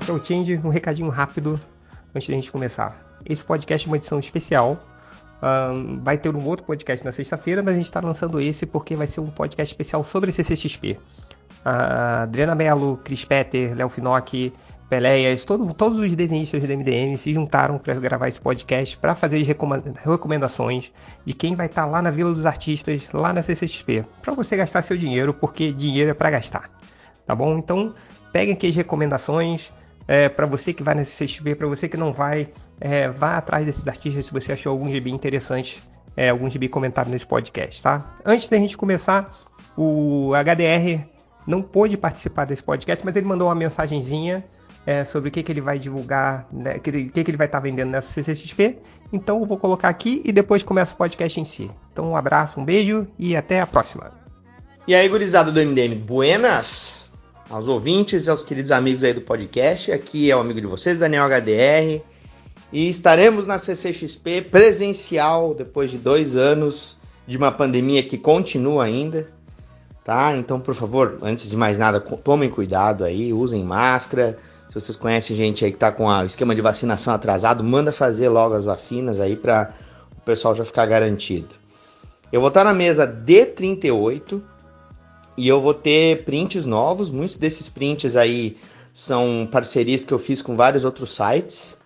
que é o Change, um recadinho rápido antes da gente começar. Esse podcast é uma edição especial. ahn, vai ter um outro podcast na sexta-feira, mas a gente está lançando esse porque vai ser um podcast especial sobre CCXP. Ah, Adriana Mello, Cris Petter, Léo Finocchi, Peleias, todo- todos os desenhistas do MDM se juntaram para gravar esse podcast, para fazer as recoma- recomendações de quem vai estar lá na Vila dos Artistas, lá na CCXP, para você gastar seu dinheiro, porque dinheiro é para gastar, tá bom? Então, peguem aqui as recomendações, para você que vai na CCXP, para você que não vai, é, vá atrás desses artistas se você achou algum gibi interessante, é, algum gibi comentado nesse podcast, tá? Antes da gente começar, o HDR não pôde participar desse podcast, mas ele mandou uma mensagenzinha é, sobre o que, que ele vai divulgar, né, que ele- o que, que ele vai estar vendendo nessa CCXP. Então eu vou colocar aqui e depois começa o podcast em si. Então um abraço, um beijo e até a próxima. E aí, gurizada do MDM, buenas aos ouvintes e aos queridos amigos aí do podcast. Aqui é o amigo de vocês, Daniel HDR. E estaremos na CCXP presencial depois de dois anos de uma pandemia que continua ainda. Tá? Então, por favor, antes de mais nada, co- tomem cuidado aí, usem máscara. Se vocês conhecem gente aí que tá com a- o esquema de vacinação atrasado, manda fazer logo as vacinas aí para o pessoal já ficar garantido. Eu vou estar na mesa D38, e eu vou ter prints novos. Muitos desses prints aí são parcerias que eu fiz com vários outros sites.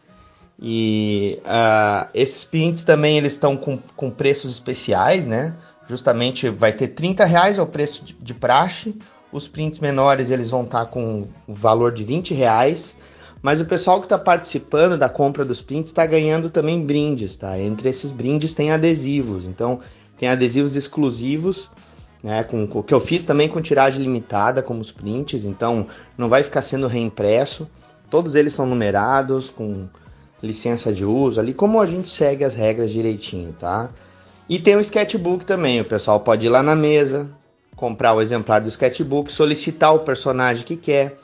E ah, esses prints também eles estão com, com preços especiais, né? Justamente vai ter 30 reais é o preço de, de praxe. Os prints menores eles vão estar com o valor de 20 reais. Mas o pessoal que está participando da compra dos prints está ganhando também brindes, tá? Entre esses brindes tem adesivos. Então tem adesivos exclusivos né, com, com- que eu fiz também com tiragem limitada, como os prints, então não vai ficar sendo reimpresso. Todos eles são numerados, com licença de uso, ali como a gente segue as regras direitinho, tá? E tem o sketchbook também, o pessoal pode ir lá na mesa, comprar o exemplar do sketchbook, solicitar o personagem que quer.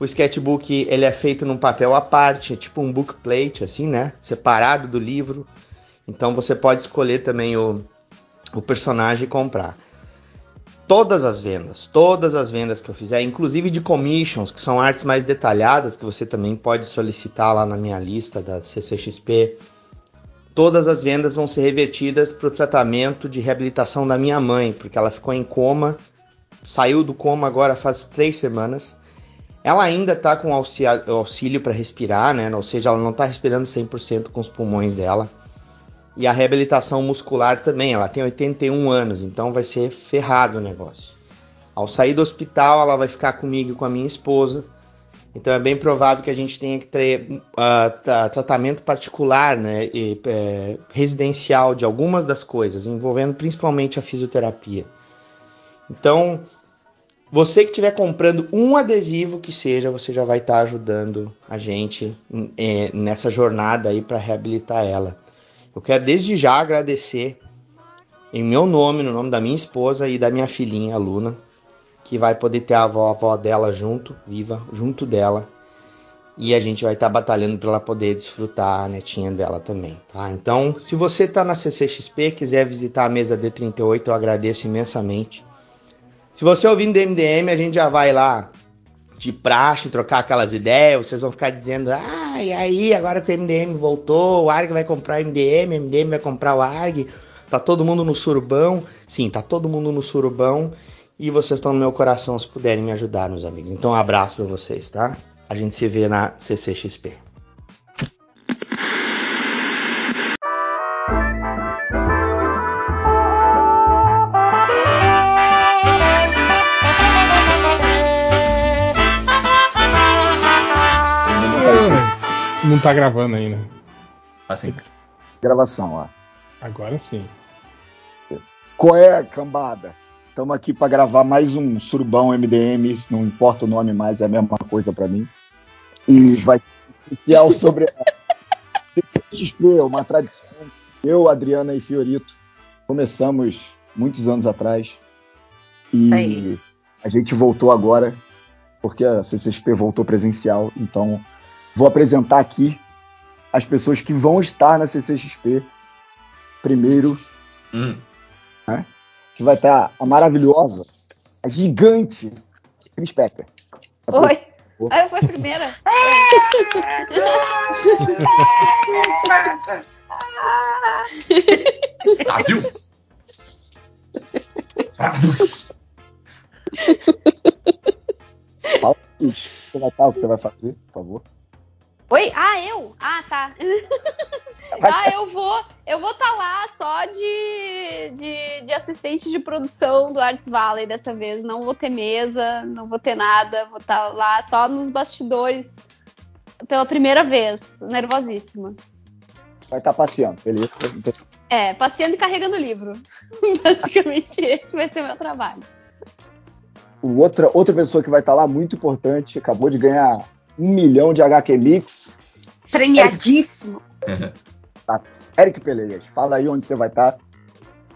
O sketchbook ele é feito num papel à parte, é tipo um book plate, assim, né? Separado do livro. Então você pode escolher também o, o personagem e comprar todas as vendas, todas as vendas que eu fizer, inclusive de commissions, que são artes mais detalhadas, que você também pode solicitar lá na minha lista da CCXP, todas as vendas vão ser revertidas para o tratamento de reabilitação da minha mãe, porque ela ficou em coma, saiu do coma agora faz três semanas. Ela ainda está com auxilia- auxílio para respirar, né? Ou seja, ela não está respirando 100% com os pulmões dela. E a reabilitação muscular também, ela tem 81 anos, então vai ser ferrado o negócio. Ao sair do hospital, ela vai ficar comigo e com a minha esposa. Então é bem provável que a gente tenha que ter ah, tra- tratamento particular, né, e, eh, residencial de algumas das coisas, envolvendo principalmente a fisioterapia. Então, você que estiver comprando um adesivo que seja, você já vai estar ajudando a gente em- eh, nessa jornada aí para reabilitar ela. Eu quero desde já agradecer em meu nome, no nome da minha esposa e da minha filhinha, a Luna, que vai poder ter a avó, a avó dela junto, viva, junto dela. E a gente vai estar batalhando para ela poder desfrutar a netinha dela também, tá? Então, se você tá na CCXP, quiser visitar a mesa D38, eu agradeço imensamente. Se você é ouvindo do MDM, a gente já vai lá de praxe, trocar aquelas ideias, vocês vão ficar dizendo, ah, e aí, agora que o MDM voltou, o ARG vai comprar o MDM, o MDM vai comprar o ARG, tá todo mundo no surubão, sim, tá todo mundo no surubão, e vocês estão no meu coração se puderem me ajudar, meus amigos. Então, um abraço pra vocês, tá? A gente se vê na CCXP. Não tá gravando ainda. Assim, gravação lá. Agora sim. Qual é, cambada? Estamos aqui para gravar mais um Surubão MDM, não importa o nome mais, é a mesma coisa para mim. E vai ser um especial sobre a XP, uma tradição. Eu, Adriana e Fiorito começamos muitos anos atrás. Isso E aí. a gente voltou agora, porque a CCXP voltou presencial. Então, vou apresentar aqui as pessoas que vão estar na CCXP. Primeiro, hum, né? que vai estar a maravilhosa, a gigante Cris Petter. Oi, Ah, eu fui a primeira? Brasil! Fala aí, você vai falar o que você vai fazer, por favor. Oi? Ah, eu? Ah, tá. ah, eu vou. Eu vou estar lá só de, de, de assistente de produção do Arts Valley dessa vez. Não vou ter mesa, não vou ter nada. Vou estar lá só nos bastidores pela primeira vez. Nervosíssima. Vai estar passeando, beleza? Então, É, passeando e carregando livro. Basicamente, esse vai ser o meu trabalho. O outra, outra pessoa que vai estar lá, muito importante, acabou de ganhar um milhão de HQ Mix, Tá. Premiadíssimo. Eric Peleias. Fala aí onde você vai estar.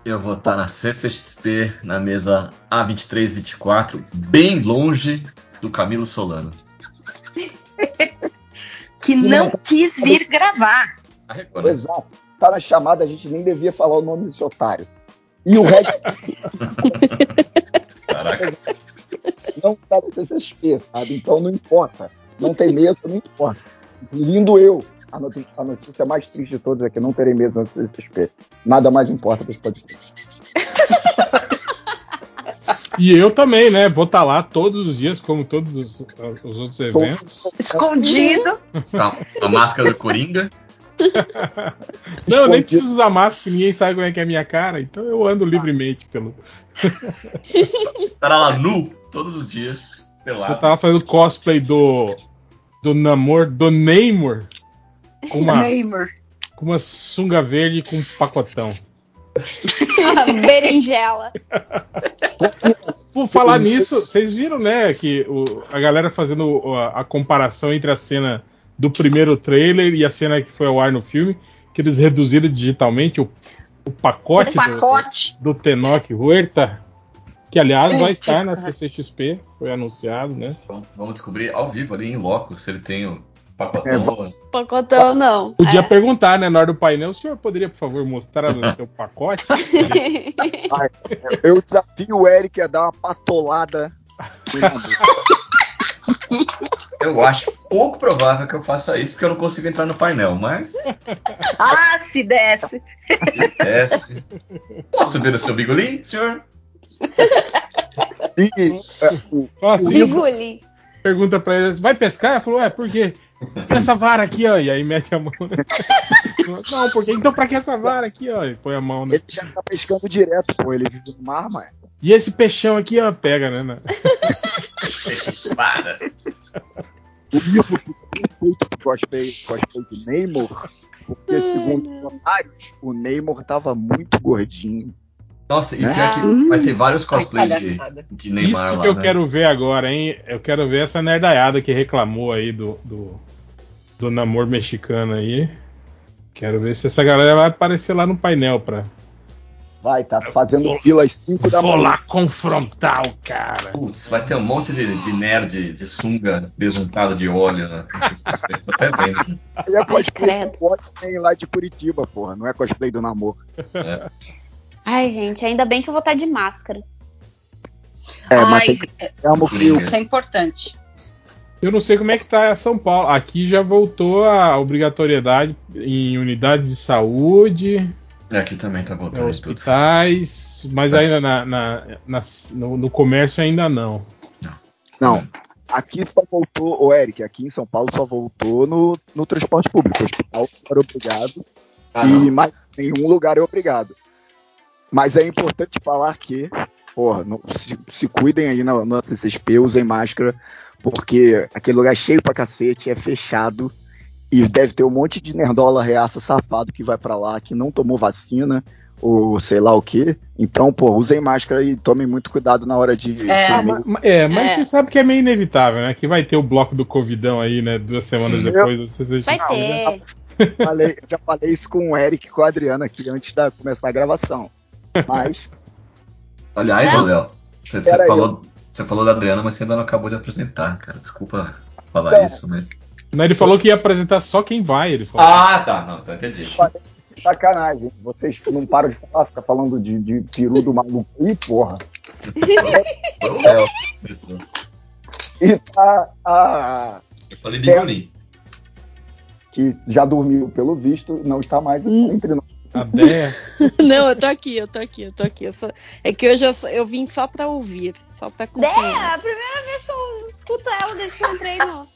Eu vou estar na CCXP, na mesa A2324, bem longe do Camilo Solano. Que não quis vir gravar. Arregou, né? Exato. Tá na chamada, a gente nem devia falar o nome desse otário. E o resto Caraca. não tá no CCXP, sabe? Então não importa. Não tem mesa, não importa. Lindo eu. A notícia, a notícia mais triste de todas é que não terei mesa no CCXP. Nada mais importa para esse podcast. E eu também, né? Vou estar lá todos os dias, como todos os, os outros eventos. Escondido. Com Tá, a- com a máscara do Coringa. Não, eu nem preciso usar máscara, ninguém sabe como é que é a minha cara, então eu ando livremente pelo. Estará lá nu todos os dias. Eu Pelado. tava fazendo cosplay do. do Namor, do Neymor, com uma, Neymar. com uma sunga verde com um pacotão. Berinjela. Por falar nisso, vocês viram, né, que o- a galera fazendo o- a, a comparação entre a cena do primeiro trailer e a cena que foi ao ar no filme, que eles reduziram digitalmente o, o pacote, O pacote. Do, do Tenoch Huerta, que aliás vai Gente, né? estar na cara. CCXP, foi anunciado, né? Vamos- Vamos descobrir ao vivo ali em loco se ele tem o pacotão. Pocotão, não. É, Podia É. perguntar, né, na hora do painel, o senhor poderia, por favor, mostrar o seu pacote? Eu desafio o Eric a dar uma patolada. Eu acho pouco provável que eu faça isso porque eu não consigo entrar no painel, mas Uhum. Ah, se desce. se desce. Posso ver o seu bigolim, senhor? E, é, o- Fala assim, Biguli. pergunta pra ele, vai pescar? Ela falou, é, por quê? Pra essa vara aqui, ó. E aí mete a mão. né? Não, porque então pra que essa vara aqui, ó? E põe a mão, né? ele já tá pescando direto, pô. Ele vive no mar, mas. E esse peixão aqui, ó, pega, né? né? Para. O livro ficou bem feito pro cosplay, cosplay do Neymar, porque Ai, segundo não. os otários, o Neymar tava muito gordinho. Nossa, e pior que vai ter vários cosplays de, palhaçada. de Neymar Isso lá. que eu né? quero ver agora, hein? Eu quero ver essa nerdaiada que reclamou aí do, do, do namoro mexicano aí. Quero ver se essa galera vai aparecer lá no painel pra. Vai, tá fazendo vou- fila às 5 da Vou manhã. lá confrontar o cara. Putz, vai ter um monte de, de nerd de sunga besuntado de óleo, né? Tô até vendo. Aí é cosplay credo. do Watchmen lá de Curitiba, porra. Não é cosplay do namoro. Ai, gente, ainda bem que eu vou estar de máscara. É, mas Ai, tem que um termo que o isso é importante. Eu não sei como é que tá São Paulo. Aqui já voltou a obrigatoriedade em unidade de saúde, É, Aqui também tá é, voltando de tudo. hospitais, mas ainda na- na- nas- no, no comércio ainda não. Não. Aqui só voltou, ô Eric, aqui em São Paulo só voltou no, no transporte público. O hospital era obrigado Ah, e não. mais nenhum lugar é obrigado. Mas é importante falar que, porra, não- se, se cuidem aí na, na CCSP, usem máscara, porque aquele lugar é cheio pra cacete, é fechado. E deve ter um monte de nerdola reaça safado que vai pra lá, que não tomou vacina, ou sei lá o quê. Então, pô, usem máscara e tomem muito cuidado na hora de. É, comer. Ma- ma- É, mas É. você sabe que é meio inevitável, né? Que vai ter o bloco do Covidão aí, né? Duas semanas Sim. depois. da CCXP, Vai né? ter. Falei- já falei isso com o Eric e com a Adriana aqui antes da começar a gravação. Mas Aliás, ô, Não. Léo, você, você Pera aí, falou, você falou da Adriana, mas você ainda não acabou de apresentar, cara. Desculpa falar Não. isso, mas. Não, ele falou que ia apresentar só quem vai, ele falou. Ah, tá. Não, tá entendi. sacanagem, vocês não param de falar, fica falando de, de peru do maluco. Ih, porra. Foi o Léo. Isso. E tá a. Eu falei de Violin. que já dormiu, pelo visto, não está mais Hum. entre nós. A Déia. Não, eu tô aqui, eu tô aqui, eu tô aqui. Eu só- É que hoje eu, só- eu vim só pra ouvir, só pra É, acompanhar. a primeira vez que eu escuto ela desde que eu entrei no.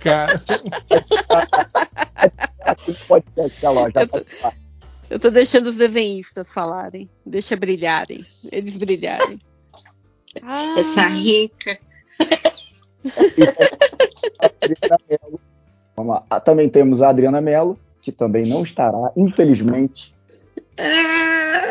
Cara, Aquele podcast que ela já Eu tô- tá lá. Eu tô deixando os desenhistas falarem, deixa brilharem, eles brilharem. Essa rica. Adriana Mello. Vamos lá. Ah, Também temos a Adriana Mello, que também não estará, infelizmente. Ah,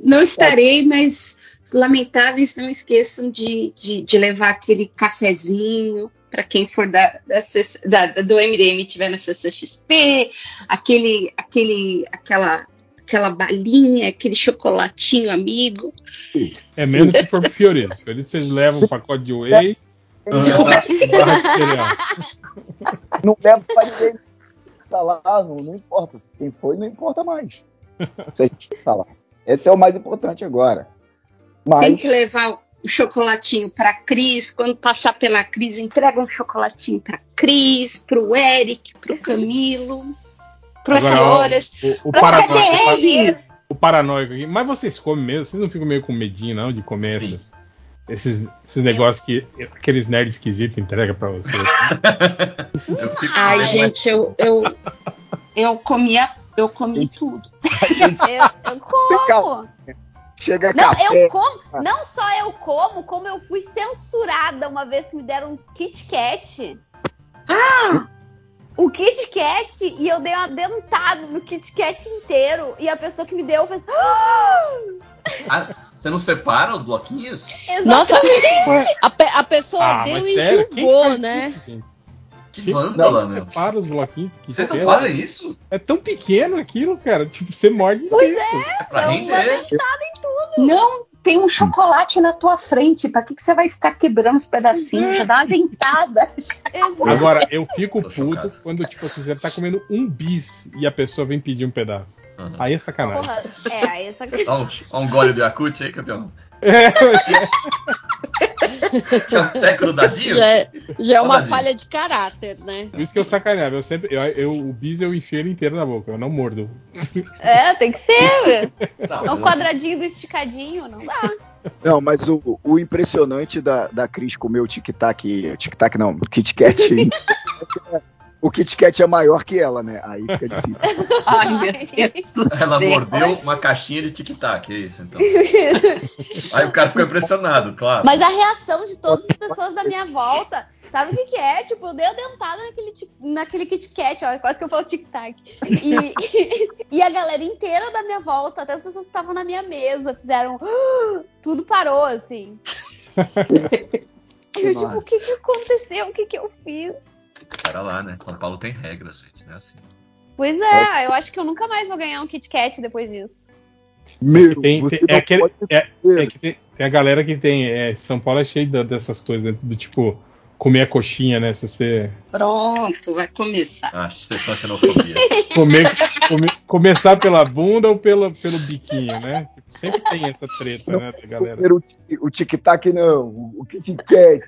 Não estarei, mas os lamentáveis não esqueçam de, de, de levar aquele cafezinho para quem for da, da CC da- da- do MDM e tiver na CCXP, aquele, aquele, aquela, aquela balinha, aquele chocolatinho amigo. é menos se for pro Fiorito. Fiorito, vocês levam um pacote de whey. Ah, barra de cereal. Não leva para ninguém que tá lá, não, não importa. Quem foi, não importa mais. Se a gente tá lá. Esse é o mais importante agora. Tem Mas que levar o chocolatinho para Cris. Quando passar pela Cris, entrega um chocolatinho para Cris, pro Eric, pro Camilo, pro Agora, ó, Horas, o, o pro paranoico. o par- KDR. O paranoico aqui. Mas vocês comem mesmo? Vocês não ficam meio com medinho, não, de comer Sim. essas- esses, esses negócios que aqueles nerds esquisitos entregam pra vocês? Eu fico Ai, vendo, mas gente, eu, eu, eu comia, eu comi tudo. Eu, eu como! chega Não, café, eu Ah. como. Não só eu como, como eu fui censurada uma vez que me deram um Kit Kat. Ah! O Kit Kat e eu dei uma dentada no Kit Kat inteiro. E a pessoa que me deu fez. "Ah!" ah, você não separa os bloquinhos? Nossa, Exatamente. a, pe- a pessoa Ah, deu mas e sério? Quem julgou, faz né? isso, gente? Que Que- vândala, não, meu. Separa os bloquinhos. que Vocês não pena. fazem isso? É tão pequeno aquilo, cara. Tipo, você morde. Pois é. É pra Não, render. Não tem um chocolate na tua frente. Pra que, que você vai ficar quebrando os pedacinhos? Já dá Uhum. uma dentada. Exatamente. Agora, eu fico Tô puto chocado. quando, tipo assim, você tá comendo um bis e a pessoa vem pedir um pedaço. Uhum. Aí é sacanagem. Porra, é, aí essa Dá um, dá um gole do Yakut aí, campeão. É, Que é até grudadinho. Já é, já é uma Tadinho. falha de caráter, né? por isso que eu sacaneava. Eu sempre. Eu, eu- o bis eu enfio ele inteiro na boca. Eu não mordo. É, tem que ser. Não, É um eu- quadradinho do esticadinho, não dá. Não, mas o, o impressionante da, da Cris comer o tic-tac. Tic-tac não, Kit Kat. o Kit Kat é maior que ela, né? Aí fica Tá difícil. Ai, meu Deus do Ela céu. mordeu uma caixinha de tic-tac, é isso então. Aí o cara ficou impressionado, claro. Mas a reação de todas as pessoas da minha volta, sabe o que, que é? Tipo, eu dei a dentada naquele, ti- naquele Kit Kat, ó, quase que eu falo tic-tac. E, e a galera inteira da minha volta, até as pessoas que estavam na minha mesa, fizeram. "Ah!" Tudo parou, assim. Eu, tipo, Nossa. o que, que aconteceu? O que, que eu fiz? Pera lá, né? São Paulo tem regras, gente, né? Assim. Pois é, eu acho que eu nunca mais vou ganhar um Kit Kat depois disso. Meu, Tem- você tem- é não aquele- pode é- ver. É que tem, tem a galera que tem. é, São Paulo é cheio da- dessas coisas, né? Do tipo, comer a coxinha, né? Se você. Pronto, vai começar. Ah, vocês são xenofobia. Comer, come- começar pela bunda ou pela, pelo biquinho, né? Tipo, sempre tem essa treta, né, da galera. Primeiro, o ti- o tic-tac não, o Kit Kat.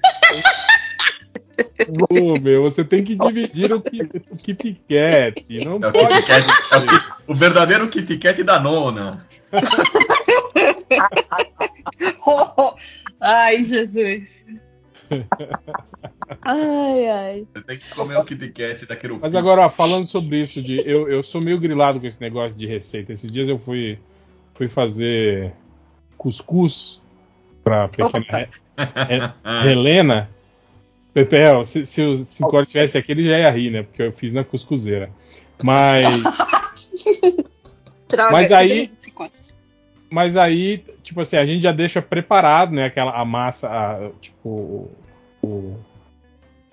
Pô, meu, você tem que dividir o que, o que te quer. e Não É o pode. Kit Kat, é o, Kit- o verdadeiro Kit Kat da nona. Ai, Jesus. Ai, ai. Você tem que comer o Kit Kat da querubim. Mas agora, ó, falando sobre isso, de, eu, eu sou meio grilado com esse negócio de receita. Esses dias eu fui, fui fazer cuscuz pra pequena Re- Ah, Helena. Pepel, se, se o Cincor tivesse aqui, ele já ia rir, né? Porque eu fiz na cuscuzeira. Mas. Droga, Mas aí- todo mundo se conta. Mas aí, tipo assim, a gente já deixa preparado, né? Aquela a massa, a, tipo, o,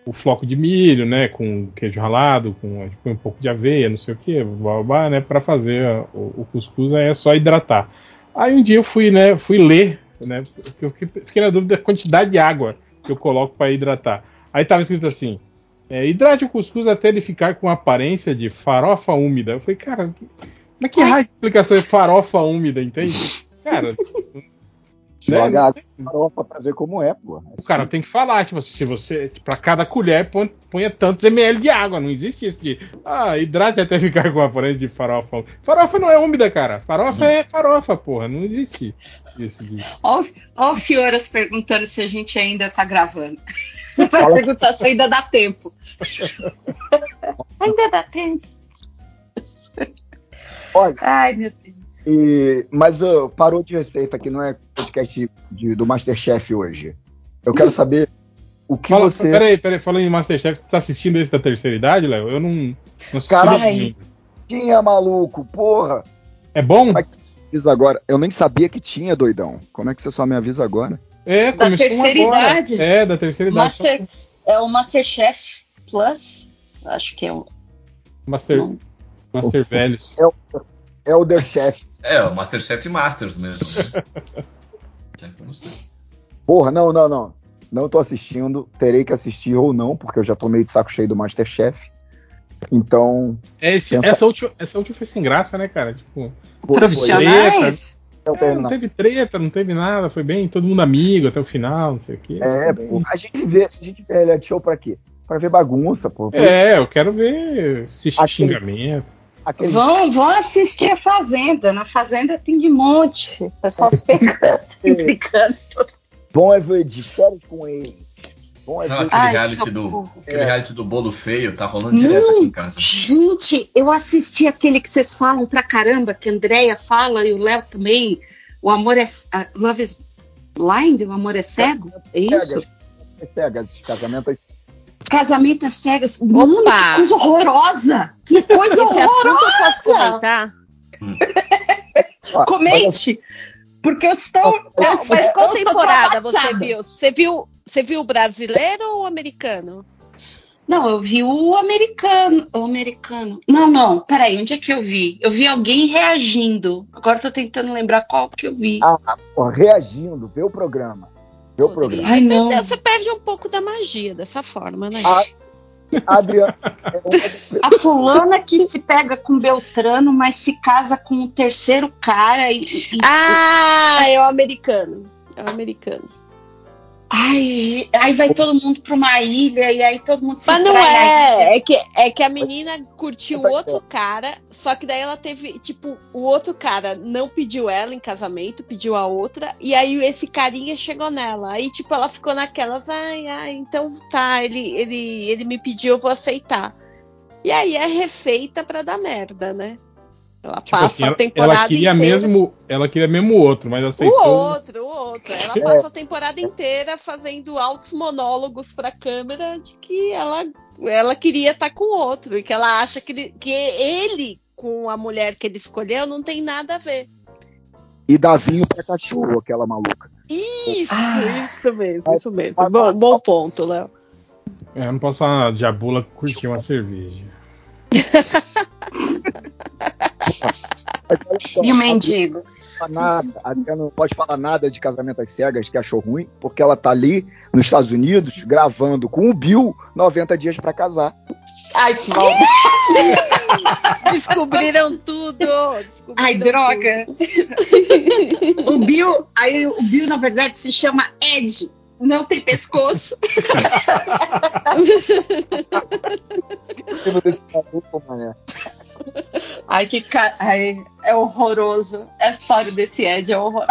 o floco de milho, né? Com queijo ralado, com a gente põe um pouco de aveia, não sei o quê, blá, blá, blá, né? Pra fazer a- o, o cuscuz, aí é só hidratar. Aí um dia eu fui, né? Fui ler, né? Porque eu fiquei, fiquei na dúvida da quantidade de água que eu coloco pra hidratar. Aí tava escrito assim. é, hidrate o cuscuz até ele ficar com aparência de farofa úmida. Eu falei, cara, né? que- mas que raio de explicação é farofa úmida, entende? Cara, Joga a farofa pra ver como é, pô. O cara tem que falar, tipo, se você. Pra cada colher, pon- ponha tantos ml de água. Não existe isso de. Ah, hidrate até ficar com a aparência de farofa. Farofa não é úmida, cara. Farofa é farofa, porra. Não existe isso. De... Ó, ó o Fioras perguntando se a gente ainda tá gravando. Vai perguntar se ainda dá tempo. ainda dá tempo. Olha, Ai, meu Deus. e- mas ô, parou de respeito aqui, não é podcast de- do Masterchef hoje. Eu quero saber o que Fala, você. Peraí, peraí, falando em Masterchef, tu tá assistindo esse da terceira idade, Léo? Eu não, não assisti Caralho. nenhum. Tinha, é maluco, porra! É bom? Mas- Avisa agora. Eu nem sabia que tinha, doidão. Como é que você só me avisa agora? É, Da começou terceira agora. idade? É, da terceira idade. Master, é o Masterchef Plus? Acho que é o. Master, Não. Master Velhos. É o The Chef. É, o Masterchef Masters mesmo. Né? Chef, eu não sei. Porra, não, não, não. Não tô assistindo. Terei que assistir ou não, porque eu já tô meio de saco cheio do Masterchef. Então. É, esse- Pensa- essa, última, essa última foi sem graça, né, cara? Tipo, vou- Profissionais? vou- vou é, não terminar. teve treta, não teve nada, foi bem, todo mundo amigo até o final, não sei o quê. É, pô. A gente vê, a gente vê reality show pra quê? Pra ver bagunça, pô. É, eu quero ver esse Aquele- xingamento. Aquele Vão, vão assistir a Fazenda. Na Fazenda tem de monte. O pessoal se pegando, se brigando. Bom é ver de férias com ele. Bom é Não, ver. aquele Ai, reality do. socorro. Aquele É. reality do bolo feio tá rolando direto aqui em casa. Gente, eu assisti aquele que vocês falam pra caramba, que a Andrea fala e o Léo também. O amor é. ah, Love is blind? O amor é cego? É isso? Cegas, cegas, esses casamentos. Casamento às cegas. Opa! Mano, que coisa horrorosa! Que coisa Esse assunto horrorosa! eu posso comentar? Ó, olha, Comente! Porque eu estou. Não, eu- eu mas qual estou temporada você traumatizada. viu? Você viu, você viu o brasileiro ou o americano? Não, eu vi o americano. O americano. Não, não, peraí, onde é que eu vi? Eu vi alguém reagindo. Agora eu tô tentando lembrar qual que eu vi. Ah, ó, reagindo, vê o programa. Vê o programa. Ai, não. Você perde um pouco da magia dessa forma, né? Ah, Adriano, A fulana que se pega com Beltrano, mas se casa com o terceiro cara e. e- Ah, é o americano. É o americano. Ai, aí vai todo mundo pra uma ilha e aí todo mundo se Mas não trai na ilha. é, é que, é que a menina curtiu Mas- outro cara, só que daí ela teve, tipo, o outro cara não pediu ela em casamento, pediu a outra, e aí esse carinha chegou nela. Aí, tipo, ela ficou naquelas, ai, ai, então tá, ele, ele, ele me pediu, eu vou aceitar. E aí é receita pra dar merda, né? Ela Tipo passa assim, a ela, temporada ela queria inteira. mesmo, ela queria mesmo o outro, mas O aceitou. É. outro, o outro. Ela passa a temporada inteira fazendo altos monólogos pra câmera de que ela, ela queria estar com o outro e que ela acha que ele, que ele com a mulher que ele escolheu não tem nada a ver. e Davinho pra cachorro, aquela maluca. Isso, Ah. isso mesmo, isso mesmo. Bom, bom ponto, Léo. É, eu não posso falar nada, Jabula curtiu Tipo, uma cerveja. Mas olha só, E o mendigo. Adriana não fala nada, a Adriana não pode falar nada de casamento às cegas que achou ruim, porque ela tá ali nos Estados Unidos gravando com o Bill 90 dias pra casar. Ai, que mal. Descobriram tudo. descobriram Ai, tudo. droga. o Bill, aí o Bill, na verdade, se chama Ed. Não tem pescoço. Teve desse maluco, mané. Ai, que ca... Ai, é horroroso. A história desse Ed é horrorosa.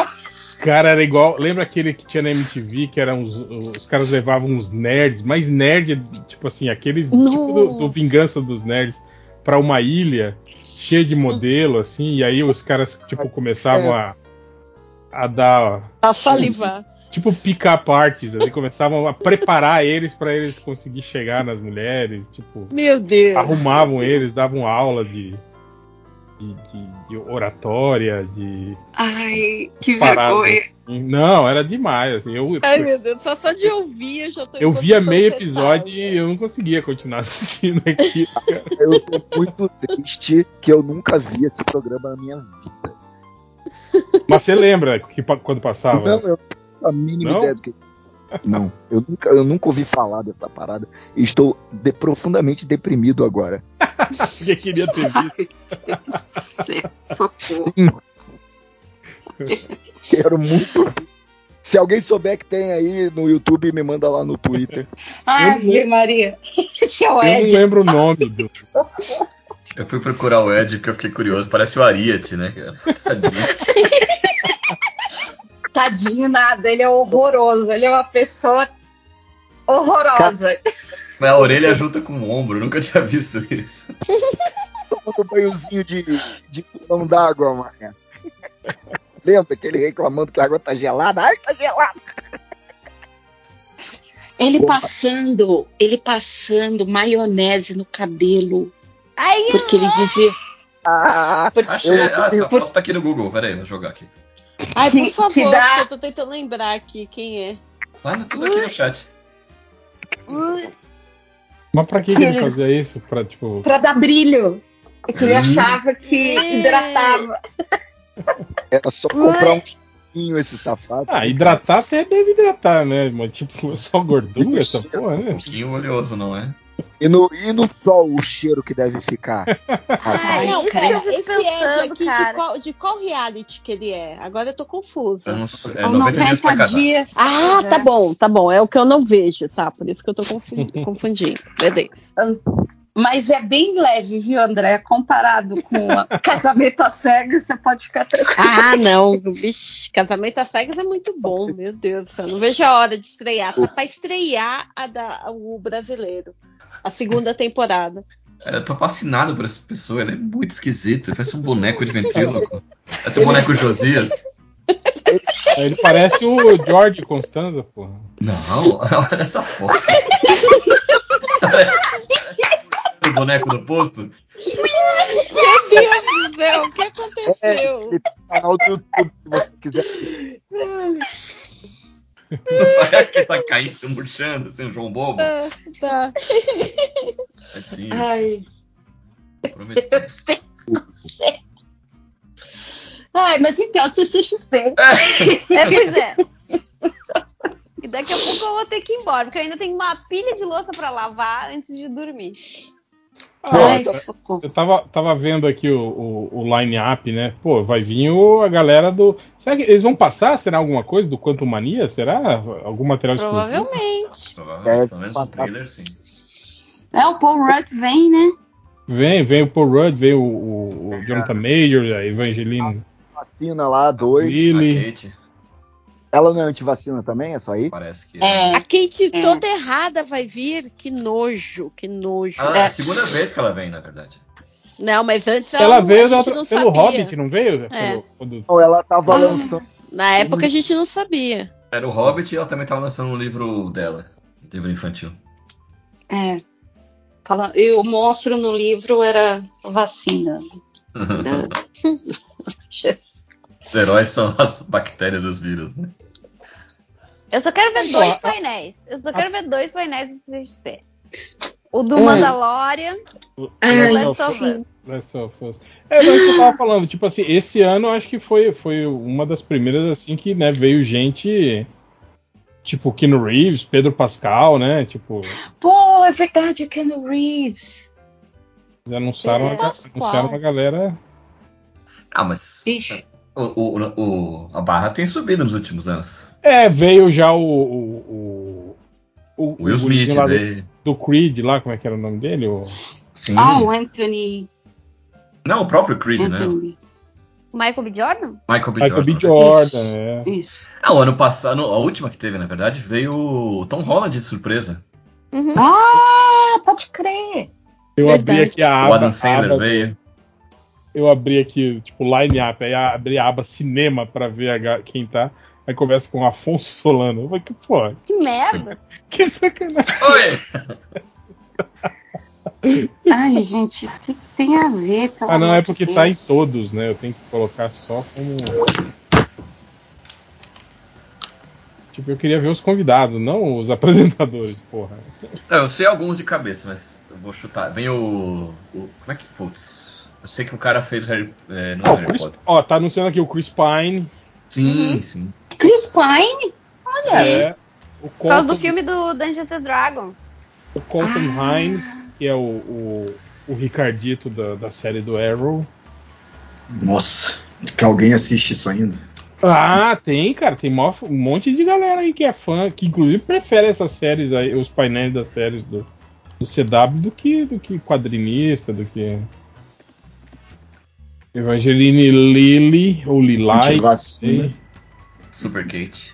Cara, era igual. Lembra aquele que tinha na MTV, que eram os, os caras levavam uns nerds, mais nerd, tipo assim, aqueles tipo do, do Vingança dos Nerds, pra uma ilha cheia de modelo, assim, e aí os caras, tipo, começavam a, a dar. Tá A salivar. Tipo, pick-up artists, assim, começavam a preparar eles pra eles conseguir chegar nas mulheres, tipo, Meu Deus. arrumavam eles, davam aula de. De, de- de oratória, de Ai, que paradas. vergonha. assim. Não, era demais. Assim. Eu, Ai, meu Deus, só, só de ouvir eu já tô tá em Eu via posição meio fetal, episódio já. e eu não conseguia continuar assistindo aqui. Eu tô muito triste que eu nunca vi esse programa na minha vida. Mas você lembra que pa- quando passava? Não, eu não tenho a mínima Tá, Não? ideia do que. Não, eu nunca, eu nunca ouvi falar dessa parada e estou de- profundamente deprimido agora. Porque queria ter visto. Ai, meu Deus do céu, Socorro. Quero Hum. muito. Se alguém souber que tem aí no YouTube, me manda lá no Twitter. Ave Maria. Esse é o Eu não Ed. lembro o nome do. Eu fui procurar o Ed porque eu fiquei curioso. Parece o Ariete, né? cara? Tadinho. Tadinho nada, ele é horroroso. Ele é uma pessoa horrorosa. Mas a orelha junta com o ombro, eu nunca tinha visto isso. Tomando um banhozinho de, de pulão d'água, Maria. Lembra aquele reclamando que a água tá gelada? Ai, tá gelada! Ele Opa. passando, ele passando maionese no cabelo, Ai, porque ele dizia Ah, Achei. Ah, essa foto tá aqui no Google. Peraí, vou jogar aqui. Ai, por Que- que favor, dá- porque eu tô tentando lembrar aqui quem é. Tá no- tudo aqui no chat. Mas pra que, que ele fazia isso? Pra, tipo. para dar brilho. É que ele Hum. achava que Hum. hidratava. era só comprar um pouquinho esse safado. Ah, hidratar até deve hidratar, né? Mas, tipo, só gordura, essa porra, Um né? pouquinho oleoso, não é? E no, e no sol, o cheiro que deve ficar. Ai, não, isso eu pera, fico esse Ed pensando, aqui de cara. qual, de qual reality que ele é? Agora eu tô Eu confusa. não sei. É Ao 90, dias pra casar. um dias. Ah, tá bom, tá bom. É o que eu não vejo, tá? Por isso que eu tô confu- confundindo. Perdei. Mas é bem leve, viu, André? Comparado com a- casamento a cegas, você pode ficar tranquilo. Ah, não. Vixe, casamento às cegas é muito bom, meu Deus do céu. Não vejo a hora de estrear. Tá pra estrear a da- o brasileiro. A segunda temporada. Cara, eu tô fascinado por essa pessoa, ela é muito esquisita, parece um boneco de ventríloco. Parece um boneco Josias. Ele parece o George Constanza, porra. Não, olha essa foto. o boneco do posto? Meu Deus do céu, o que aconteceu? É, Ele É, tem um canal do YouTube, se você quiser. Parece que tá caindo, murchando, assim, o João Bobo. Ah, tá. Tadinho, Ai, prometeu. Ai, mas então, CCXP. É, pois é. E daqui a pouco eu vou ter que ir embora, porque eu ainda tenho uma pilha de louça pra lavar antes de dormir. Ah, Ai, socorro. Eu tava, tava vendo aqui o, o, o line-up, né? Pô, vai vir o, a galera do. Será que eles vão passar? Será alguma coisa do Quanto Mania? Será? Algum material exclusivo? Provavelmente. Provavelmente, Pelo menos no trailer, sim. É, o Paul Rudd vem, né? Vem, vem o Paul Rudd, vem o, o, o Jonathan Major, a Evangeline Vacina lá, dois. Lilly. A Kate, Ela não é antivacina também? É só aí? parece que. A Kate É. toda errada vai vir. Que nojo, que nojo. Ah, é a É. segunda vez que ela vem, na verdade. Não, mas antes ela, Ela não, veio a gente da- não pelo sabia. Ah, Hobbit, né? não É. veio? Pelo- quando- Não, ela tá tava lançando. Na época a gente não sabia. Era o Hobbit e ela também tava lançando um livro dela, um livro infantil. É. Fala- E o monstro no livro era vacina. Jesus. Os heróis são as bactérias dos vírus, né? Eu só quero ver dois painéis. Eu só quero ver dois painéis do CCXP. O do Mandalorian e o Ai, Ah, Last of sim. Us. Last of Us. É, mas isso que eu tava falando, tipo assim, esse ano eu acho que foi, foi uma das primeiras, assim, que né, veio gente. Tipo, Keanu Reeves, Pedro Pascal, né? Tipo, Pô, é verdade, o Keanu Reeves. já anunciaram, Pedro anunciaram uma galera. Ah, mas Ixi. o, o- o- a barra tem subido nos últimos anos. É, veio já o. o, o, o- O Will o Smith gurizinho lá do, veio. do Creed lá, como é que era o nome dele? O- Sim. Ah, o Anthony. Não, o próprio Creed, né? Anthony. Michael B. Jordan? Michael B. Michael B. Jordan. Jordan, é. Isso. Ah, o ano passado, a última que teve, na verdade, veio o Tom Holland de surpresa. Uhum. Ah, pode crer. Eu Verdade. abri aqui a o aba. Adam a Sandler aba- veio. eu abri aqui, tipo, line up, aí abri a aba cinema pra ver a ga- quem tá. Aí conversa com o Afonso Solano. Eu falei, que porra, Que merda! que sacanagem. Oi! Ai, gente, o que, que tem a ver? pelo Ah, não, amor é de porque Deus? tá em todos, né? Eu tenho que colocar só como. Tipo, eu queria ver os convidados, não os apresentadores, porra. Não, É, eu sei alguns de cabeça, mas eu vou chutar. Vem o. o- como é que. Putz. Eu sei que o cara fez Harry, é, não é Ah, o Harry Chris- Potter. ó, tá anunciando aqui o Chris Pine. Sim, Uhum. sim. Chris Pine? Olha. É, o Por causa do Colton, filme do Dungeons and Dragons. o Colton Ah. Hines, que é o, o, o Ricardito da, da série do Arrow. Nossa, que alguém assiste isso ainda. Ah, tem, cara. Tem mó- um monte de galera aí que é fã, que inclusive prefere essas séries aí, os painéis das séries do, do CW do que, do que quadrinista, do que. Evangeline Lilly ou né? Lilai. Antivacina. sei. Super Kate.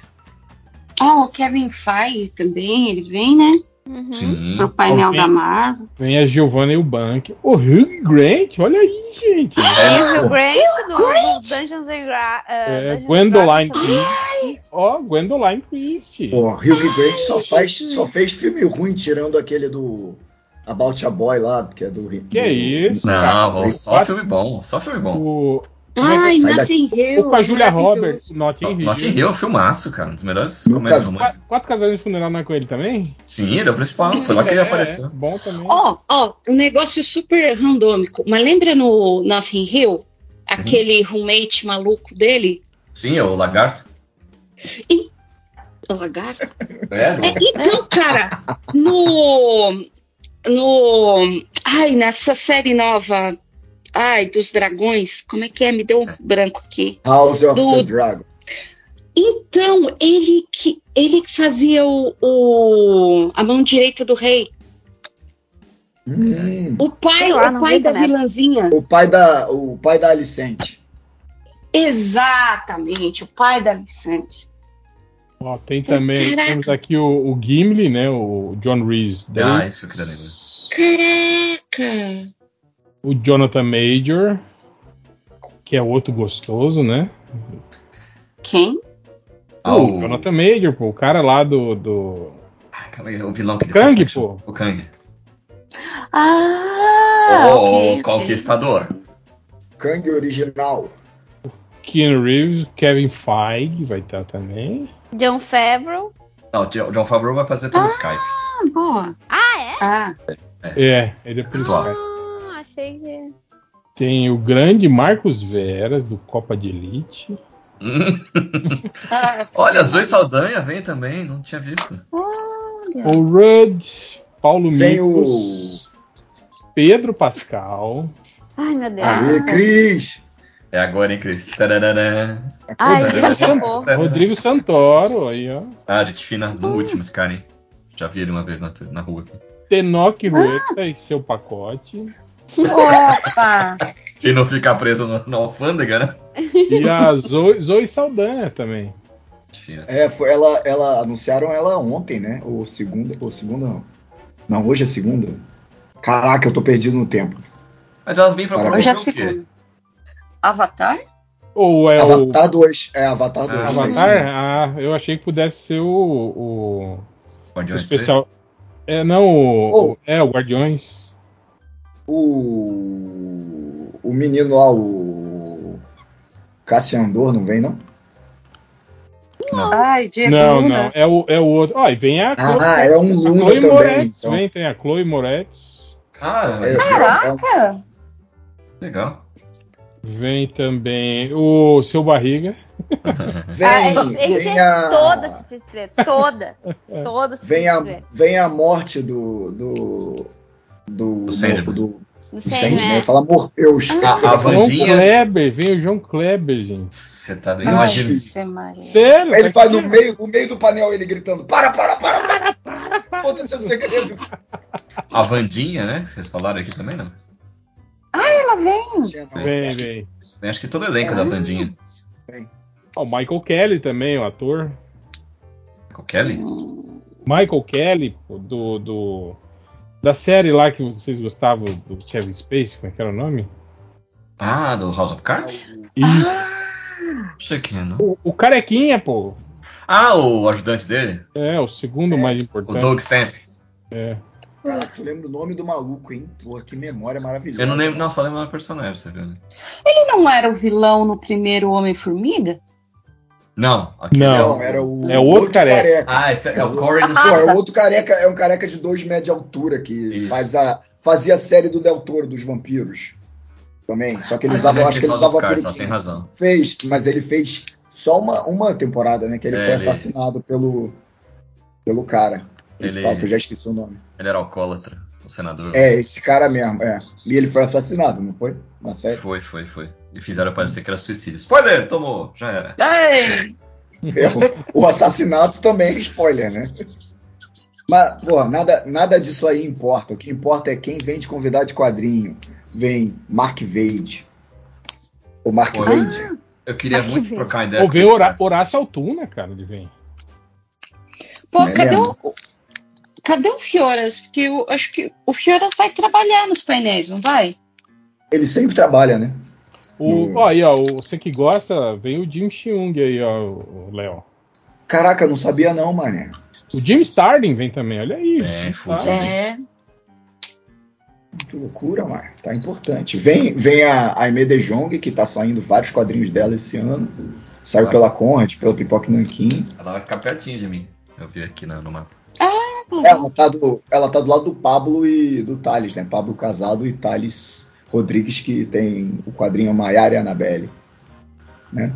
Ó, Oh, o Kevin Feige também, ele vem, né? Uhum. Sim. Pro painel Alguém? da Marvel. Vem a Giovanna e o Bank. O Hugh Grant, olha aí, gente. Tem É, o Hugh Grant do, do Dungeons and Gra É, uh, Dungeons and Gwendoline Dragons também. Christie. Ó, Gwendoline Christie. Pô, Hugh Grant só, faz, só fez filme ruim, tirando aquele do About a Boy lá, que é do... Que isso? Não, cara. só filme bom, só filme bom. O, Ai, né? sai daqui. Nothing Hill. o com a Julia maravilhoso. Roberts, Notting Hill. Notting Hill é um filmaço, cara. Um dos melhores Nunca comédias vi. Qua- românticas. Quatro casais de funeral não é com ele também? Sim, ele é o principal. Foi lá que ele É, é, apareceu. bom também. Ó, ó, um negócio super randômico. Mas lembra no Nothing Uhum. Hill? Aquele roommate maluco dele? Sim, é o lagarto. O lagarto? É, É, então, cara, no. No. Ai, nessa série nova. Ai, dos dragões. Como é que é? Me deu um branco aqui. House of Do- the Dragon. Então, ele que, ele que fazia o, o- a mão direita do rei. Hum. O pai, Sei lá, o não pai vejo da nada. vilãzinha. O pai da, o pai da Alicente. Exatamente, o pai da Lissandre. Ó, tem também, Caraca. temos aqui o, o Gimli, né, o John Reese Ah, Davis, esse foi o que eu lembro. Caraca! o Jonathan Major, que é outro gostoso, né? Quem? Ah, O o... Jonathan Major, pô, o cara lá do... do... Ah, calma aí, o vilão que ele Kang, fez, pô. O Kang. Ah! o ok, o ok. Conquistador. Kang original. Keanu Reeves, Kevin Feige vai estar também. John Favreau. Não, o John John Favreau vai fazer pelo Skype. Ah, boa. Ah, é? Ah, É, ele é principal. Claro. Ah, achei que. Tem o grande Marcos Veras, do Copa de Elite. Hum. ah, Olha, Zoe Saldanha vem também, não tinha visto. Olha. O Rudd, Paulo Vem o- Micos, Pedro Pascal. Ai, meu Deus. Ah, Ah, Aê, Cris! É agora, hein, Cris? Tarararã. Ai, Tarararã. gente, Oh. socorro. Rodrigo Santoro, aí, ó. Ah, gente fina no último, esse cara, hein? Já vi ele uma vez na, na rua aqui. Tenoch Rueta e seu pacote. opa! Se não ficar preso no- na alfândega, né? E a Zoe, Zoe Saldanha também. Gente fina. É, foi ela, ela anunciaram ela ontem, né? Ou segunda, ou segunda não. Não, hoje é segunda. Caraca, eu tô perdido no tempo. Mas elas vêm pra Parabéns. Eu já promover o sei. quê? como. Avatar? Ou é o Avatar 2, é Avatar 2. Ah, Avatar? Ah, eu achei que pudesse ser o, o- o Guardiões especial. É, não, o, Oh. é o Guardiões. O, o menino lá, o Cassian Dor, não vem não? Ai, Diego. não, Luna. não, é o, é o outro. Ó, e vem a Chloe, Ah, é um a Luna Chloe também. Moretz. Então. Vem, tem a Chloe Moretz. três. Ah, É, é um- Caraca! legal. Vem também o Seu Barriga. Vem, Ah, esse- esse vem é a, Toda Cecília Espreita, toda. Toda vem, a, Cecília vem a morte do. do. do. Do Sandman. do- do Espreita. Sandman, né? fala Morpheus. A, a João Vandinha. Kleber, vem o João Kleber, gente. Você tá bem. Ai. Imagina. Ave Maria. Sério? Ele tá vai aqui, no ó. meio, no meio do painel ele gritando: para, para, para, para, para, para. conta seu segredo. A Vandinha, né? Vocês falaram aqui também, não? Ela vem. Vem, vem. Bem, acho Né? que todo elenco da Vandinha. Ó, o Michael Kelly também, o ator. O Kelly? Michael Kelly, pô, do, do. Da série lá que vocês gostavam, do Kevin Space, como é que era o nome? Ah, do House of Cards? E Não sei quem, é, não. o, o Carequinha, pô. Ah, o ajudante dele? É, o segundo mais O importante. Doug Stamp. É. Cara, tu lembra o nome do maluco, hein? Pô, que memória maravilhosa. Eu não lembro, não, só lembro do é personagem, você viu, né? Ele não era o vilão no primeiro Homem-Formiga? Não, aquele Não. é Não, o- era o. É o outro careca. Ah, esse é o Corey do Pô, Sul. é o outro careca, é um careca de dois metros de altura que Isso. faz a, fazia a série do Del Toro, dos vampiros. Também. Só que ele Ah, usava, ele eu acho que ele fez House usava of Cards, ó, tem peruquinha. razão. Fez, mas ele fez só uma, uma temporada, né? Que ele É, foi ele- assassinado pelo, pelo cara. Principal, Ele- que eu já esqueci o nome. Ele era alcoólatra, o senador. É, esse cara mesmo, é. E ele foi assassinado, não foi? Na série. Foi, foi, foi. E fizeram parecer que era suicídio. Spoiler, tomou, já era. Ai, É, o assassinato também é spoiler, né? Mas, pô, nada, nada disso aí importa. O que importa é quem vem de convidar de quadrinho. Vem Mark Vade. O Mark Pô, Vade. Eu queria Ai, muito gente. trocar ideia. Ou com ver ele, Hora- cara. Horácio Altuna, cara, ele vem. pô, É cadê mesmo? o. Cadê o Fioras? Porque eu acho que o Fioras vai trabalhar nos painéis, não vai? Ele sempre trabalha, né? O, Hum. ó, aí, ó, o- você que gosta, vem o Jim Chung aí, ó, o o Léo. Caraca, eu não sabia não, mané. O Jim Starlin vem também, olha aí. É, Jim fudido. Starlin. É. Que loucura, Mar. Tá importante. Vem, vem a Aimee de Jong, que tá saindo vários quadrinhos dela esse ano. Saiu Ah. pela Conrad, pela Pipoca Nankin. Ela vai ficar pertinho de mim. Eu vi aqui na- no mapa. Ela tá, do, ela tá do lado do Pablo e do Thales, né? Pablo Casado e Thales Rodrigues, que tem o quadrinho Maiara e Anabelle. Né?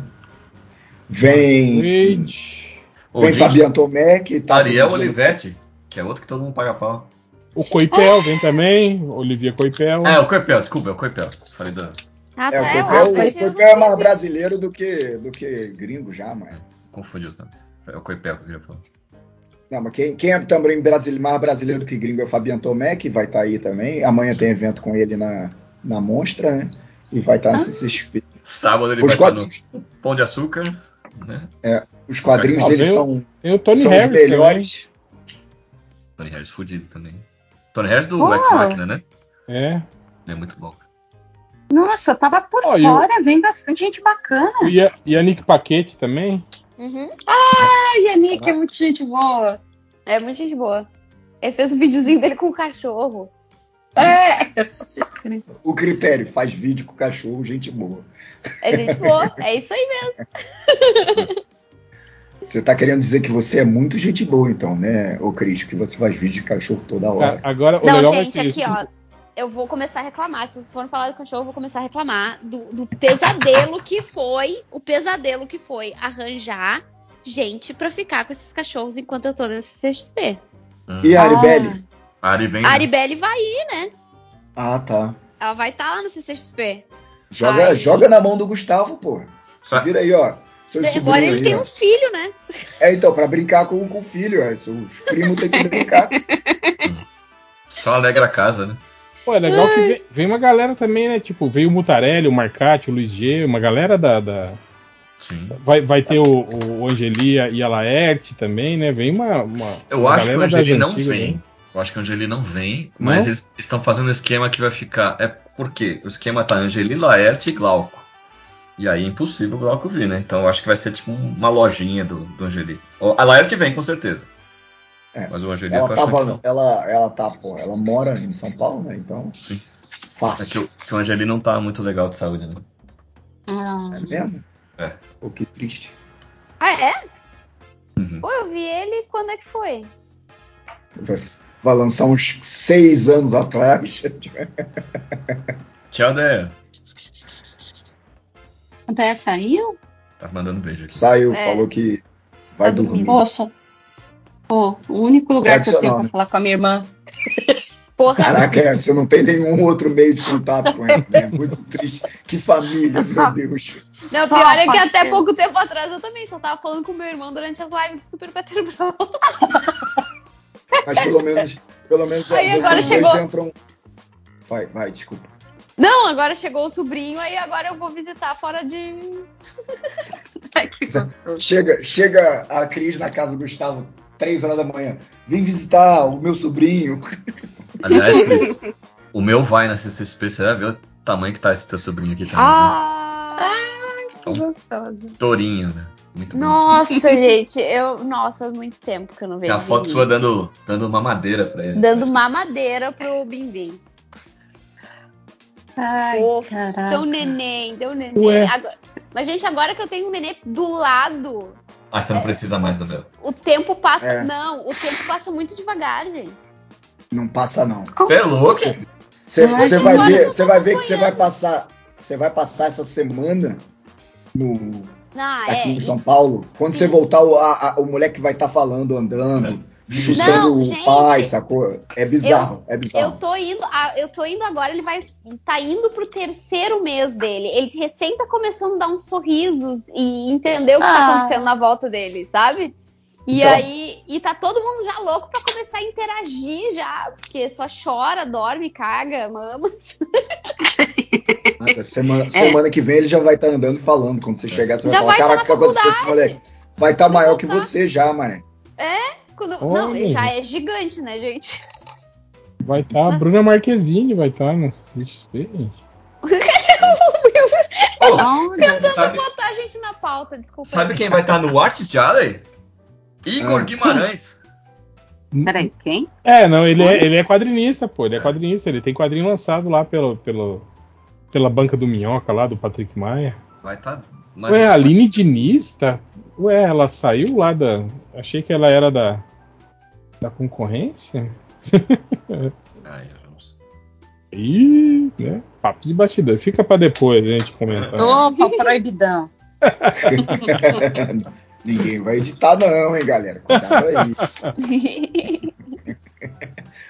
Vem, Wade. Ô, vem gente, Fabiano Tomé, que tá. Ariel do- Olivetti, que é outro que todo mundo paga pau. O Coipel vem também, Olivia Coipel. Ah, é o Coipel, desculpa, é o Coipel. Falei da. Ah, É, o tá, Coipel, óbvio. o Coipel é mais brasileiro do que, do que gringo já, mano. Confundi os nomes. É o Coipel que eu queria falar. Não, mas quem, quem é também brasile- mais brasileiro que gringo é o Fabiano Tomé, que vai estar aí também. Amanhã tem evento com ele na, na Monstra, né? E vai estar tá na Ah. CCXP. Sábado ele Os vai estar quadrinhos. no Pão de Açúcar, né? É, Os quadrinhos Ah, dele vem o- são, Tem o Tony são os Harris melhores. Tony Harris fudido também. Tony Harris do Uau. Ex Machina, né? também. É. É muito bom. Nossa, eu tava por Ó, e o- fora, vem bastante gente bacana. E a, e a Nick Paquete também. Uhum. Ai, a Nick é muito gente boa. É muito gente boa. Ele fez o videozinho dele com o cachorro. É, O critério, faz vídeo com cachorro, gente boa. É gente boa. É isso aí mesmo. Você tá querendo dizer que você é muito gente boa, então, né, ô Cris? Que você faz vídeo de cachorro toda Cara, hora. agora o Não, legal gente, vai ser aqui, isso. ó. Eu vou começar a reclamar. Se vocês forem falar do cachorro, eu vou começar a reclamar do, do pesadelo que foi. O pesadelo que foi arranjar gente pra ficar com esses cachorros enquanto eu tô nesse CXP. E a Ah. Aribelli? Ari Hum. vem. né? A Aribelle vai ir. né? Ah, tá. Ela vai estar lá no CCXP. Joga, Ai. joga na mão do Gustavo, pô. Se Tá. vira aí, ó. Seu Agora sobrinho ele aí, tem ó. um filho, né? É, então, pra brincar com, com o filho, ó. Os primos têm que brincar. Só alegra a casa, né? Pô, é legal que vem, vem uma galera também, né? Tipo, veio o Mutarelli, o Marcati, o Luiz G, uma galera da. da- Sim. Vai, vai ter o, o Angelia e a Laerte também, né? Vem uma. uma Eu uma acho que o galera das Angeli não antigas, vem. né? Eu acho que o Angeli não vem, mas Não? eles estão fazendo um esquema que vai ficar. É porque o esquema tá Angeli, Laerte e Glauco. E aí é impossível o Glauco vir, né? Então eu acho que vai ser tipo uma lojinha do, do Angeli. Ó, A Laerte vem, com certeza. É. Mas o Angeli eu Ela tô achando que não. tava. Ela, ela tá, pô, ela mora em São Paulo, né? Então. Sim. É que, Fácil. o- que o Angeli não tá muito legal de saúde, né? É mesmo? É. Pô, que triste. Ah, é? Uhum. Pô, eu vi ele quando é que foi? Vai, vai lançar uns seis anos atrás. Tchau, Dé. Andréia é, saiu? Tá mandando beijo aqui. Saiu, É. falou que vai Tá dormir. dormindo. Poxa. Pô, o único lugar que eu tenho Uhum. Tradicional, pra né? falar com a minha irmã. Porra, Caraca, é, você não tem nenhum outro meio de contato com ele. É muito triste. Que família, meu Deus. Não, Só pior é que pra até ter- pouco tempo atrás eu também só tava falando com meu irmão durante as lives do Super Peter Brown. Mas pelo menos, pelo menos Aí vocês agora dois chegou. entram. Vai, vai, desculpa. Não, agora chegou o sobrinho, aí agora eu vou visitar fora de. Ai, que gostoso. Chega, chega a Cris na casa do Gustavo, três horas da manhã. Vem visitar o meu sobrinho. Aliás, Cris, o meu vai na CCSP, você vai ver o tamanho que tá esse teu sobrinho aqui também. né? Ah! Que gostoso. Tourinho, né? Muito bom. Nossa, gente, eu. Nossa, faz muito tempo que eu não Tem vejo. a foto Bimbim. sua dando, dando uma madeira pra ele. Dando mamadeira pro Bimbim. Ai, Fofo. caraca. Deu um neném, deu um neném. Ué. Agora- Mas, gente, agora que eu tenho um neném do lado, Ah, você não precisa mais do meu. o tempo passa. É. Não, o tempo passa muito devagar, gente. Não passa, não. Você é louco? Você Ai, você que vai maravilha. ver, você vai ver que você vai passar. Você vai passar essa semana no, Ah, aqui é. em São Paulo. Quando você voltar, o, a- a- o moleque vai estar tá falando, andando, É. chutando Não, o gente. pai, sacou? É bizarro, é bizarro. Eu tô indo, ah, eu tô indo agora, ele vai tá indo pro terceiro mês dele. Ele recém tá começando a dar uns sorrisos e entender o que tá Ah. acontecendo na volta dele, sabe? E Então. aí, e tá todo mundo já louco pra começar a interagir já, porque só chora, dorme, caga, mama. Nada, Semana, semana que vem ele já vai estar andando e falando. Quando É. você chegar, você É. Já vai falar: vai tá Caraca, o que na aconteceu com esse moleque? Vai estar Vai tá. maior que voltar. você já, mané. É, Quando- Olha. não, já é gigante, né, gente? Vai estar a Bruna Marquezine, vai tá estar na CXP, gente. Ô, sabe, Botar a gente na pauta, desculpa. sabe quem vai estar no Artist Alley? Igor Ah. Guimarães. Peraí, quem? É, não, ele é, ele é quadrinista, pô, ele é quadrinista, ele tem quadrinho lançado lá pelo, pelo, pela banca do Minhoca lá, do Patrick Maia. Vai tá, estar. Ué, a Aline Diniz, tá? Ué, ela saiu lá da... Achei que ela era da, da concorrência. Ai, Ah, eu não sei. Ih, né? Papo de bastidor. Fica pra depois a gente É. comentar. Opa, proibidão. Ninguém vai editar, não, hein, galera. Cuidado aí.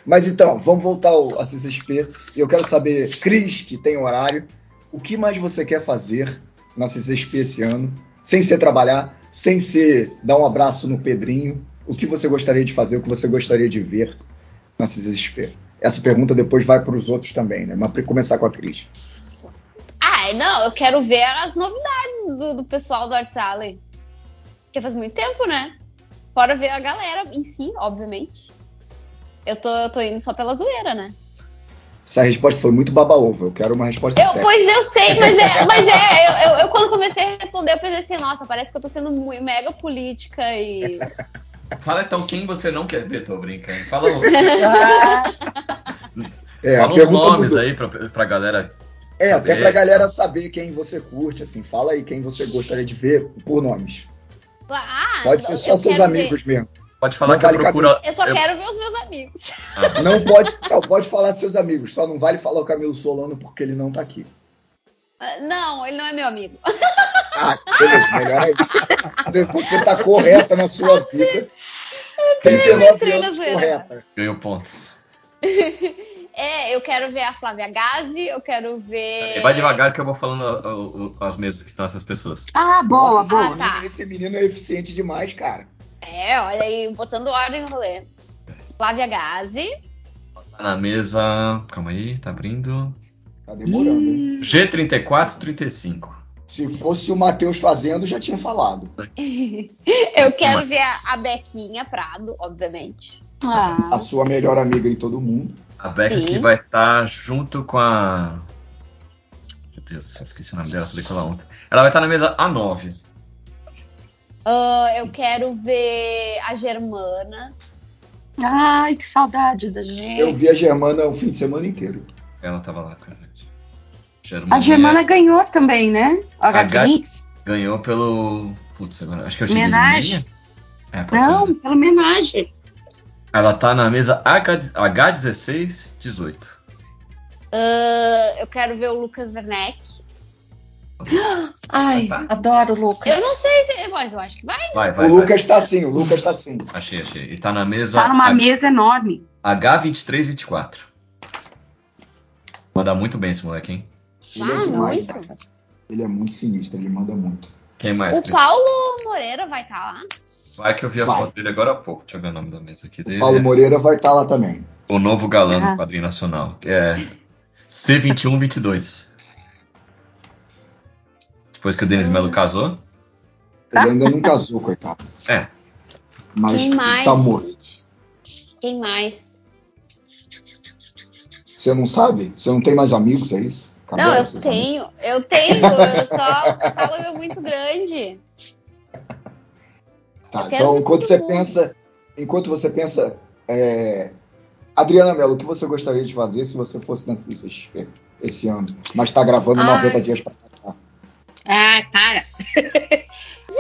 Mas então, vamos voltar ao a CCXP. E eu quero saber, Cris, que tem horário, o que mais você quer fazer na CCXP esse ano? Sem ser trabalhar, sem ser dar um abraço no Pedrinho. O que você gostaria de fazer, o que você gostaria de ver na CCXP? Essa pergunta depois vai para os outros também, né? Mas para começar com a Cris. Ah, não, eu quero ver as novidades do, do pessoal do Arts Alley. Porque faz muito tempo, né? Fora ver a galera em si, obviamente. Eu tô, eu tô indo só pela zoeira, né? Essa resposta foi muito baba-ovo. Eu quero uma resposta Eu- séria. pois eu sei, mas é, mas é, eu, eu- eu quando comecei a responder, eu pensei assim, nossa, parece que eu tô sendo mu- mega política e. Fala então quem você não quer ver, tô brincando. Fala, o- É, a fala os pergunta nomes mudou. aí pra, pra galera. É, até Saber. pra galera saber quem você curte, assim, fala aí quem você gostaria de ver por nomes. Ah, Pode eu ser só seus quero ver. amigos mesmo. Pode falar Não que eu vale procuro. Eu só eu- Ah. quero ver os meus amigos. Não pode, não, pode falar seus amigos, só não vale falar o Camilo Solano porque ele não tá aqui. Ah, Não, ele não é meu amigo. Ah, beleza, melhor aí. Você tá correta na sua vida. 39 entrei na anos é zoeira. correta. Ganhou pontos. É, eu quero ver a Flávia Gazi, eu quero É. ver. É, Vai devagar que eu vou falando a- o- o- as mesas que estão essas pessoas. Ah, boa, Nossa, boa. esse Ah, tá. menino- Esse menino é eficiente demais, cara. É, olha aí, botando ordem no rolê. Flávia Gazi. Tá Na mesa. Calma aí, tá abrindo. Tá demorando. hein? G34, 35. Se fosse o Matheus fazendo, já tinha falado. Eu quero ver a, a Bequinha Prado, obviamente. A Ah, sua melhor amiga em todo mundo. A Becca Sim. que vai estar junto com a. Meu Deus, eu esqueci o nome dela, falei com ela ontem. Ela vai estar na mesa A9. Ah, eu quero ver a Germana. ai, Ah, que saudade da gente. Eu vi a Germana o fim de semana inteiro. Ela tava lá com a gente. Germania A Germana ganhou também, né? A A Gabi Gabi- Mix. ganhou pelo. Putz, agora acho que é o Homenagem? Gibelina. É, pode Não, ser. pela homenagem. Ela tá na mesa H, 16 18 Ah, eu quero ver o Lucas Werneck. Ai, adoro o Lucas. Eu não sei se. Mas eu acho que vai. Ah, tá. né? Vai, vai, O vai. Lucas tá assim, o Lucas tá assim. Achei, achei. E tá na mesa Tá numa H- mesa enorme. H2324. Manda muito bem esse moleque, hein? Ele é Ah, demais. muito. cara. Ele é muito sinistro, ele manda muito. Quem mais? O Cris? Paulo Moreira vai estar lá. Vai que eu vi a Vai. foto dele agora há pouco. Deixa eu ver o nome da mesa aqui dele. Paulo Moreira vai estar lá também. O novo galã Ah. do quadrinho nacional. que É C2122. Depois que o Denis Melo casou. Ele ainda não casou, coitado. É. Mas Quem mais? tá morto. gente? Quem mais? Você não sabe? Você não tem mais amigos, é isso? Acabou não, seus eu tenho. Eu tenho. eu só o catálogo é muito grande. amigos. Tá, eu quero então, ver enquanto todo você mundo. pensa. Enquanto você pensa. é, Adriana Mello, o que você gostaria de fazer se você fosse na CCXP esse ano? Mas tá gravando Ai. 90 dias pra cá. Ai, para.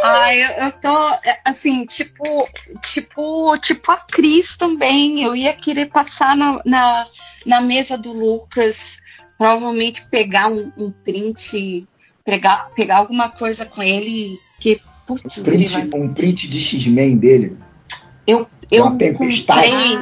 Ai, eu, eu tô é, assim, tipo, tipo, tipo a Cris também. Eu ia querer passar na, na, na mesa do Lucas, provavelmente pegar um, um print, pegar, pegar alguma coisa com ele que, putz, ele vai. Print- um print de X-Men dele. Eu, eu Uma tempestade. comprei-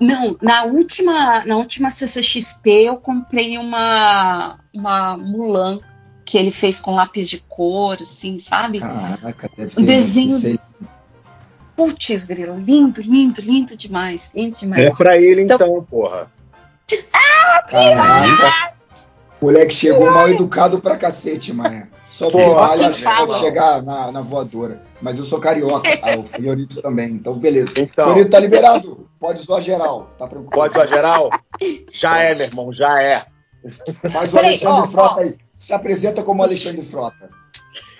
Não, na última, na última CCXP eu comprei uma, uma Mulan que ele fez com lápis de cor, assim, sabe? Caraca, deve Um desenho. não sei. Putz, grilo, lindo, lindo, lindo demais, lindo demais. Ah, É pra ele Então- então, porra. é Caraca, Eita, o moleque chegou mal educado pra cacete, mano. Só Pô, tem assim malha fala. pra chegar na, na voadora. Mas eu sou carioca, tá? O Fiorito também, então beleza. Então, Fiorito tá liberado, pode zoar geral, tá tranquilo. pode pra geral? Já é, meu irmão, já é. Mas o Peraí, Alexandre ó, Frota ó. aí, se apresenta como Alexandre Frota.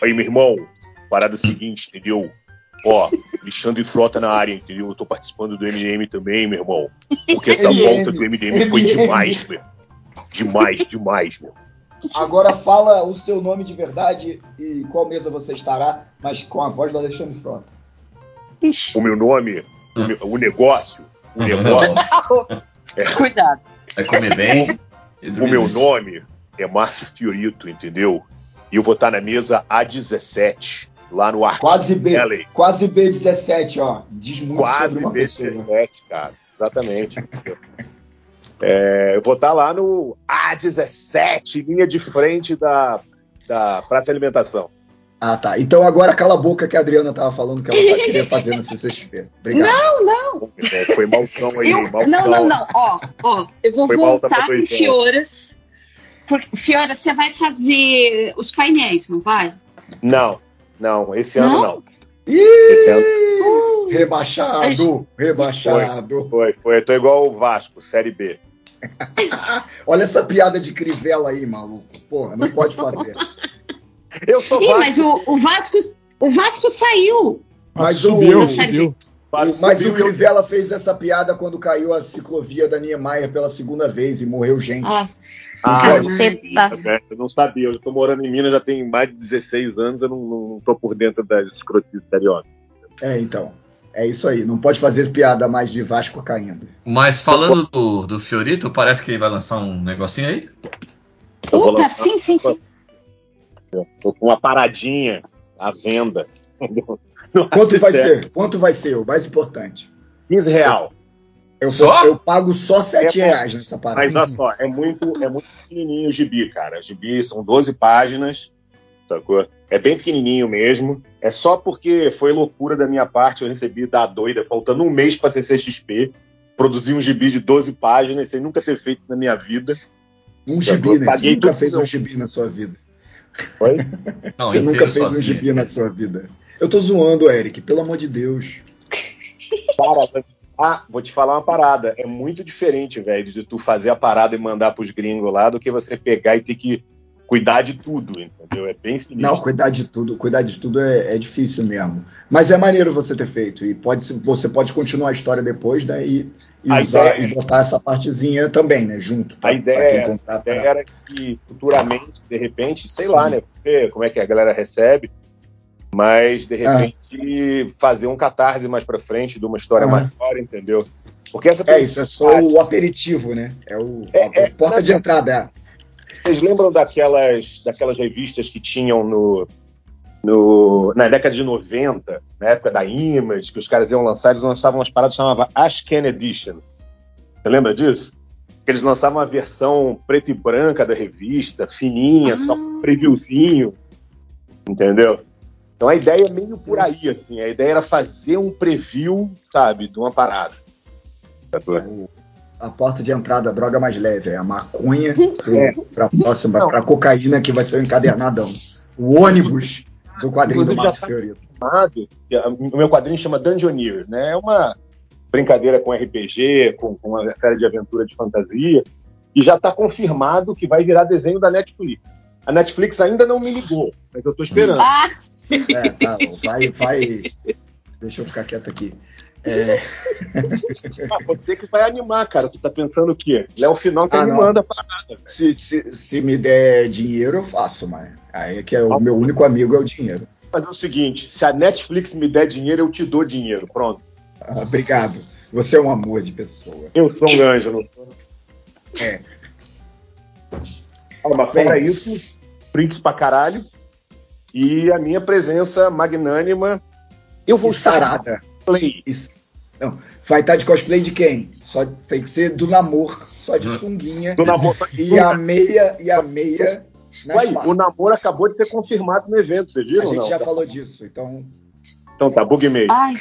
Aí, meu irmão, parada é seguinte, entendeu? Ó, Alexandre Frota na área, entendeu? Eu tô participando do MM também, meu irmão. Porque essa MM. volta do MM foi MM. demais, meu. Demais, demais, meu. Agora fala o seu nome de verdade e qual mesa você estará, mas com a voz do Alexandre Frota. O meu nome, o, meu- o negócio, o Uhum. negócio, Cuidado. É comer bem. e o dormir meu bem. nome é Márcio Fiorito, entendeu? E eu vou estar na mesa A17, lá no Arco Quase B, Alley. quase B17, ó. Diz muito Quase sobre uma pessoa. né? B17, cara. Exatamente. É, eu vou estar lá no A17, linha de frente da, da Prata Alimentação. Ah, tá. Então agora cala a boca que a Adriana tava falando que ela tá- queria fazer na CCXP. Obrigado. Não, não, É, Foi malcão aí, Eu- malcão. não, não, não. Ó, ó, eu vou Foi mal, tá pra voltar dois com anos. Fioras. Por- Fioras, você vai fazer os painéis, não vai? Não, não, esse ano Não? não. Ih, Esse ano rebaixado, rebaixado. foi, foi. Eu tô igual o Vasco, Série B. Olha essa piada de crivela aí, maluco. Porra, não pode fazer. Eu sou Ih, Vasco. mas o, o Vasco. O Vasco saiu. Mas Mas o- subiu, subiu. Vasco O- mas subiu o Crivella fez essa piada quando caiu a ciclovia da Niemeyer pela segunda vez e morreu gente. Então, Ah, Ah, caceta. eu- eu não sabia. Eu tô morando em Minas já tem mais de 16 anos. Eu não, não, não tô por dentro das escrotices cariocas. É, então. É isso aí. Não pode fazer piada mais de Vasco caindo. Mas falando do, do Fiorito, parece que ele vai lançar um negocinho aí. Eu vou Opa, lançar- sim, sim, sim. Tô com uma paradinha à venda. Quanto vai ser? Quanto vai ser? O mais importante. 15 real. Eu, Só? eu pago só 7 É, pô. reais nessa Mas parada. olha só, é muito, é muito pequenininho o gibi, cara. O gibi são 12 páginas, sacou? É bem pequenininho mesmo. É só porque foi loucura da minha parte. Eu recebi da doida, faltando um mês pra CCXP. Produzi um gibi de 12 páginas, sem nunca ter feito na minha vida. Um gibi, né? Você Paguei nunca tudo, fez um não. gibi na sua vida. Não, Você inteiro nunca fez um sozinho. gibi na sua vida. Eu tô zoando, Eric, pelo amor de Deus. Para, ah, vou te falar uma parada. É muito diferente, velho, de tu fazer a parada e mandar pros gringos lá do que você pegar e ter que cuidar de tudo, entendeu? É bem sinistro. Não, cuidar de tudo, cuidar de tudo é, é difícil mesmo. Mas é maneiro você ter feito. E pode, se- você pode continuar a história depois, né? E, e A usar ideia- é e botar essa partezinha também, né? Junto. A ideia é quem essa, comprar, né? A ideia era que futuramente, de repente, sei lá, né? Ver como é que a galera recebe, mas Ah. de repente fazer um catarse mais pra frente de uma história Ah. maior, entendeu? Porque essa É isso, é só o aperitivo, né? É o a- a É, é, porta não, de entrada. é. Vocês lembram daquelas, daquelas revistas que tinham no, no- na década de 90, na época da Image, que os caras iam lançar, eles lançavam umas paradas que chamavam Ashcan Editions. Você lembra disso? Que eles lançavam uma versão preta e branca da revista, fininha, só com previewzinho. Entendeu? Então a ideia é meio por aí, assim. A ideia era fazer um preview, sabe, de uma parada. Sacou? A porta de entrada, a droga mais leve, é a maconha É. para próxima, para cocaína que vai ser o encadernadão. O ônibus do quadrinho do Inclusive, já Márcio tá- Fiorito. chamado, que a- o meu quadrinho chama Dungeoneer, né? É uma brincadeira com RPG, com, com uma série de aventura de fantasia, e já está confirmado que vai virar desenho da Netflix. A Netflix ainda não me ligou, mas eu estou esperando. Ah, É, tá, vai, vai. Deixa eu ficar quieto aqui. É. Ah, você que vai animar, cara. Tu tá pensando o quê? Léo Final tá Ah, não. animando a parada. Se, se, se me der dinheiro, eu faço, mas aí é que é o Ah. meu único amigo é o dinheiro. Fazer o seguinte: se a Netflix me der dinheiro, eu te dou dinheiro. Pronto. Ah, Obrigado. Você é um amor de pessoa. Eu sou um anjo. não sou? É. Ah, mas fora isso, prints pra caralho. E a minha presença magnânima. Eu E vou estar sarada. Play. Isso. Não, vai estar de cosplay de quem? Só tem que ser do namor, só de sunguinha. Do namoro. Né? E a meia, e a meia nas Ué, o patas. namoro acabou de ser confirmado no evento, você viu? A gente não? já falou disso, então. Então tá, bug meio. Ai,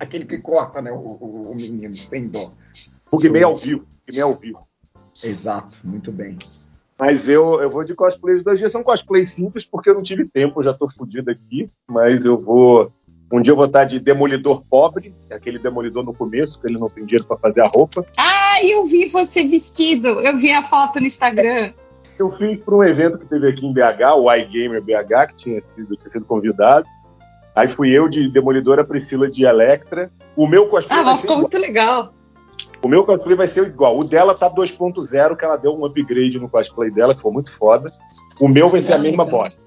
Aquele que corta, né? O, o- o menino, sem dó. Bug meio ao vivo. Bug meio ao vivo. Exato, muito bem. Mas eu, eu vou de cosplay de dois dias. São cosplays simples porque eu não tive tempo, eu já tô fudido aqui. Mas eu vou. Um dia eu vou estar de demolidor pobre, é aquele demolidor no começo, que ele não tem dinheiro pra fazer a roupa. ai, Ah, eu vi você vestido. Eu vi a foto no Instagram. Eu fui para um evento que teve aqui em BH, o iGamer BH, que tinha sido, tinha sido convidado. Aí fui eu de Demolidora Priscila de Electra. O meu cosplay Ah, vai mas ser ficou igual. muito legal. O meu cosplay vai ser igual. O dela tá 2.0, que ela deu um upgrade no cosplay dela, que foi muito foda. O meu vai ser a Ah, mesma legal. bosta.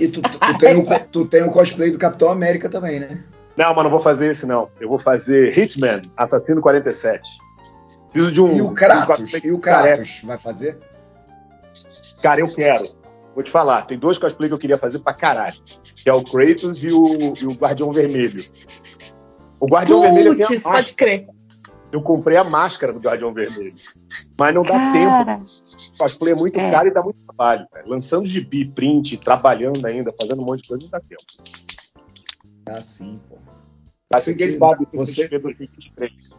E tu, tu- tu tem o, co- tu tem o cosplay do Capitão América também, né? Não, mas não vou fazer esse, não. Eu vou fazer Hitman, Assassino 47. Preciso de um. E o Kratos? E o Kratos vai fazer? Cara, eu quero. Vou te falar, tem dois cosplay que eu queria fazer pra caralho. Que é o Kratos e o, e o Guardião Vermelho. O Guardião Vermelho eu, tenho a Putz, máscara. pode crer. eu comprei a máscara do Guardião Vermelho. Mas não dá tempo. Cara, O cosplay é muito É. caro e dá muito trabalho. Cara. Lançando gibi, print, trabalhando ainda, fazendo um monte de coisa, não dá tempo. Ah, sim, pô. Assim que eles sabem se Você- você... 2023.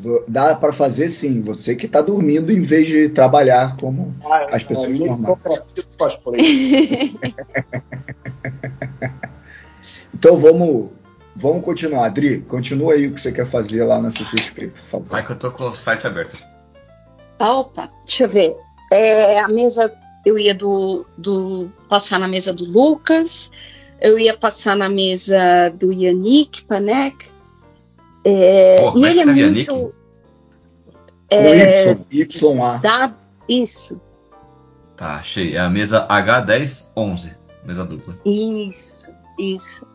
Vo- Dá pra fazer sim, você que tá dormindo em vez de trabalhar como. Ah, As pessoas a normais. meritocracia do cosplay. Então vamos, vamos continuar. Adri, continua aí o que você quer fazer lá na CCXP, por favor. Vai É que eu tô com o site aberto. Ah, Opa, deixa eu ver. É, a mesa, eu ia do, do- passar na mesa do Lucas, eu ia passar na mesa do Yannick Panek. É, Pô, como e é que ele é escreve muito. É... Y, YA. dá isso, Tá, achei. É a mesa H1011. Mesa dupla. isso, isso.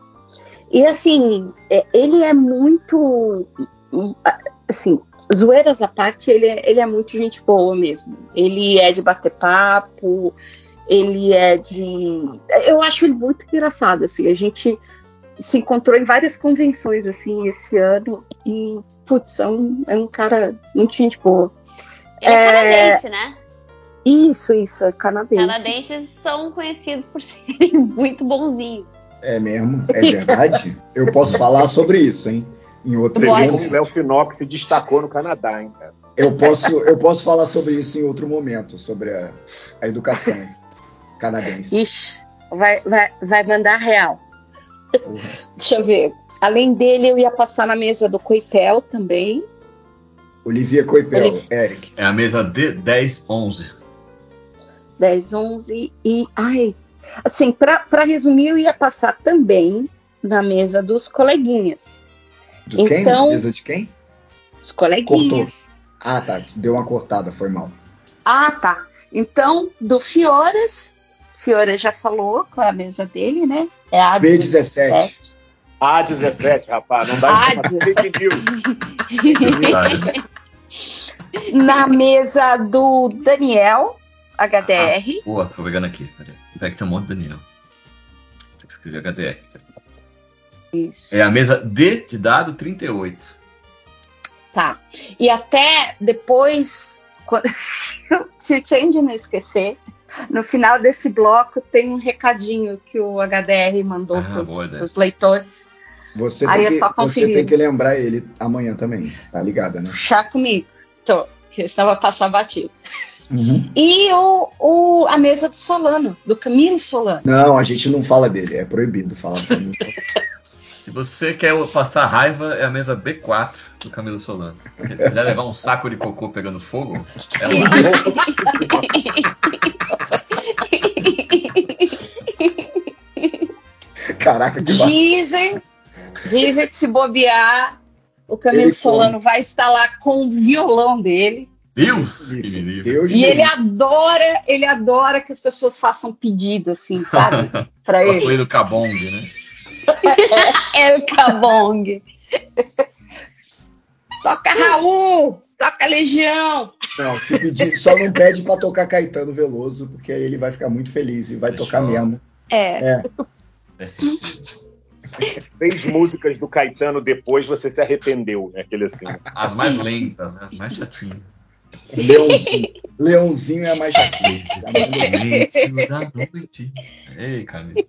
E assim, é, ele é muito. Assim, zoeiras à parte, ele é, ele é muito gente boa mesmo. Ele é de bater papo, ele é de. Eu acho ele muito engraçado, assim. A gente se encontrou em várias convenções, assim, esse ano. E, putz, é um, é um cara muito gente boa. Ele é, É. canadense, né? Isso, isso, é canadense. Canadenses são conhecidos por serem muito bonzinhos. É mesmo? É verdade? Eu posso falar sobre isso, hein? Em outro Você vê como o momento. Léo Finocchi se destacou no Canadá, hein, cara. Eu posso, eu posso falar sobre isso em outro momento, sobre a, a educação canadense. Ixi, vai, vai, vai mandar real. Porra. Deixa eu ver. Além dele, eu ia passar na mesa do Coipel também. Olivia Coipel, Olivia. Eric. É a mesa D1011. 10, 11 e. Ai! Assim, para resumir, eu ia passar também na mesa dos coleguinhas. Do quem? Então- Mesa de quem? Os coleguinhas. Ah, tá. Deu uma cortada, foi mal. Ah, tá. Então, do Fioras. Fioras já falou com a mesa dele, né? É a B17. A17, rapaz, não dá Ah, informação. Fake news. Verdade. Na mesa do Daniel, HDR. Boa, tô pegando aqui. Peraí. Peraí que tem um monte de Daniel. Tem que escrever HDR. Peraí. Ah. Isso. É a mesa D de dado 38. Tá. E até depois, quando- se o- se o Change não esquecer, no final desse bloco tem um recadinho que o HDR mandou Ah, boa ideia. para os leitores. Você Aí tem, é que, só você conferir. tem que lembrar ele amanhã também. Tá ligada, né? Puxar comigo. Tô, que estava passar batido. Uhum. E o, o- a mesa do Solano, do Camilo Solano. Não, a gente não fala dele. É proibido falar dele. Se você quer passar raiva, é a mesa B4 do Camilo Solano. Se quiser levar um saco de cocô pegando fogo, é lá. Caraca, que bacana. Dizem, dizem que se bobear, o Camilo Ele Solano vai estar lá com o violão dele. Deus! Que me livre. Deus E me ele é livre. adora, ele adora que as pessoas façam pedido, assim, sabe? Pra ele. Cosplay do Cabong, né? É o Cabong. Toca Raul! Toca Legião! Não, se pedir, só não pede pra tocar Caetano Veloso, porque aí ele vai ficar muito feliz e vai É. Fechou. tocar mesmo. É. É. É sensível. Três músicas do Caetano depois você se arrependeu, né? Aquele assim. As mais lentas, né? as mais chatinhas. Leãozinho. Leãozinho é a mais chatinha. Silêncio da noite. Ei, Camila.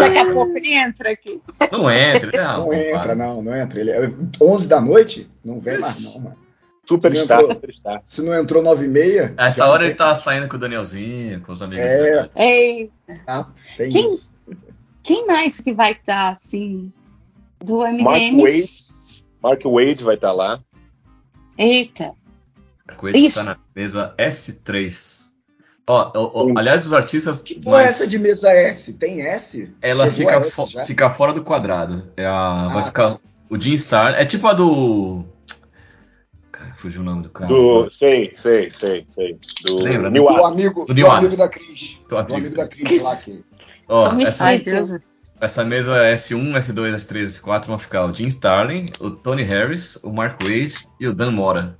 Daqui a pouco ele entra aqui. Não entra, é, ah, não. Não entra, é não, não entra. Ele é 11 da noite? Não vem mais, não, mano. Superstar, Não entrou. superstar. Se não entrou 9 e meia. Essa hora ele tá saindo com o Danielzinho, com os amigos. É. dele. Ei, tá, tem Quem? isso. quem mais que vai estar, assim, do Mark MDM? Wade. Mark Wade vai estar lá. Eita. Coelho Isso. tá na mesa S3. Ó, ó, ó, aliás, os artistas. Que porra é mais- essa de mesa S? Tem S? Ela Chegou fica, a S fo- já? fica fora do quadrado. É a, vai Ah, ficar o Jim Star. É tipo a do. Cara, fugiu o nome do cara. Do. Sei, sei, sei, sei. Do Lembra, né? New Do Arts. amigo, Do do New amigo Arts. da Cris. Do Do amigo. amigo da Cris lá que. Ó, essa, Ai, Deus. essa mesa é S1, S2, S3, S4 vão ficar o Jim Starlin, o Tony Harris, o Mark Wade e o Dan Mora.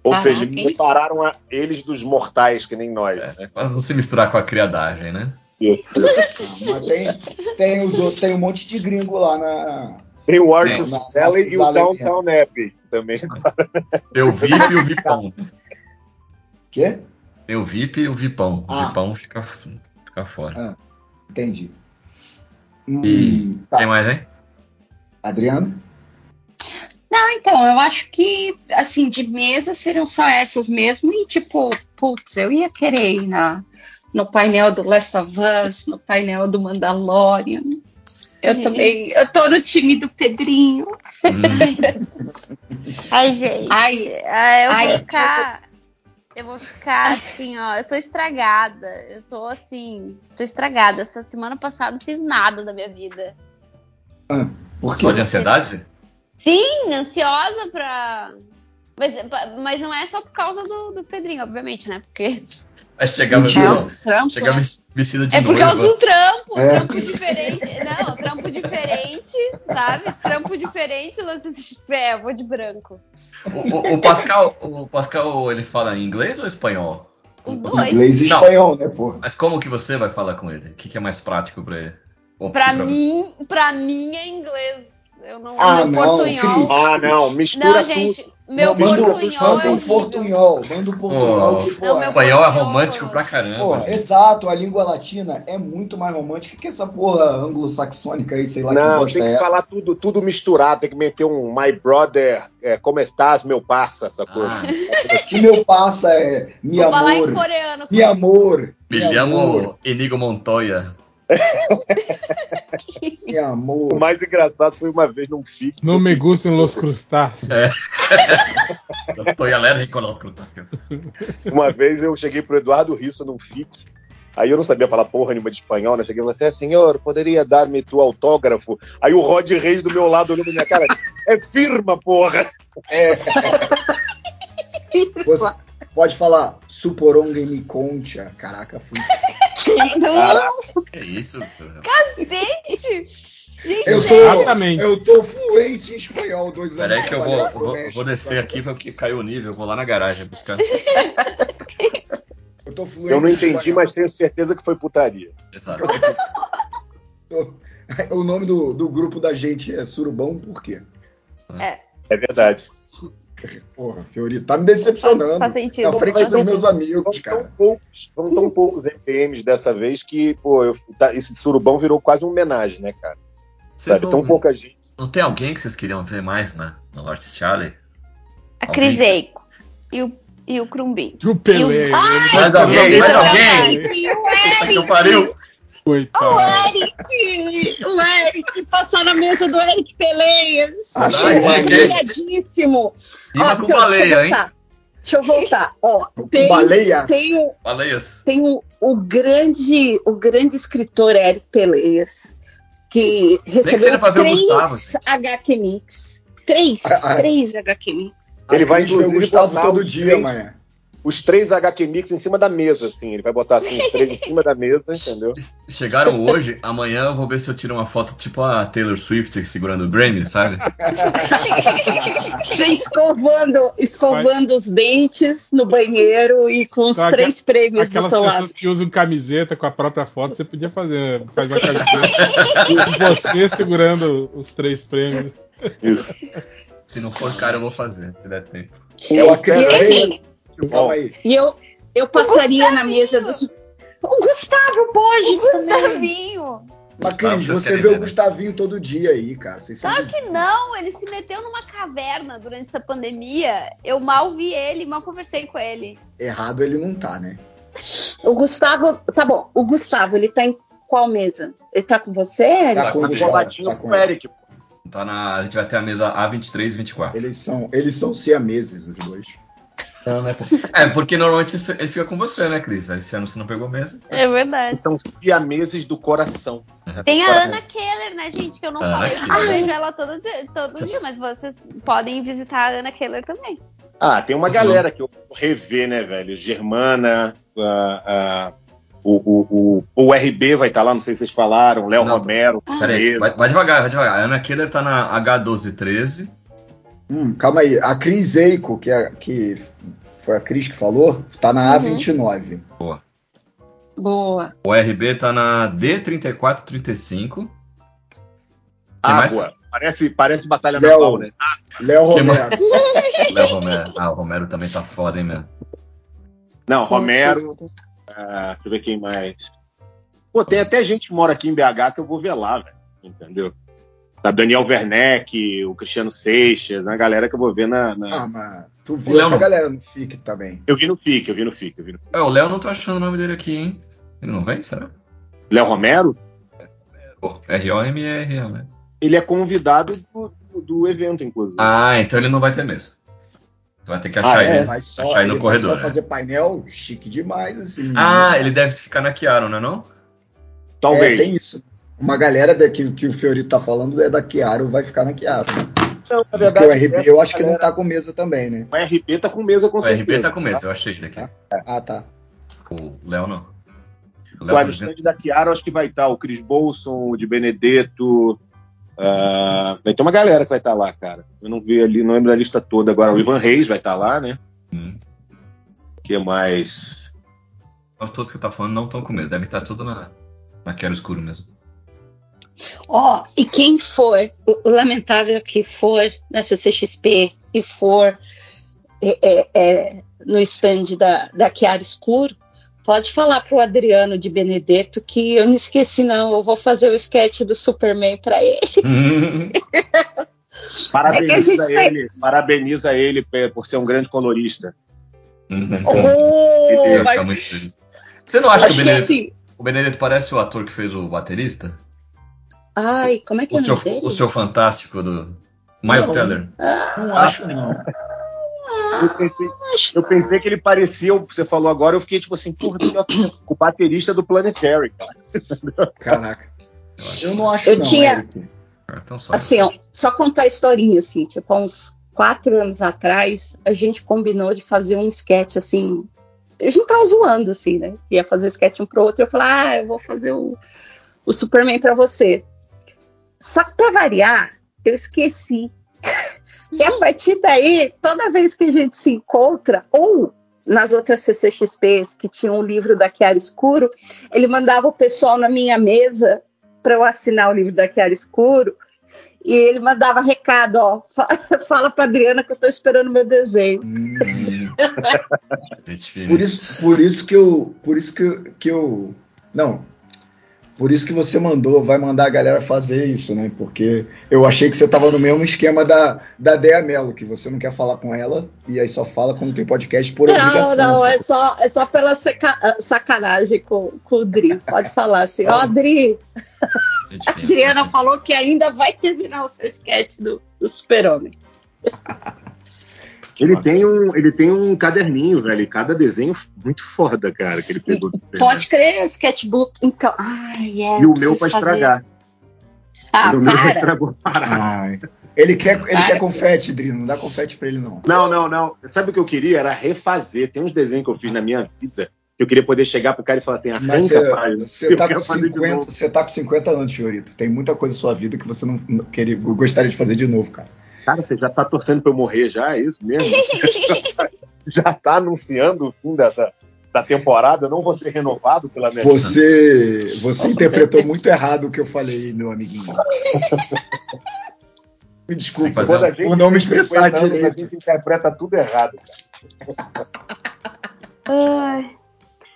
Ou Ah, Caraca, seja, hein? separaram a eles dos mortais, que nem nós. É, Né? pra não se misturar com a criadagem, né? Isso. Ah, mas tem, tem, os outros, tem um monte de gringo lá na. Tem o Arts Sim. Valley e o Downtown Epic também. Tem o VIP Ah, e o Vipão. Quê? Tem o VIP e o Vipão. O Ah. Vipão fica, fica fora. Entendi. E Hum, tá. Tem mais, hein? Adriano? Ah, então, eu acho que, assim, de mesa seriam só essas mesmo. E, tipo, putz, eu ia querer ir na, no painel do Last of Us, no painel do Mandalorian. É. Eu Uhum. também, eu tô no time do Pedrinho. Hum, Ai, gente. Ai, Ah, eu ai. vou ficar. Eu vou ficar assim, ó. Eu tô estragada. Eu tô assim. Tô estragada. Essa semana passada não fiz nada da minha vida. Porque só de ansiedade? Sim, ansiosa pra. Mas, mas não é só por causa do, do Pedrinho, obviamente, né? Porque. Aí chegava, Mentira. ó, Trampo, chegava né? vestida de um É por noiva. causa do trampo, É. trampo diferente. Não, trampo diferente, sabe? Trampo diferente, lance é, eu vou de branco. O, o- o Pascal, o Pascal, ele fala em inglês ou espanhol? Os dois. inglês e Não. espanhol, né, pô? Mas como que você vai falar com ele? O que, que é mais prático pra ele? Ou Pra você? mim, pra mim é inglês. Eu não Ah, meu não, portunhol. Cris. Ah, não, mistura Não, tudo. gente, meu Não, manda- portunhol é Manda um horrível. portunhol. Manda um portunhol Oh. que, pô. Não, meu- espanhol é portunhol, romântico pô. pra caramba. Pô, exato, a língua latina é muito mais romântica que essa porra anglo-saxônica aí, sei lá que Não, bosta tem é que essa. falar tudo, tudo misturado, tem que meter um My Brother, é, como estás, meu parça, essa coisa. Ah, é Que meu passa é mi Vou falar em amor, coreano. mi amor, me mi é amor, llamo Enigo Montoya. mi amor. O mais engraçado foi uma vez num fique. Não me gustam los crustáceos. É. Toya Lera Ricolocro. Uma vez eu cheguei pro Eduardo Rissa num FIC. Aí eu não sabia falar porra nenhuma de espanhol, né? Cheguei e falei assim, "É, senhor, poderia dar-me tu autógrafo? Aí o Rod Reis do meu lado olhou pra minha cara, é firma, porra! É, Você pode falar suporonga e me concha. Caraca, fui. Caraca, É isso? cara. Gente, é, Eu tô, Exatamente. eu tô fluente em espanhol, dois anos. Peraí que eu vou, trabalhando eu no vou, eu México, vou descer sabe? aqui porque caiu o nível. Eu vou lá na garagem buscar. Eu tô fluente Eu não em entendi, espanhol. mas tenho certeza que foi putaria. Exato. O nome do, do grupo da gente é Surubão, por quê? É verdade. Porra, Fiori, tá me decepcionando. faz Na sentido. frente Mas dos eu- meus amigos, Foram tão cara. poucos, foram tão poucos MPMs dessa vez que, pô, eu- tá- esse surubão virou quase uma homenagem, né, cara? Vocês Sabe? Tão não, pouca gente. não tem alguém que vocês queriam ver mais na, no Norte Charlie? A Cris Eico e o, e o Crumbi. E o Pelé. Eu- ele Mais não alguém, sabe mais falar alguém. inglês. E o Puta que eu Eric, pariu! o Coitado. Tá. Eric, o Eric passou na mesa do Eric Peleias. Achei Ai, maneiro. gente. Piadíssimo. Ah, Rima Ó, com então, deixa eu baleia, hein? voltar. Deixa eu voltar. Ó, tem, Baleias. tem o Baleias. tem o, o grande o grande escritor Eric Peleias que seja recebeu pra ver o três Gustavo, assim. gente. HQ Mix três Ah, ah. três HQ Mix Ele vai, ver o inclusive, Gustavo botar todo os dia, três- mané. os três HQ Mix em cima da mesa, assim. Ele vai botar assim, os três em cima da mesa, entendeu? Chegaram hoje, amanhã eu vou ver se eu tiro uma foto tipo a Taylor Swift segurando o Grammy, sabe? Você escovando, escovando os dentes no banheiro e com os Então, três prêmios do Aquelas seu pessoas lado. que usam camiseta com a própria foto, você podia fazer. Faz uma camiseta. você segurando os três prêmios. Isso. Se não for caro, eu vou fazer, se der tempo. Eu E acabei. assim, Calma aí. e eu, eu passaria na mesa dos. O Gustavo Borges O também. Gustavinho. Mas, Gustavo Cris, da você Serena, vê o né? Gustavinho todo dia aí, cara. Vocês são Claro des- que não, ele se meteu numa caverna durante essa pandemia. Eu mal vi ele, mal conversei com ele. Errado ele não tá, né? O Gustavo, tá bom. O Gustavo, ele tá em qual mesa? Ele tá com um você, Eric? Tá com o com- Gustavo, tá com ele. pô. Tá na, a gente vai ter a mesa A23 e 24. Eles são, eles são siameses, os dois. É, porque normalmente você- ele fica com você, né, Cris? Aí Esse ano você não pegou mesa. É, É verdade. São siameses do coração. tá Tem a Ana Keller, né, gente? Que eu não Ana falei, Keller. eu vejo ela todo dia, todo dia, mas vocês podem visitar a Ana Keller também. Ah, tem uma galera que eu vou rever, né, velho? Germana, ah, ah, o, o, o, o RB vai estar lá, não sei se vocês falaram, Léo Não. Romero. Pera aí, Romero. vai, vai devagar, vai devagar. A Ana Keller tá na H1213. Hum, calma aí. A Cris Eiko, que, é- que foi a Cris que falou, tá na Uhum. A29. Boa. O RB tá na D3435. Água. Parece, parece batalha Ah, Léo. naval, né? Léo Que mais? Romero. Léo Romero. Ah, o Romero também tá foda, hein, meu. Não, Romero. ah, deixa eu ver quem mais. Pô, tem até gente que mora aqui em BH que eu vou ver lá, velho. Entendeu? Tá Daniel Werneck, o Cristiano Seixas, a galera que eu vou ver na. na- Ah, mas tu viu Léo essa não. galera no FIC também. Eu vi no FIC, eu vi no FIC, eu vi no FIC. É, o Léo não tô achando o nome dele aqui, hein? Ele não vem, será? Léo Romero? Pô, R-O-M-E-R-O, né? ele é convidado do, do- do evento, inclusive. Ah, então ele não vai ter mesa. Tu vai ter que achar Ah, é? ele. Vai só, Achar ele no ele vai corredor, só né? fazer painel chique demais, assim. Ah, ele deve ficar na Kiaro, não é não? É, Talvez. tem isso. Uma galera daquilo que o Fiorito tá falando é da Kiaro, vai ficar na Kiaro. Não, na Porque o RB eu acho que não tá com mesa também, né? O RP tá com mesa com O RB tá certeza. com mesa, eu achei ele aqui. Ah, tá. O Léo não. O Claro, Léo tá o stand da Chiara, eu acho que vai estar o Chris Bolson, o de Benedetto. ah, vai ter uma galera que vai estar lá, cara. Eu não vi ali, não lembro da lista toda agora. O Ivan Reis vai estar lá, né? Hum. O que mais? todos que tá falando não estão com mesa. Deve estar tudo na, na Kiaro escuro mesmo. Ó, e quem for, o- o lamentável que for na CCXP e for é, é, é, no stand da, da Chiara Escuro, pode falar pro Adriano de Benedetto que eu não esqueci, não. Eu vou fazer o sketch do Superman pra ele. Hum. É que a Parabeniza gente tem- ele, parabeniza ele pe- por ser um grande colorista. Uhum. Eu ia Oh, ficar mas, Tá muito feliz. Você não acha que o acho que Benedetto, assim. o Benedetto parece o ator que fez o baterista? Ai, como é que é O o seu, nome dele? o seu fantástico do Miles Não. Teller? Não acho, não. Ah. Ah, Eu pensei, Acho- eu pensei que ele parecia, o que você falou agora, eu fiquei tipo assim, porra, tu é o baterista do Planetary, cara. Caraca. Eu não acho, Eu não. tinha- Eric. Então só. Assim, ó, só contar a historinha, assim, tipo, há uns quatro anos atrás, a gente combinou de fazer um sketch, assim, a gente tava zoando, assim, né, ia fazer um sketch um pro outro, eu falei, ah, eu vou fazer o, o Superman pra você. Só que pra variar, eu esqueci. E a partir daí, toda vez que a gente se encontra, ou nas outras CCXPs que tinha um livro da Chiara Escuro, ele mandava o pessoal na minha mesa pra eu assinar o livro da Chiara Escuro, e ele mandava recado, ó, fa- fala pra Adriana que eu tô esperando meu desenho. Hum. Hum. Gente fina. Por isso, por isso que eu. Por isso que, eu- que eu. Não. Por isso que você mandou, vai mandar a galera fazer isso, né? Porque eu achei que você tava no mesmo esquema da, da Dea Mello, que você não quer falar com ela e aí só fala quando tem podcast por Não, obrigação. não, é sabe? só, é só pela seca- ah, sacanagem com, com o Dri. Pode falar assim, ó, Dri, Gente a fina. Adriana falou que ainda vai terminar o seu sketch do, do super-homem. Ele Nossa. tem, um, ele tem um caderninho, velho. e Cada desenho f- muito foda, cara, que ele pegou. Pode crer, sketchbook, então. Ai, é, E o preciso meu pra fazer. estragar. Ah, No meu para! era boa parada. Ai. Ele quer, ele Para, quer confete, Drino. Não dá confete pra ele, não. Não, não, não. Sabe o que eu queria? Era refazer. Tem uns desenhos que eu fiz na minha vida que eu queria poder chegar pro cara e falar assim, Mas arranca, pai. você, você, eu tá com quero fazer de 50, novo. você tá com 50 anos, Fiorito. Tem muita coisa na sua vida que você não, não queria, gostaria de fazer de novo, cara. Cara, você já tá torcendo pra eu morrer já, é isso mesmo? já tá anunciando o fim da, da, da temporada, eu não vou ser renovado pela minha Né? Você, você interpretou né? muito errado o que eu falei, meu amiguinho. Me desculpa, Mas é um- Quando a gente por não me tem 50 expressar anos, A direito. gente interpreta tudo errado. Ai.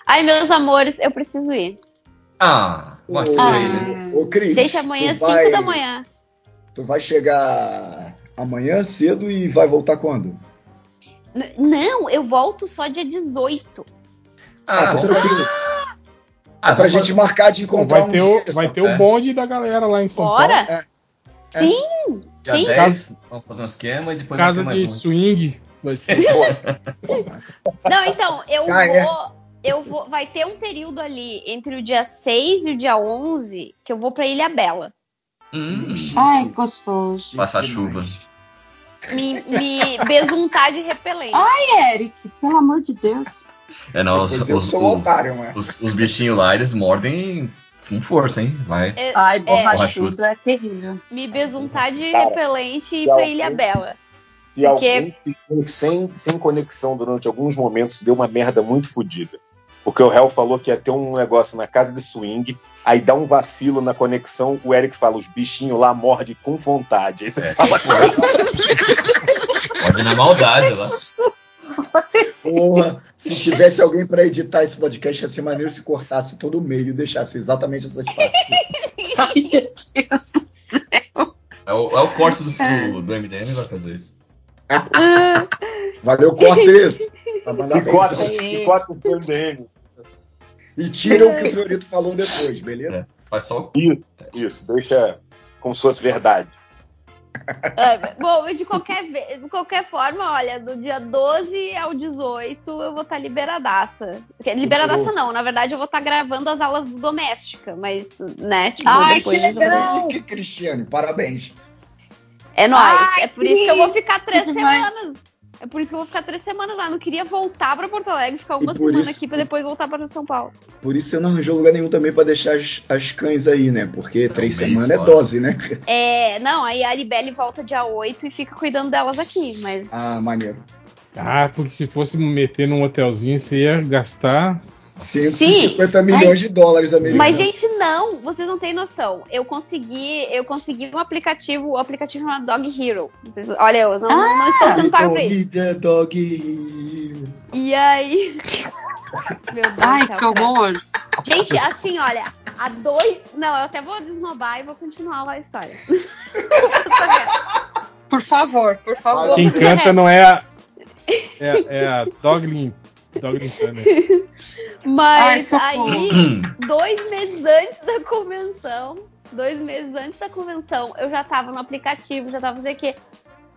Ai, meus amores, eu preciso ir. Ah, vacilei, né? Ah, Ô, Cris, Gente, amanhã é tu 5 vai- da manhã. Tu vai chegar amanhã cedo e vai voltar quando? N- não, eu volto só dia 18. Ah, Ah, tá bom. tranquilo. É Ah, pra vamos- gente marcar de Pô, encontrar vai ter, um o, dia, vai sabe? ter o É. bonde da galera lá em São Paulo. Bora? É, é. Sim, Dia sim. 10, vamos fazer um esquema e depois vai ter Casa de mais um. swing. Vai ser. Não, então, eu Ah, é. vou. Eu vou. Vai ter um período ali entre o dia 6 e o dia 11 que eu vou pra Ilha Bela. Hum, Ai, gostoso. passar chuva. Me, me besuntar de repelente. Ai, Eric, pelo amor de Deus. É, não, os, Pois eu os, sou o- otário, né? os- os bichinhos lá, eles mordem com força, hein? É, Vai. Ai, borrachudo borrachudo é terrível. Me besuntar de Cara, repelente e ir já pra ouvi. Ilha Bela. E Porque- alguém ficou sem, sem conexão durante alguns momentos deu uma merda muito fodida. Porque o réu falou que ia ter um negócio na casa de swing, aí dá um vacilo na conexão, o Eric fala, os bichinhos lá mordem com vontade. Aí você É. fala, cara, Morde na maldade lá. Porra, se tivesse alguém pra editar esse podcast, ia ser maneiro se cortasse todo o meio e deixasse exatamente essas partes. Ai, meu Deus. É o, é o corte do, do, do MDM vai fazer isso. Valeu, Cortes! Pra mandar bem. picota, picota o seu DM. E tira o que o Fiorito falou depois, beleza? É, Faz só o. É. Isso, deixa como se fosse verdade. Ah, bom, de qualquer, ve- de qualquer forma, olha, do dia 12 ao 18 eu vou estar liberadaça. Quer- Liberadaça não, na verdade eu vou estar gravando as aulas do doméstica, mas, né, tipo, Ai, depois que disso eu vou- legal! Que Cristiane, parabéns. É nóis. Ai, é por isso que eu vou Cris, ficar três que demais. semanas. É por isso que eu vou ficar três semanas lá. Eu Não queria voltar pra Porto Alegre, ficar uma E por semana isso- aqui pra depois voltar pra São Paulo. Por isso você não arranjou lugar nenhum também pra deixar as, as cães aí, né? Porque três um mês semanas é fora. dose, né? É, não, aí a Aribelle volta dia 8 e fica cuidando delas aqui, mas. Ah, maneiro. Ah, porque se fosse meter num hotelzinho, você ia gastar. 150 milhões de dólares Mas, americanos. gente, não, vocês não têm noção. Eu consegui, eu consegui um aplicativo, o aplicativo chamado Dog Hero. Vocês- olha, eu não, não estou sendo pago pra isso. Little the dog. E aí. Meu Deus do Ai, céu, que cara. horror. Gente, assim, olha, há dois. Não, eu até vou desnobar e vou continuar lá a história. Por favor, por favor. Quem né? canta não é a. É, é a Doglin. Doglin Tanner. Ai, Mas socorro. aí, dois meses antes da convenção, dois meses antes da convenção, eu já tava no aplicativo, já tava fazendo o quê?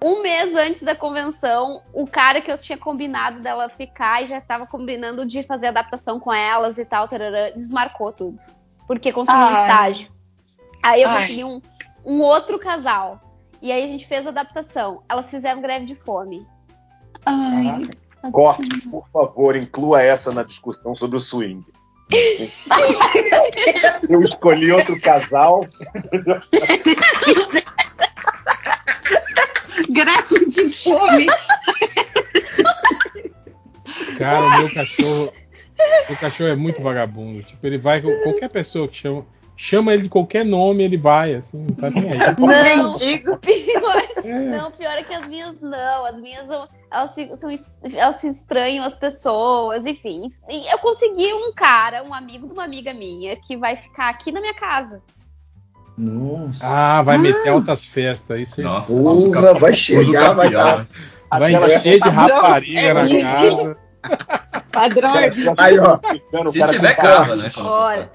Um mês antes da convenção, o cara que eu tinha combinado dela ficar e já tava combinando de fazer adaptação com elas e tal, tarará, desmarcou tudo. Porque conseguiu um Ai. estágio. Aí eu Ai. consegui um, um outro casal. E aí a gente fez a adaptação. Elas fizeram greve de fome. Ai, Cortes, por favor, inclua essa na discussão sobre o swing. Eu escolhi outro casal, grave de fome. Cara, meu cachorro. Meu cachorro é muito vagabundo. Tipo, ele vai com qualquer pessoa que chama. Chama ele de qualquer nome, ele vai, assim, não tá nem aí. Não. Mendigo. Pior É, Não, pior é que as minhas não. As minhas são- elas, ficam- são, es- elas se estranham as pessoas, enfim. E eu consegui um cara, um amigo de uma amiga minha, que vai ficar aqui na minha casa. Nossa. Ah, vai meter altas festas. Isso aí. Nossa, usa o Porra, cap- vai usa o chegar, vai capial, estar. né? Vai Aquela encher de confusão é rapariga na terrível. casa. Padrão Cara, é já Aí, ó. ficando, o Se cara tiver com casa, né? Bora.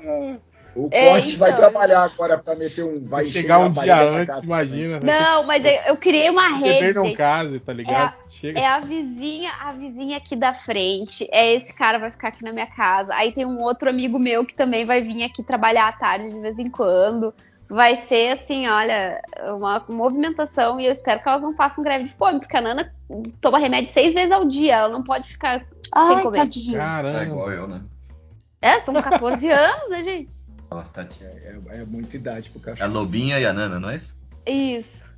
O É, Cortes vai então. trabalhar agora pra meter um. Vai Vai chegar um a dia barriga na antes, casa imagina. né? vai Não, mas eu, eu criei uma ter- Beber rede. não gente. case, tá ligado? Chega. É a vizinha, a vizinha aqui da frente. É esse cara vai ficar aqui na minha casa. Aí tem um outro amigo meu que também vai vir aqui trabalhar à tarde de vez em quando. vai ser assim, olha, uma movimentação e eu espero que elas não façam greve de fome, porque a Nana toma remédio seis vezes ao dia, ela não pode ficar sem Ai, comer. tadinha. É Caramba. igual eu, né? É, são 14 anos, né, gente? Nossa, tadinha. É, é muita idade pro É a cachorro. Lobinha e a Nana, não é isso? Isso.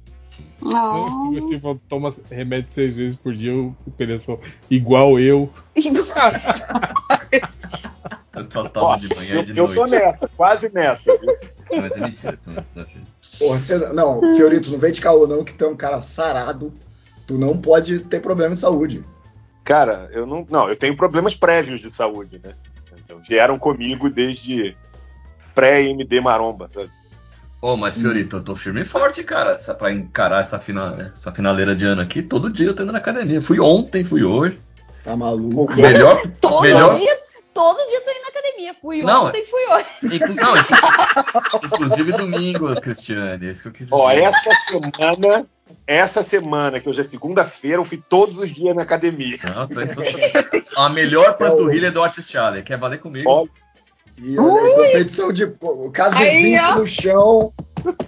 Ah. Você fala, toma remédio seis vezes por dia, o Pereira falou, igual eu. né? Eu só Ó, tomo de manhã e de eu, eu tô noite. nessa, quase nessa. viu? Mas é mentira. tô- tô- tô- Porra, você- não, Fiorito, não vem de caô, não, que tu é um cara sarado. Tu não pode ter problema de saúde. Cara, eu não. Não, eu tenho problemas prévios de saúde, né? Então, vieram comigo desde pré-MD Maromba. sabe? Ô, mas Fiorito, eu tô firme e forte, cara. Essa, pra encarar essa, fina, essa finaleira de ano aqui, todo dia eu tô indo na academia. Fui ontem, fui hoje. Tá maluco? Melhor. Todo melhor dia, todo dia tô indo na academia. Fui Não, ontem, fui hoje. Inclu- não, inclu- inclusive domingo, Cristiane. É isso que eu quis dizer. Ó, essa semana, essa semana, que hoje é segunda-feira, eu fui todos os dias na academia. Não, tô- tô- A É melhor panturrilha do Otis Challenge. Quer valer comigo? Ó, E olha, aí, competição de pô, Aí, casuvinho ó. no chão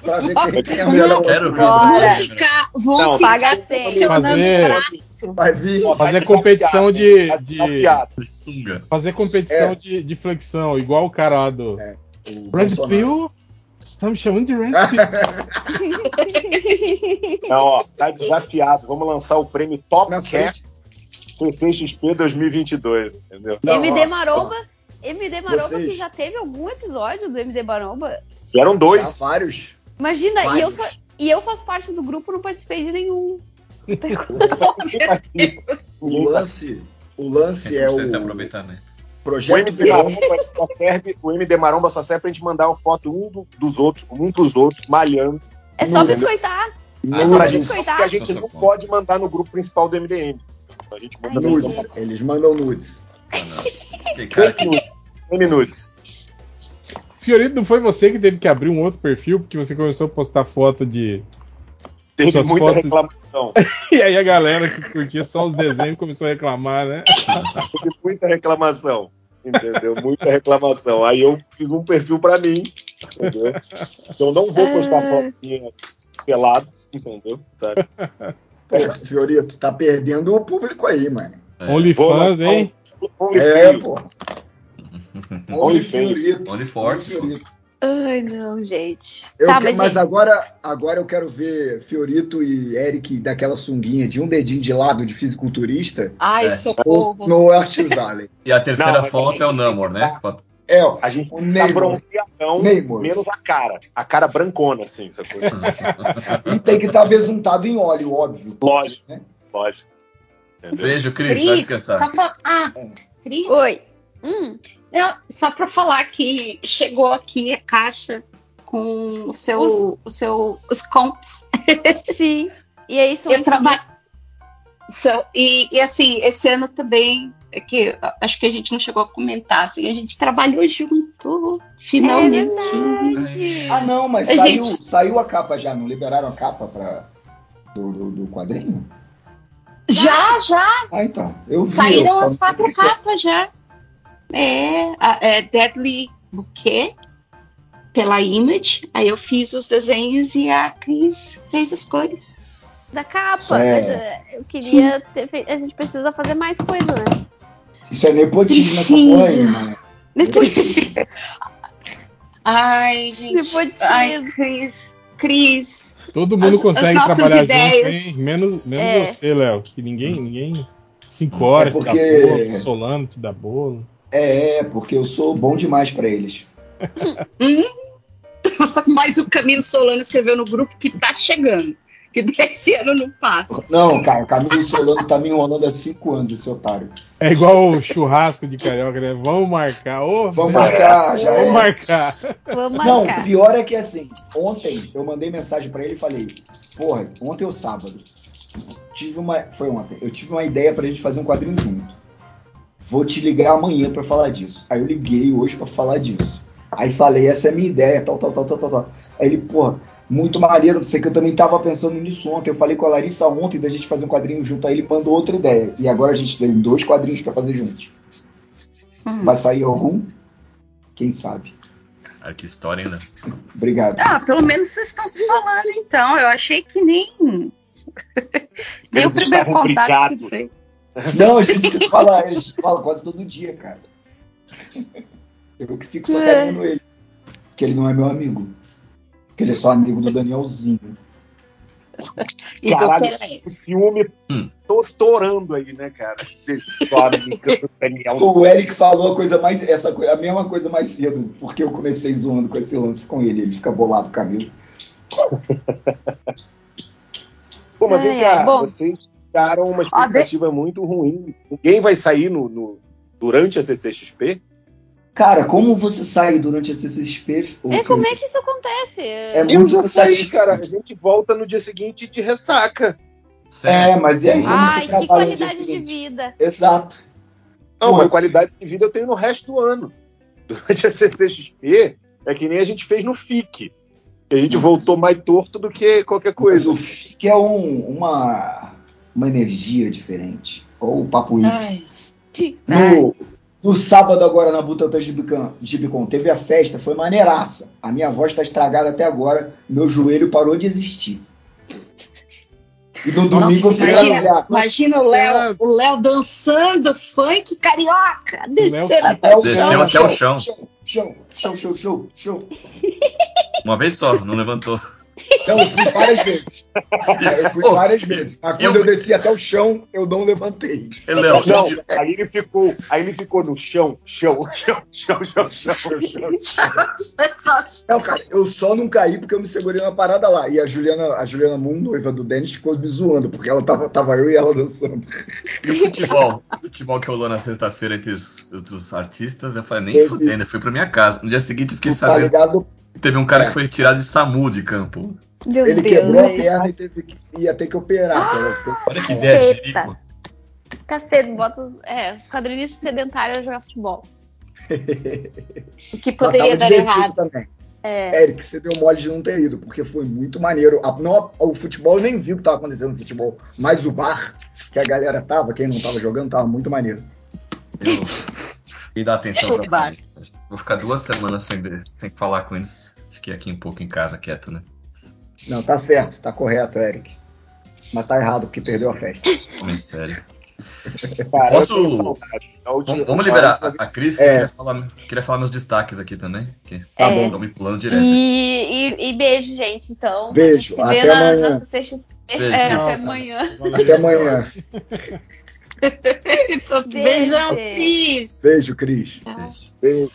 pra ver quem tem a eu melhor. quero ver. Bora. eu quero ver. Ficar, vão Não, ficar paga cem. pressionando Fazer- o braço. Vai vir. Ó, vai Fazer ficar competição piada, de- vai de- ficar piada. Sunga. Fazer competição É. de, de flexão, igual o cara lá do. É, o Red Bolsonaro. Pill? Você tá me chamando de Red Pill? Não, ó, tá desafiado. Vamos lançar o prêmio Top Na Cat frente. CCXP 2022, entendeu? Não, MD ó, Maromba. MD Maromba, Vocês- que já teve algum episódio do MD Maromba. Vieram Já dois. vários. Imagina, e eu, Vários. só- e eu faço parte do grupo, não participei de nenhum. um O lance, o lance é 100% de o aproveitamento. O projeto MD, verão. Maromba só serve, o MD Maromba só serve pra gente mandar uma foto um do- dos outros, um pros outros, malhando. É só Não, biscoitar. É Ah, Pra mas gente, Nudes. porque a gente não pode mandar no grupo principal do MDM. A gente manda no Nudes. Eles mandam nudes. Ah, não. Que cara que- minutos. Fiorito, não foi você que teve que abrir um outro perfil porque você começou a postar foto de. Teve Suas muita fotos- reclamação. E aí a galera que curtia só os desenhos começou a reclamar, né? Teve muita reclamação. Entendeu? Muita reclamação. Aí eu fiz um perfil pra mim. Entendeu? Então não vou postar foto minha pelado, entendeu? Tá? Sabe? Porra, Fiorito, tá perdendo o público aí, mano. É. OnlyFans, Vou lançar hein? um Only É, feio. pô. Olha Olha o o Fiorito. Olhe forte. pô. Fiorito. Ai, não, gente. Eu tá, que- mas, mas gente, agora, agora eu quero ver Fiorito e Eric daquela sunguinha de um dedinho de lado de fisiculturista Ai, É. ou Ah, socorro. no Artes Alley. E a terceira Não, mas- foto é o Namor, né? É, ó, A gente o tá Neymar. bronzeadão, Neymar. menos a cara. A cara brancona, assim, sacou? E tem que estar besuntado em Um né? óleo, óbvio. Lógico, lógico. Entendeu? Beijo, Cris. Vai Cris, descansar. só pra... Ah, Cris, Oi. Hum, eu- só pra falar que chegou aqui a caixa com o seu, Os- o seu, os comps. sim. E aí são Eu trabalho- São- e, e, assim, esse ano também, é que eu acho que a gente não chegou a comentar, assim, a gente trabalhou junto, É finalmente. Ah, não, mas Ei, saiu, gente. saiu a capa já, não liberaram a capa pra, do, do- do quadrinho? já, já, Ah, então. Eu vi, eu Saíram só as não quatro publiquei. capas já. É, a- é Deadly Bouquet pela Image. Aí eu fiz os desenhos e a Cris fez as cores. da capa. É. Mas, eh, eu queria ter feito. A gente precisa fazer mais coisa, né? Isso é nepotismo, essa Precisa. porra aí, mano. Ai, gente. Depois Ai, Cris. Cris. Todo mundo As- consegue as nossas trabalhar ideias. junto, hein? Menos, menos É. você, Léo. Que ninguém, ninguém. tá Cinco horas, É te dá porque- bolo, Solano te dá bolo. É, porque eu sou bom demais pra eles. Hum? Mas o Camilo Solano escreveu no grupo que tá chegando. Que desse ano não passa. Não, cara, o Camilo Solano tá me enrolando há cinco anos, esse otário. É igual o churrasco de carioca, né? Vamos marcar. Ô, Vamos marcar, já vamos é. marcar. Vamos Não, marcar. pior é que assim, ontem eu mandei mensagem pra ele e falei, porra, ontem é o sábado. Tive uma, foi ontem. Eu tive uma ideia pra gente fazer um quadrinho junto. Vou te ligar amanhã pra falar disso. Aí eu liguei hoje pra falar disso. Aí falei, essa é a minha ideia, tal, tal, tal, tal, tal, tal. Aí ele, porra, muito maneiro, não sei o que eu também tava pensando nisso ontem. Eu falei com a Larissa ontem da gente fazer um quadrinho junto, aí ele mandou outra ideia. E agora a gente tem dois quadrinhos pra fazer juntos. Hum. Vai sair algum? Quem um, sabe? Arquistory ainda. Obrigado. Ah, pelo menos vocês estão se falando, então. Eu achei que nem. nem o Eles primeiro estavam contato se brigados. fez. Não, a gente se fala, a gente se fala quase todo dia, cara. Eu que fico É. sacaneando ele. Que ele não é meu amigo. Que ele é só amigo do Danielzinho. E Caralho. do Pelé. O ciúme Hum. torturando aí, né, cara? Claro, o Daniel O Eric falou a coisa mais. Essa, coi- a mesma coisa mais cedo, porque eu comecei zoando com esse lance com ele. Ele fica bolado comigo. Pô, mas vem Ai, ai, cá, É, bom. vocês ficaram uma Ah, de- expectativa muito ruim. Ninguém vai sair no, no- durante a CCXP? Cara, como você sai durante a CCXP? ô, E Felipe? como é que isso acontece? É Eu muito já saí, cansativo. cara. A gente volta no dia seguinte de ressaca. É, mas e aí? Como Ai, você que trabalha no dia qualidade de seguinte? vida. Exato. Não, Pô, mas eu- qualidade de vida eu tenho no resto do ano. Durante a CCXP, é que nem a gente fez no FIC. que A gente voltou mais torto do que qualquer Mas coisa. o FIC é um- uma, uma energia diferente. Ou o Papo Hip. Ai. Ai. No, no sábado agora na Butantan Gibicon, Gibicon teve a festa, foi maneiraça. A minha voz está estragada até agora, meu joelho parou de existir. E no Nossa, domingo eu fui imagina, trabalhar. imagina o Léo, o Léo dançando funk carioca, descendo até é o Desceu chão. até o chão. Show, show, show, show, show, show. Uma vez só, não levantou. Não, Então, eu fui várias vezes. Eu fui Ô, várias vezes. Mas quando eu- eu, desci até o chão, eu não levantei. Ei, Léo, você Não, devia- aí ele ficou, aí ele ficou no chão, chão, chão, chão, chão, chão, chão. Não, cara, eu só não caí porque eu me segurei na parada lá. E a Juliana, a Juliana Moon, noiva do Dennis, ficou me zoando, porque ela tava, tava eu e ela dançando. E o futebol? O futebol que rolou na sexta-feira entre os, entre os artistas, eu falei, nem Teve. fudendo, eu fui pra minha casa. No dia seguinte eu fiquei Tu tá sabendo ligado? que teve um cara que foi retirado de SAMU de campo. Meu Ele Deus, quebrou a velho. perna e teve que, ia ter que operar. Ah, cara. Olha que ideia, Eita. Chico. Cacete, bota. É, os quadrilhistas sedentários a jogar futebol. O que Mas poderia tava dar divertido errado. também. É. Eric, você deu mole de não ter ido, porque foi muito maneiro. A- não, o futebol, eu nem vi o que tava acontecendo no futebol, mas o bar que a galera tava, quem não tava jogando, tava muito maneiro. Eu me dá atenção pra Vai. família. Vou ficar duas semanas sem, ver- sem falar com eles. Fiquei aqui um pouco em casa, quieto, né? Não, tá certo, tá correto, Eric. Mas tá errado, porque perdeu a festa. Homem sério. Cara, Posso- eu tenho saudade. A última- Vamos, vamos liberar a, a- a Cris, né? que É. eu queria falar, queria falar meus destaques aqui também. Que Tá bom. Estão me pulando E, direto. e- e beijo, gente, então. Beijo, Se vê até na, amanhã. na CCXP. Beijo. É, até Nossa. amanhã. Até amanhã. Beijão, Beijo. Cris. Beijo, Cris. Beijo.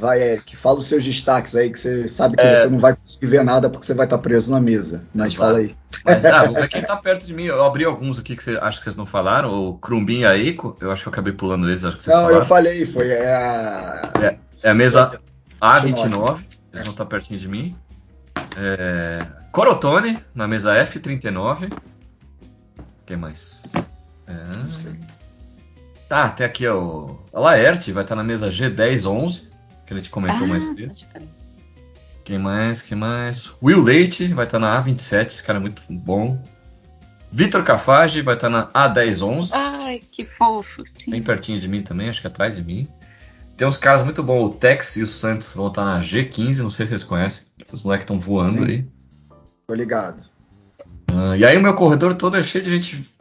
Vai, Eric, fala os seus destaques aí, que você sabe que É. você não vai conseguir ver nada porque você vai estar preso na mesa. Mas Exato. fala aí. Mas, ah, vou ver quem tá perto de mim. Eu abri alguns aqui que você, acho que vocês não falaram. O Crumbin e a Eco, eu acho que eu acabei pulando eles, acho que vocês não, falaram. eu falei, foi é a. É a mesa A29, 29. eles vão estar pertinho de mim. É, Corotone, na mesa F39. Quem mais? É... Tá, até aqui ó, o a Laerte, vai estar na mesa G1011, que a gente comentou mais cedo. Quem mais? Quem mais? Will Leite vai estar na A27, esse cara é muito bom. Vitor Cafage vai estar na A1011, Ai, que fofo. sim. bem pertinho de mim também, acho que é atrás de mim. Tem uns caras muito bons, o Tex e o Santos vão estar na G15, não sei se vocês conhecem. Esses moleques estão voando Sim. aí. Tô ligado. Ah, e aí o meu corredor todo é cheio de gente.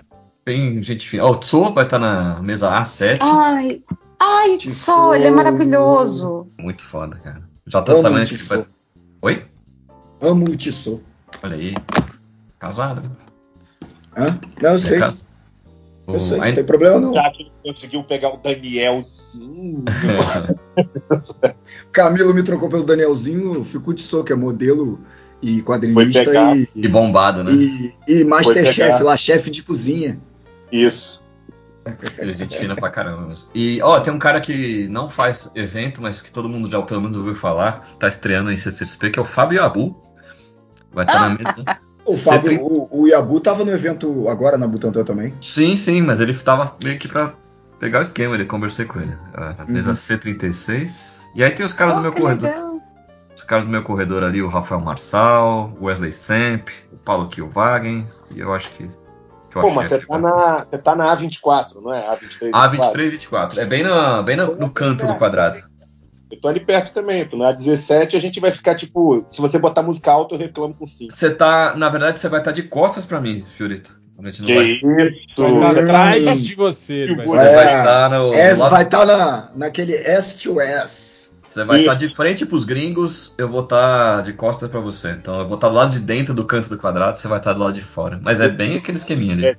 Bem, gente fina. Ó, o Tso vai estar na mesa A7. Ai, ai, Que só, ele é fofo. maravilhoso. Muito foda, cara. Já tô Amo sabendo o que ele Tso. vai. Oi? Amo o Tissot. Olha aí. Casado. Hã? Não, eu sei. É caso. Eu sei, Aí- não tem problema não. Já que ele conseguiu pegar o Danielzinho. Camilo me trocou pelo Danielzinho, fico o Tissot, que é modelo e Foi quadrinista pegar. e, e bombado, né? e, e Foi Masterchef, pegar. lá, chefe de cozinha. Isso. Ele é gente fina pra caramba. mesmo. E, ó, tem um cara que não faz evento, mas que todo mundo já pelo menos ouviu falar, tá estreando em CCXP, que é o Fábio Abu. Vai Ah! estar na mesa. O Sempre- Fábio, o, o Iabu tava no evento agora na Butantan também. Sim, sim, mas ele tava meio que pra pegar o esquema, ele conversei com ele. Uhum. A mesa C36. E aí tem os caras do Oh, meu que corredor. legal. Os caras do meu corredor ali, o Rafael Marçal, o Wesley Semp, o Paulo Kielwagen, e eu acho que. que eu Pô, acho mas que é você tá, na, você tá na A24, não é? A23. É A23 24. É bem, na, bem na- no canto do quadrado. Eu tô ali perto também, eu tô na 17 a gente vai ficar tipo, se você botar música alta, eu reclamo com 5. Você tá, na verdade, você vai estar de costas pra mim, Fiorito. A gente não Que vai. isso? Vai estar atrás de você. ele vai Você estar. vai É, estar no. S- lado- vai estar na, naquele S2S. Você vai estar de frente pros gringos, eu vou estar de costas pra você. Então eu vou estar do lado de dentro do canto do quadrado, você vai estar do lado de fora. Mas é bem aquele esqueminha ali.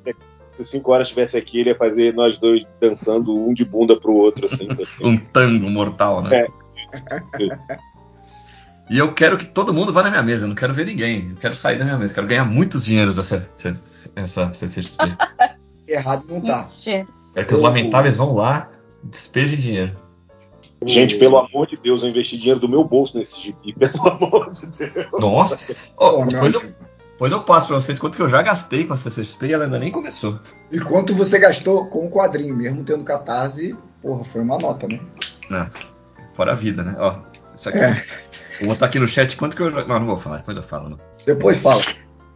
Se o 5 horas estivesse aqui, ele ia fazer nós dois dançando um de bunda pro outro, assim. sabe? Um tango mortal, né? É. E eu quero que todo mundo vá na minha mesa, eu não quero ver ninguém. Eu quero sair da minha mesa, eu quero ganhar muitos dinheiros dessa essa- essa CCXP. Errado não tá. Quero que os lamentáveis vão lá, despejem dinheiro. Uh. Gente, pelo amor de Deus, eu investi dinheiro do meu bolso nesse gibi, pelo amor de Deus. Nossa! Ó, Pô, depois, meu eu, depois eu passo pra vocês quanto que eu já gastei com a CCXP e ela ainda nem começou. E quanto você gastou com o quadrinho, mesmo tendo catarse, porra, foi uma nota, né? Fora a vida, né? Ó, isso aqui. É. Vou botar aqui no chat quanto que eu. já- Não, não vou falar, depois eu falo. né? Não. Depois fala.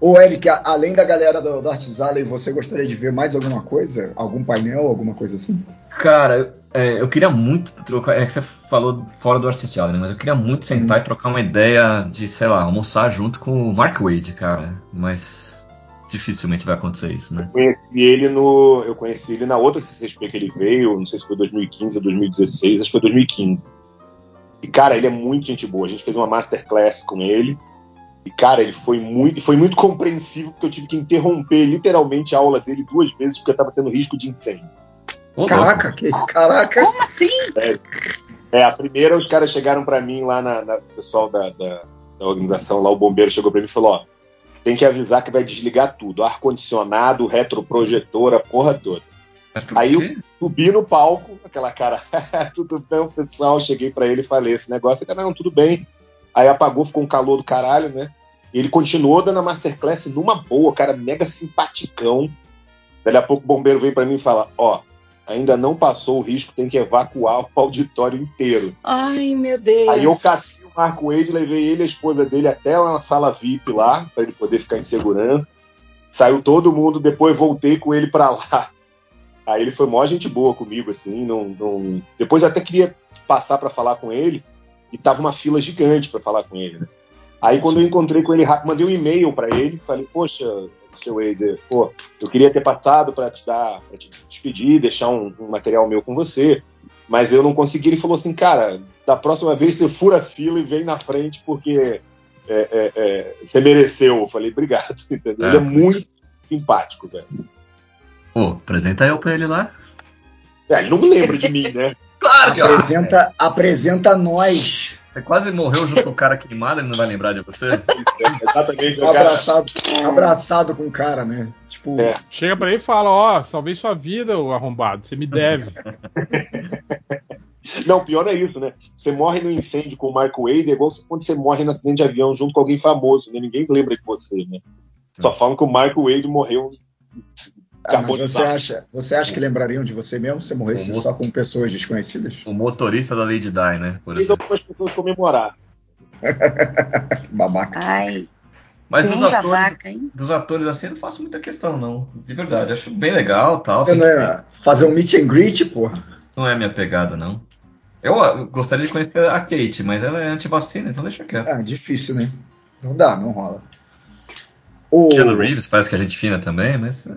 Ô, Eric, a- além da galera do, do Arts Alley, você gostaria de ver mais alguma coisa? Algum painel, alguma coisa assim? Cara, eu- é, eu queria muito trocar. É que você falou fora do Artist Alley, né? Mas eu queria muito sentar e trocar uma ideia de, sei lá, almoçar junto com o Mark Wade, cara. Mas dificilmente vai acontecer isso, né? Conheci ele no. Eu conheci ele na outra CCXP que ele veio, não sei se foi 2015 ou 2016, acho que foi 2015. E, cara, ele é muito gente boa. A gente fez uma masterclass com ele. E, cara, ele foi muito, foi muito compreensivo, porque eu tive que interromper literalmente a aula dele duas vezes, porque eu tava tendo risco de incêndio. Ô, Caraca, que, caraca! Como assim? É, a primeira, os caras chegaram pra mim lá na, na- o pessoal da, da- da organização, lá o bombeiro chegou pra mim e falou, ó, tem que avisar que vai desligar tudo, ar-condicionado, retroprojetor, a porra toda. Mas por Aí quê? Subi no palco, aquela cara, tudo bem, pessoal, cheguei pra ele e falei esse negócio, ele, não, tudo bem. Aí apagou, ficou um calor do caralho, né? E ele continuou dando a masterclass numa boa, cara, mega simpaticão. Daí a pouco o bombeiro vem pra mim e fala, ó, ainda não passou o risco, tem que evacuar o auditório inteiro. Ai, meu Deus. Aí eu catei o Marco Wade, levei ele e a esposa dele até lá na sala VIP lá, pra ele poder ficar em segurança. Saiu todo mundo, depois voltei com ele pra lá. Aí ele foi mó gente boa comigo, assim, não, não... Depois eu até queria passar pra falar com ele, e tava uma fila gigante pra falar com ele, né? Aí quando eu encontrei com ele, rápido, mandei um e-mail pra ele, falei, poxa, Mr. Wade, pô, eu queria ter passado pra te dar, pra te despedir, deixar um- um material meu com você, mas eu não consegui. Ele falou assim, cara, da próxima vez você fura a fila e vem na frente porque é, é, é, você mereceu. Eu falei, obrigado, entendeu? É. Ele é muito simpático, velho. Pô, apresenta eu pra ele lá. É, ele não lembra de mim, né? Claro que ó, Apresenta, apresenta nós. Você quase morreu junto com o cara queimado, ele não vai lembrar de você. Exatamente. o cara- Abraçado, abraçado com o cara, né? Tipo, É. Chega pra ele e fala: Ó, salvei sua vida, ô arrombado, você me deve. Não, pior é isso, né? Você morre no incêndio com o Marco Wade é igual quando você morre no acidente de avião junto com alguém famoso, né? Ninguém lembra de você, né? Só falam que o Marco Wade morreu. ah, mas você carbonizado. acha, você acha que lembrariam de você mesmo se morresse Como? só com pessoas desconhecidas? O motorista da Lady Di, né? Por Fez exemplo. algumas pessoas comemorar. Babaca. Ai, Mas bem dos atores, babaca, hein? dos atores assim eu não faço muita questão, não. De verdade, acho bem legal tal. Você tem não que- é fazer um meet and greet, porra? Não é minha pegada, não. Eu ó, gostaria de conhecer a Kate, mas ela é antivacina, então deixa quieto. Ah, difícil, né? Não dá, não rola. O, Keanu Reeves parece que é gente fina também, mas eh,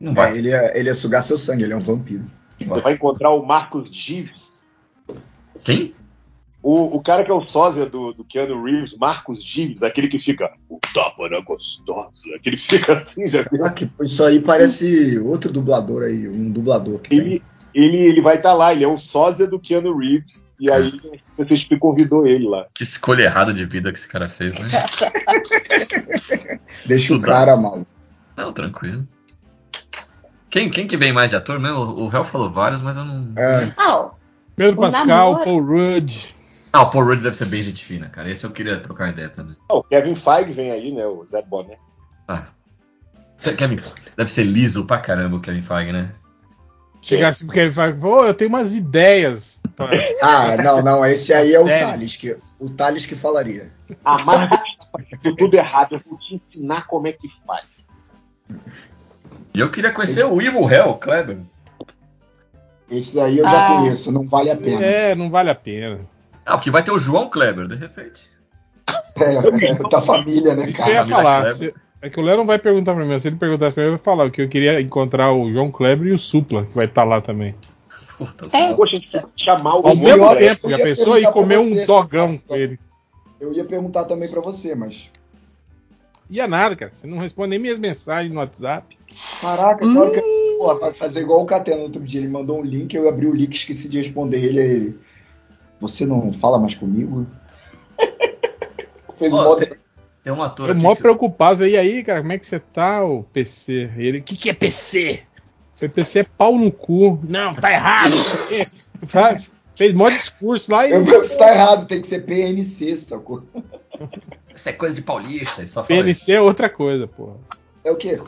não é, vai. ele, ia, ele ia sugar seu sangue, ele é um vampiro. não Você vai. vai encontrar o Marcos Gives. Quem? O, o cara que é o sósia do, do Keanu Reeves, Marcos Gibbs, aquele que fica, o tapa era gostosa, aquele que fica assim, já viu? Ah, que- Isso aí parece outro dublador aí, um dublador que tem. Ele, ele, ele vai estar lá, ele é um sósia do Keanu Reeves, e aí o CSP convidou ele lá. Que escolha errada de vida que esse cara fez, né? Deixa o Estudar. cara mal. Não, tranquilo. Quem, quem que vem mais de ator mesmo? O Hell falou vários, mas eu não. É, Ah, Pedro O Pascal, namoro. Paul Rudd. Ah, o Paul Rudd deve ser bem gente fina, cara. Esse eu queria trocar ideia também. Ah, o Kevin Feige vem aí, né, o Zé Boné. Ah. Você- Kevin, deve ser liso pra caramba o Kevin Feige, né? Chegasse pro Kevin Feige e falou: "Ô, eu tenho umas ideias. pra- Ah, não, não, esse aí é o Sério? Thales, que, o Thales que falaria. A Marvel tá fazendo tudo errado, eu vou te ensinar como é que faz. E eu queria conhecer o Evil Hell, Kleber. Esse aí eu já Ah. conheço, não vale a pena. É, não vale a pena. Ah, porque vai ter o João Kleber, de repente. É, é da família, né, Isso que eu ia cara? Camila falar. Ah, Kleber. se- É que o Léo não vai perguntar pra mim, mas se ele perguntar pra mim, eu vou falar que eu queria encontrar o João Kleber e o Supla, que vai estar lá também. Puta, É, Poxa, a gente podia chamar o né? Ao João mesmo Kleber. tempo, eu já ia pensou perguntar e comer pra você um se dogão você- com ele. Eu ia perguntar também pra você, mas. Ia é nada, cara. Você não responde nem minhas mensagens no WhatsApp. Caraca, na hora que eu- Pô, vai fazer igual o Catena outro dia. Ele mandou um link, eu abri o link, esqueci de responder ele. Aí ele. Você não fala mais comigo? Fez Ó, um modo. tem, tem um ator Eu aqui É mó que você- preocupado. E aí, cara, como é que você tá, o PC? E Ele, o que, que é PC? Falei, PC é pau no cu. Não, tá errado. Fa- Fez mó discurso lá e Eu falei, tá errado, tem que ser PNC, sacou? Isso é coisa de paulista, ele só fala isso. PNC é outra coisa, porra. É o quê?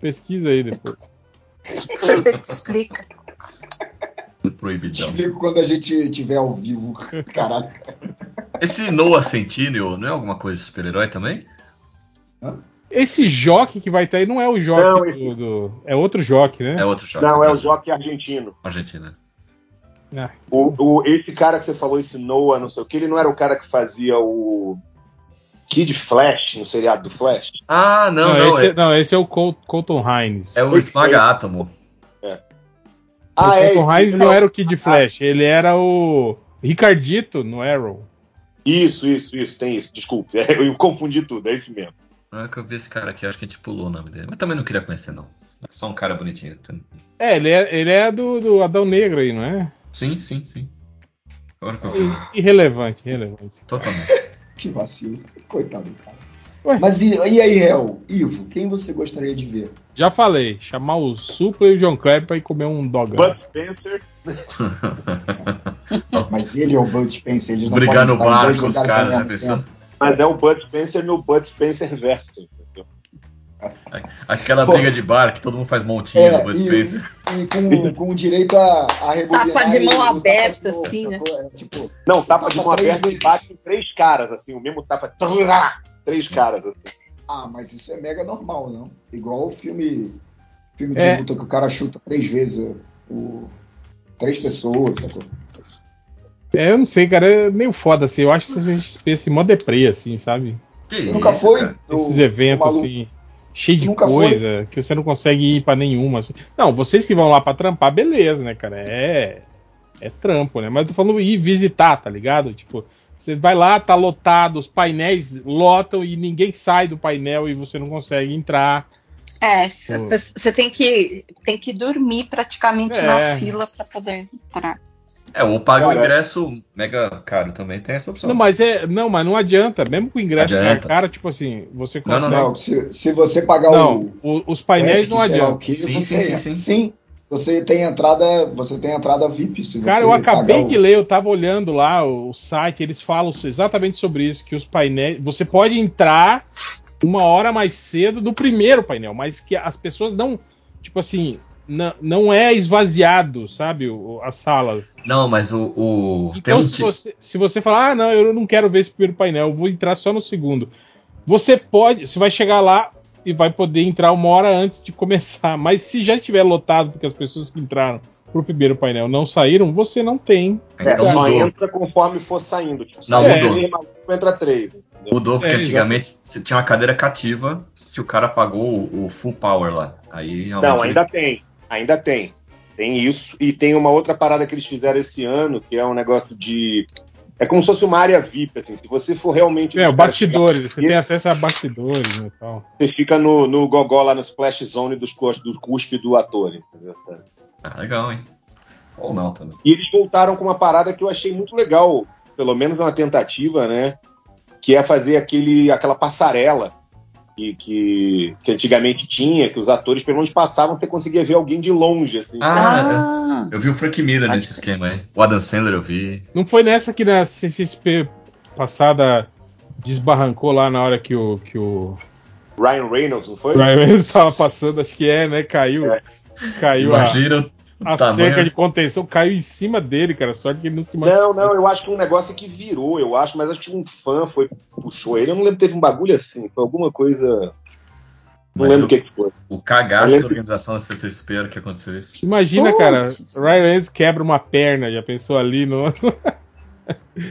Pesquisa aí depois. explica. Te proibidão. explico quando a gente tiver ao vivo. Caraca. Esse Noah Centineo não é alguma coisa de super-herói também? Esse joque que vai estar aí não é o joque Não, do, do- É outro joque, né? É outro choque. Não, é o né? Joque argentino. Argentina. Ah, O, o- esse cara que você falou, esse Noah, não sei o que, ele não era o cara que fazia o Kid Flash, no seriado do Flash? Ah, não, não, não. esse, é, é... não, esse é o Col- Colton Hines. é o Esmaga Átomo. É, Ah, o é. Colton esse- Hines não era o Kid Flash, ele era o Ricardito no Arrow. Isso, isso, isso, tem isso. Desculpe, eu confundi tudo, é isso mesmo. Não é que eu vi esse cara aqui, acho que a gente pulou o nome dele. Mas também não queria conhecer, não. É só um cara bonitinho. É, ele é, ele é do, do Adão Negro aí, não é? Sim, sim, sim. Agora que eu vi. Irrelevante, irrelevante. Totalmente. Que vacilo. Assim, Coitado do cara. Ué. Mas e, e aí, Hel? Ivo, quem você gostaria de ver? Já falei, chamar o Supla e o John Kleber pra ir comer um dogão. Bud Spencer. Ah. Mas ele é o Bud Spencer, eles não Brigar podem no estar em dois bar com os lugares ao caras, né, mesmo pessoal? tempo. Mas é o Bud Spencer no Bud Spencer verso. entendeu? Aquela Pô. briga de bar que todo mundo faz montinho É, no Bud e, Spencer. e com, com direito a, Tá, a rebobinar. Tapa de e mão o tapa aberta, de novo, assim, né? sacou? É, tipo, Não, tapa de mão Tapa três aberta e vezes. bate em três caras, assim, o mesmo tapa. Tá. Trrrá! Três caras, assim. ah, mas isso é mega normal, não? Igual o filme, filme de É. luta que o cara chuta três vezes o- o- três pessoas, sacou? É, eu não sei, cara, é meio foda assim. Eu acho que a gente pensa em mó deprê, assim, sabe? Que Você nunca isso, foi? cara. o- Esses o eventos, maluco? assim, cheio de Nunca foi? coisa, que você não consegue ir pra nenhuma. assim. Não, vocês que vão lá pra trampar, beleza, né, cara? É. É trampo, né? Mas eu tô falando ir visitar, tá ligado? Tipo, você vai lá, tá lotado, os painéis lotam e ninguém sai do painel e você não consegue entrar. É, c- Hum. você tem que, tem que dormir praticamente É. na fila para poder entrar. É, ou paga o Cara. ingresso mega caro também, tem essa opção. Não, mas é. Não, mas não adianta. Mesmo com o ingresso Adianta. cara, tipo assim, você Não, consegue. não, Não, Não, se, se você pagar o. o- os painéis não É, sei lá o adianta. quê, Sim, você sim, entra. sim, sim. Você tem entrada, você tem entrada VIP. Se Cara, você eu acabei pagar o- de ler, eu tava olhando lá o, o site, eles falam exatamente sobre isso, que os painéis. Você pode entrar uma hora mais cedo do primeiro painel, mas que as pessoas não. Tipo assim, na- não é esvaziado, sabe, o- as salas. Não, mas o. o- tem Então, um se, ti- você, se você falar, ah, não, eu não quero ver esse primeiro painel, eu vou entrar só no segundo. Você pode, você vai chegar lá e vai poder entrar uma hora antes de começar. Mas se já estiver lotado, porque as pessoas que entraram pro primeiro painel não saíram, você não tem. Então é, só mudou. entra conforme for saindo. Tipo, Não, sai mudou. três, maluco, entra três. entendeu? Mudou, porque É, antigamente se tinha uma cadeira cativa se o cara pagou o, o full power lá. Aí realmente. né? Não, ele- ainda tem. Ainda tem. Tem isso. E tem uma outra parada que eles fizeram esse ano, que é um negócio de. É como se fosse uma área VIP, assim. Se você for realmente. É, um o cara bastidores, você E- tem acesso a bastidores e tal. que- Você fica no, no gogó lá no splash zone dos, cus- do cuspe do ator, entendeu? sabe? Ah, legal, hein? Ou não também. E eles voltaram com uma parada que eu achei muito legal, pelo menos uma tentativa, né? Que é fazer aquele, aquela passarela que, que, que antigamente tinha, que os atores pelo menos passavam você conseguia ver alguém de longe, assim. Ah, é. eu vi o Frank Miller Ah, nesse esquema aí. O Adam Sandler eu vi. Não foi nessa que na CXP passada desbarrancou lá na hora que o, que o Ryan Reynolds, não foi? Ryan Reynolds tava passando, acho que é, né? Caiu. Caiu a, Imagina o a tamanho. cerca de contenção, caiu em cima dele, cara. Sorte que ele não se machucou. Não, não, eu acho que um negócio que virou, eu acho, mas acho que um fã foi puxou ele. Eu não lembro, teve um bagulho assim, foi alguma coisa. Não lembro o que, que foi. O cagaço Eu da lembro- organização da CCXP era que aconteceu isso. Imagina, cara, Ryan Reynolds quebra uma perna, já pensou ali no.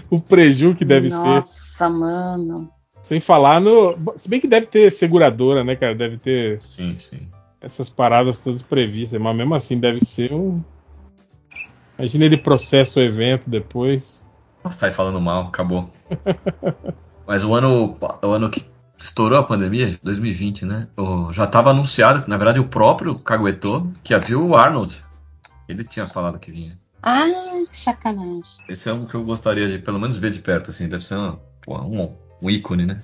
o preju que deve ser. Nossa, mano. Sem falar no. Se bem que deve ter seguradora, né, cara? Deve ter Sim, sim. essas paradas todas previstas, mas mesmo assim deve ser um. Imagina ele processa o evento depois. Sai falando mal, acabou. Mas o ano, o ano que estourou a pandemia, 2020, né? o- já estava anunciado, na verdade o próprio caguetou, que havia o Arnold. Ele tinha falado que vinha. Ah, que sacanagem. Esse é um que eu gostaria de, pelo menos, ver de perto, assim. Deve ser uma- pô, um, um ícone, né?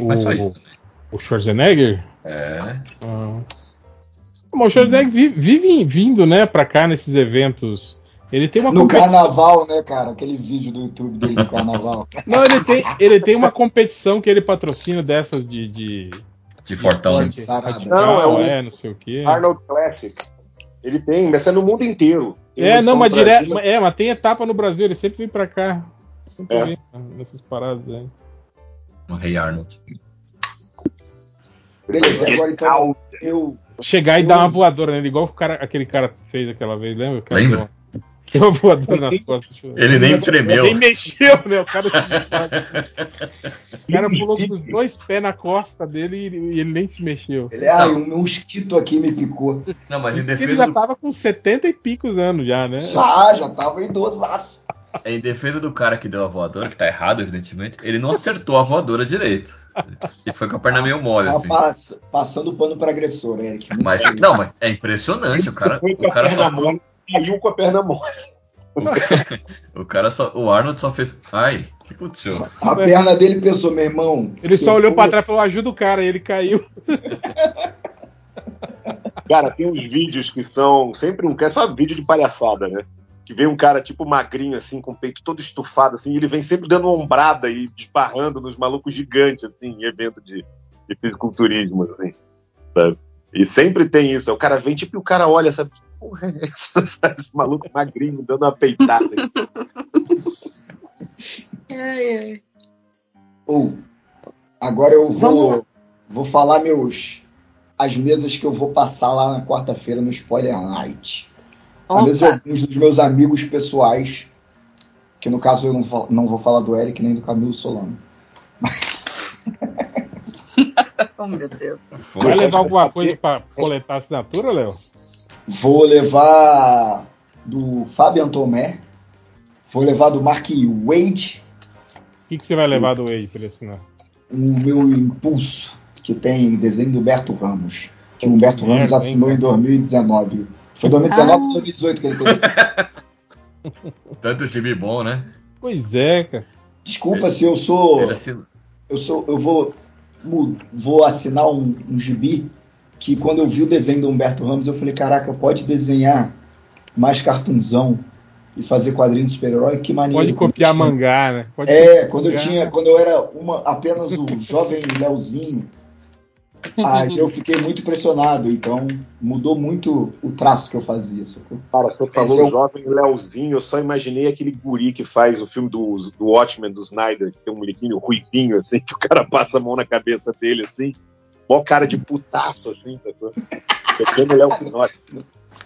Mas só isso também. O Schwarzenegger? É. Ah. Bom, o Schwarzenegger vi- vive vindo, né, pra cá nesses eventos. Ele tem uma No competição- carnaval, né, cara? Aquele vídeo do YouTube dele no carnaval. Não, ele tem, ele tem uma competição que ele patrocina dessas de. de... De fortão. né? Gente, sarada. Não, é Não, o- é, não sei o quê. Arnold Classic. Ele tem, mas é no mundo inteiro. Tem É, edição não, mas no Brasil. direto. mas- É, mas tem etapa no Brasil, ele sempre vem pra cá. Sempre É. vem nessas paradas é. aí. O Um Rei Arnold. Beleza, agora então eu. Chegar e dar uma voadora nele, igual o cara, aquele cara fez aquela vez, lembra? O cara Lembra? deu uma- Deu uma voadora nas costas. tipo, Ele nem tremeu. Nem mexeu, né? O cara, o cara pulou com os dois pés na costa dele e e ele nem se mexeu. Ele, ai, um mosquito aqui me picou. Não, mas em Ele defesa, já do, tava com 70 e picos anos já, né? Já, já tá. tava idosaço. É, em defesa do cara que deu a voadora, que tá errado, evidentemente, ele não acertou a voadora direito. Ele foi com a perna meio mole, Tava assim. pass- passando pano pra agressor, Eric. Muito Mas, bem. não, mas é impressionante. O cara, Foi com o a cara perna só. mole, caiu com a perna mole. O cara só. O Arnold só fez. Ai, o que aconteceu? A perna dele pensou, meu irmão. Ele se só eu olhou for- pra trás e falou: ajuda o cara, e ele caiu. Cara, tem uns vídeos que são sempre um cara, só vídeo de palhaçada, né? Que vem um cara tipo magrinho, assim, com o peito todo estufado, assim, e ele vem sempre dando uma ombrada e disparando nos malucos gigantes, assim, em evento de, de fisiculturismo, assim. sabe? E sempre tem isso. O cara vem, tipo, e o cara olha, sabe? "Que Porra, é essa?" Sabe? Esse maluco magrinho dando uma peitada. Ai, ai. Ou, agora eu Vamos vou, vou falar meus as mesas que eu vou passar lá na quarta-feira no Spoiler Night. A mesa de Opa. alguns dos meus amigos pessoais, que no caso eu não, fa- não vou falar do Eric nem do Camilo Solano. Oh, meu Deus. Foi. Vai levar alguma coisa pra coletar assinatura, Léo? Vou levar do Fabian Tomé, vou levar do Mark Wade, O que, que você vai levar do Wade pra ele assinar? o meu Impulso, que tem desenho do Humberto Ramos, que o Humberto merda, Ramos hein, Ah! assinou em 2019. Foi 2019 ou 2018 que ele teve. Tanto time bom, né? Pois é, cara. Desculpa se eu sou. Ele assinou. Eu sou. Eu vou. mu- Vou assinar um, um gibi que quando eu vi o desenho do Humberto Ramos, eu falei, caraca, pode desenhar mais cartunzão e fazer quadrinho de super-herói, que maneiro. Pode copiar manga. mangá, né? Pode É, copiar quando eu mangá. tinha, quando eu era uma, apenas o jovem Leozinho, aí eu fiquei muito impressionado, então mudou muito o traço que eu fazia, sacou? Cara, você Esse é falou um- jovem Leozinho, eu só imaginei aquele guri que faz o filme do, do Watchmen, do Snyder, que tem um molequinho ruivinho, assim, que o cara passa a mão na cabeça dele, assim, mó cara de putaço, assim, sacou? Pequeno Léo Pinote.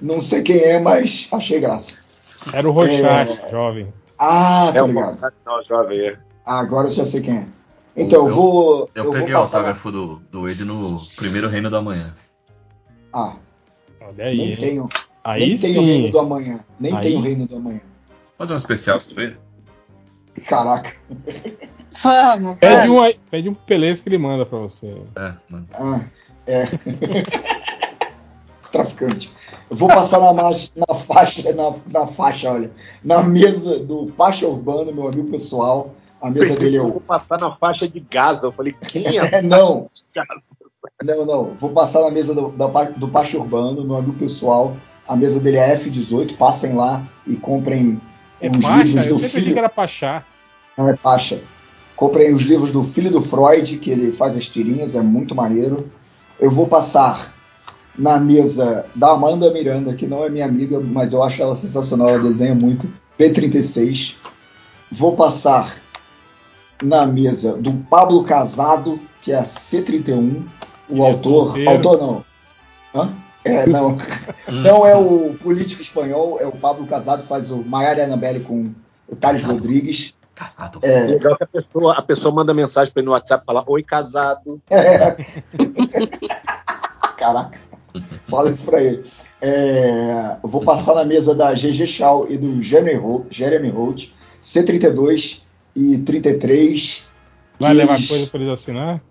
Não sei quem é, mas achei graça. É. Era o Rorschach, jovem. Ah, É tá o ligado. não, jovem, é. Agora eu já sei quem é. Então, eu Eu- vou. Eu, eu vou peguei o passar- autógrafo do, do Wade no primeiro reino da manhã. Ah, Olha aí. nem hein? tenho. Aí nem tenho o reino sim. do amanhã. Nem Aí tenho o sim. reino do amanhã. Fazer um especial sobre ele. Caraca. Vamos, Pede vamos. um, aí- pede um pro Pelez que ele manda pra você. É, mano. Ah, é. Traficante. Eu vou passar na, marcha- na faixa, na, na faixa, olha. Na mesa do Pacha Urbano, meu amigo pessoal. A mesa dele é Eu eu. vou passar na faixa de Gaza. Eu falei, quem é? É, não. Não, não. Vou passar na mesa do, da Pa- do Pacho Urbano, meu amigo pessoal. A mesa dele é F18. Passem lá e comprem É os Pacha? livros Eu do sempre achei que filho. era Pachá. Não é Pacha. Comprei os livros do filho do Freud, que ele faz as tirinhas, é muito maneiro. Eu vou passar na mesa da Amanda Miranda, que não é minha amiga, mas eu acho ela sensacional, ela desenha muito. P36. Vou passar na mesa do Pablo Casado, que é a C31. O autor. solteiro. Autor não. Hã? É, não. não é o político espanhol, é o Pablo Casado, faz o Maiara Anabelle com o Thales Rodrigues. Casado. É É, legal que a pessoa, a pessoa manda mensagem pra ele no WhatsApp e fala: Oi, casado. Caraca, fala isso pra ele. É, eu vou passar na mesa da GG Shaw e do Jeremy Ho- Jeremy Holt, C32 e 33. Vai que levar eles- coisa pra eles assim, né? assinar?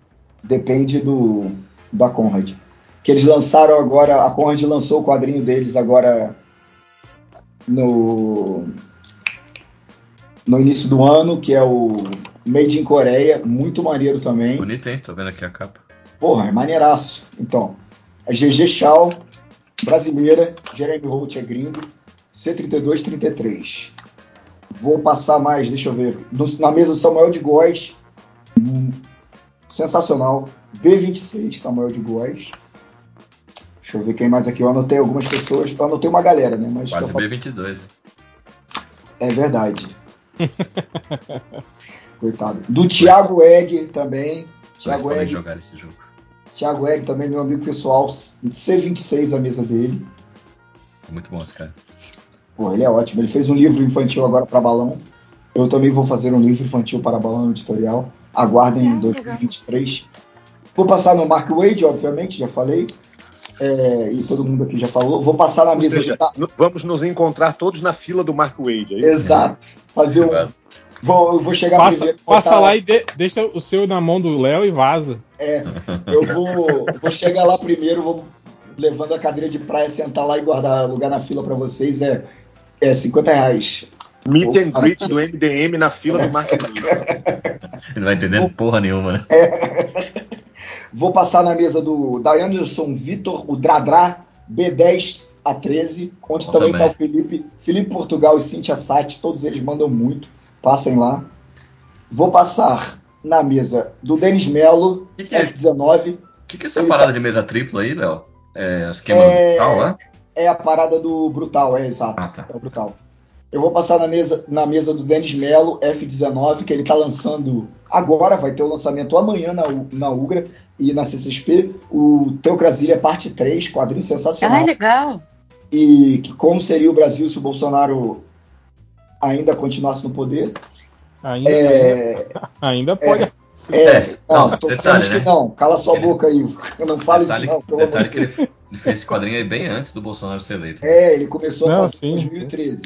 Depende do da Conrad. Que eles lançaram agora, a Conrad lançou o quadrinho deles agora no no início do ano, que é o Made in Coreia, muito maneiro também. Bonito, hein? Tô vendo aqui a capa. Porra, é maneiraço. Então, a GG Shaw, brasileira, Jeremy Holt é gringo, C32-33. Vou passar mais, deixa eu ver. No- na mesa do Samuel de Góes, hum, sensacional. B26, Samuel de Góes. Deixa eu ver quem mais aqui. Eu anotei algumas pessoas, eu anotei uma galera, né? Mas Quase tô fal- B22. é verdade. Coitado. Do Thiago Egg também. Mas Thiago podem Egg, jogar esse jogo. Thiago Egg também, meu amigo pessoal, C26 a mesa dele. Muito bom esse cara. Pô, ele é ótimo. Ele fez um livro infantil agora para balão. Eu também vou fazer um livro infantil para balão no editorial. Aguardem em Ah, 2023. Vou passar no Mark Wade, obviamente, já falei. É, e todo mundo aqui já falou. Vou passar na Ou mesa seja, que tá. n- vamos nos encontrar todos na fila do Mark Wade. é aí. Exato. Fazer um. Obrigado. Vou, eu vou chegar Passa, primeiro, passa botar- lá e de- deixa o seu na mão do Léo e vaza. É, eu vou, vou chegar lá primeiro, vou levando a cadeira de praia, sentar lá e guardar lugar na fila para vocês é, é 50 reais. Meet and greet do MDM na fila do Mark Wade. Ele não vai entendendo porra nenhuma, É, né? Vou passar na mesa do Daianderson um Vitor, o Dradrá, B10 a 13, onde Eu também está também. o Felipe, Felipe Portugal e Cintia Sati, todos eles mandam muito, passem lá. Vou passar na mesa do Denis Melo, Que que é? F19, O que, que é essa parada de mesa tripla aí, Léo? É o esquema É. do tal lá? é a parada do Brutal, é exato. Ah, tá. É o Brutal. Eu vou passar na mesa, na mesa do Denis Melo, F19, que ele está lançando agora, vai ter o lançamento amanhã na, U- na Ugra e na CCXP, o Teocrasilha Parte 3, quadrinho sensacional. Ai, legal. E que como seria o Brasil se o Bolsonaro ainda continuasse no poder? Ainda, né? É, ainda pode. é, É, não, não, tô detalhe, falando que né? não. Cala sua Ele- boca, Ivo. Eu não falo detalhe, isso, não, pelo amor detalhe de que ele, ele fez esse quadrinho aí bem antes do Bolsonaro ser eleito. É, ele começou Não, a fazer em sim. 2013.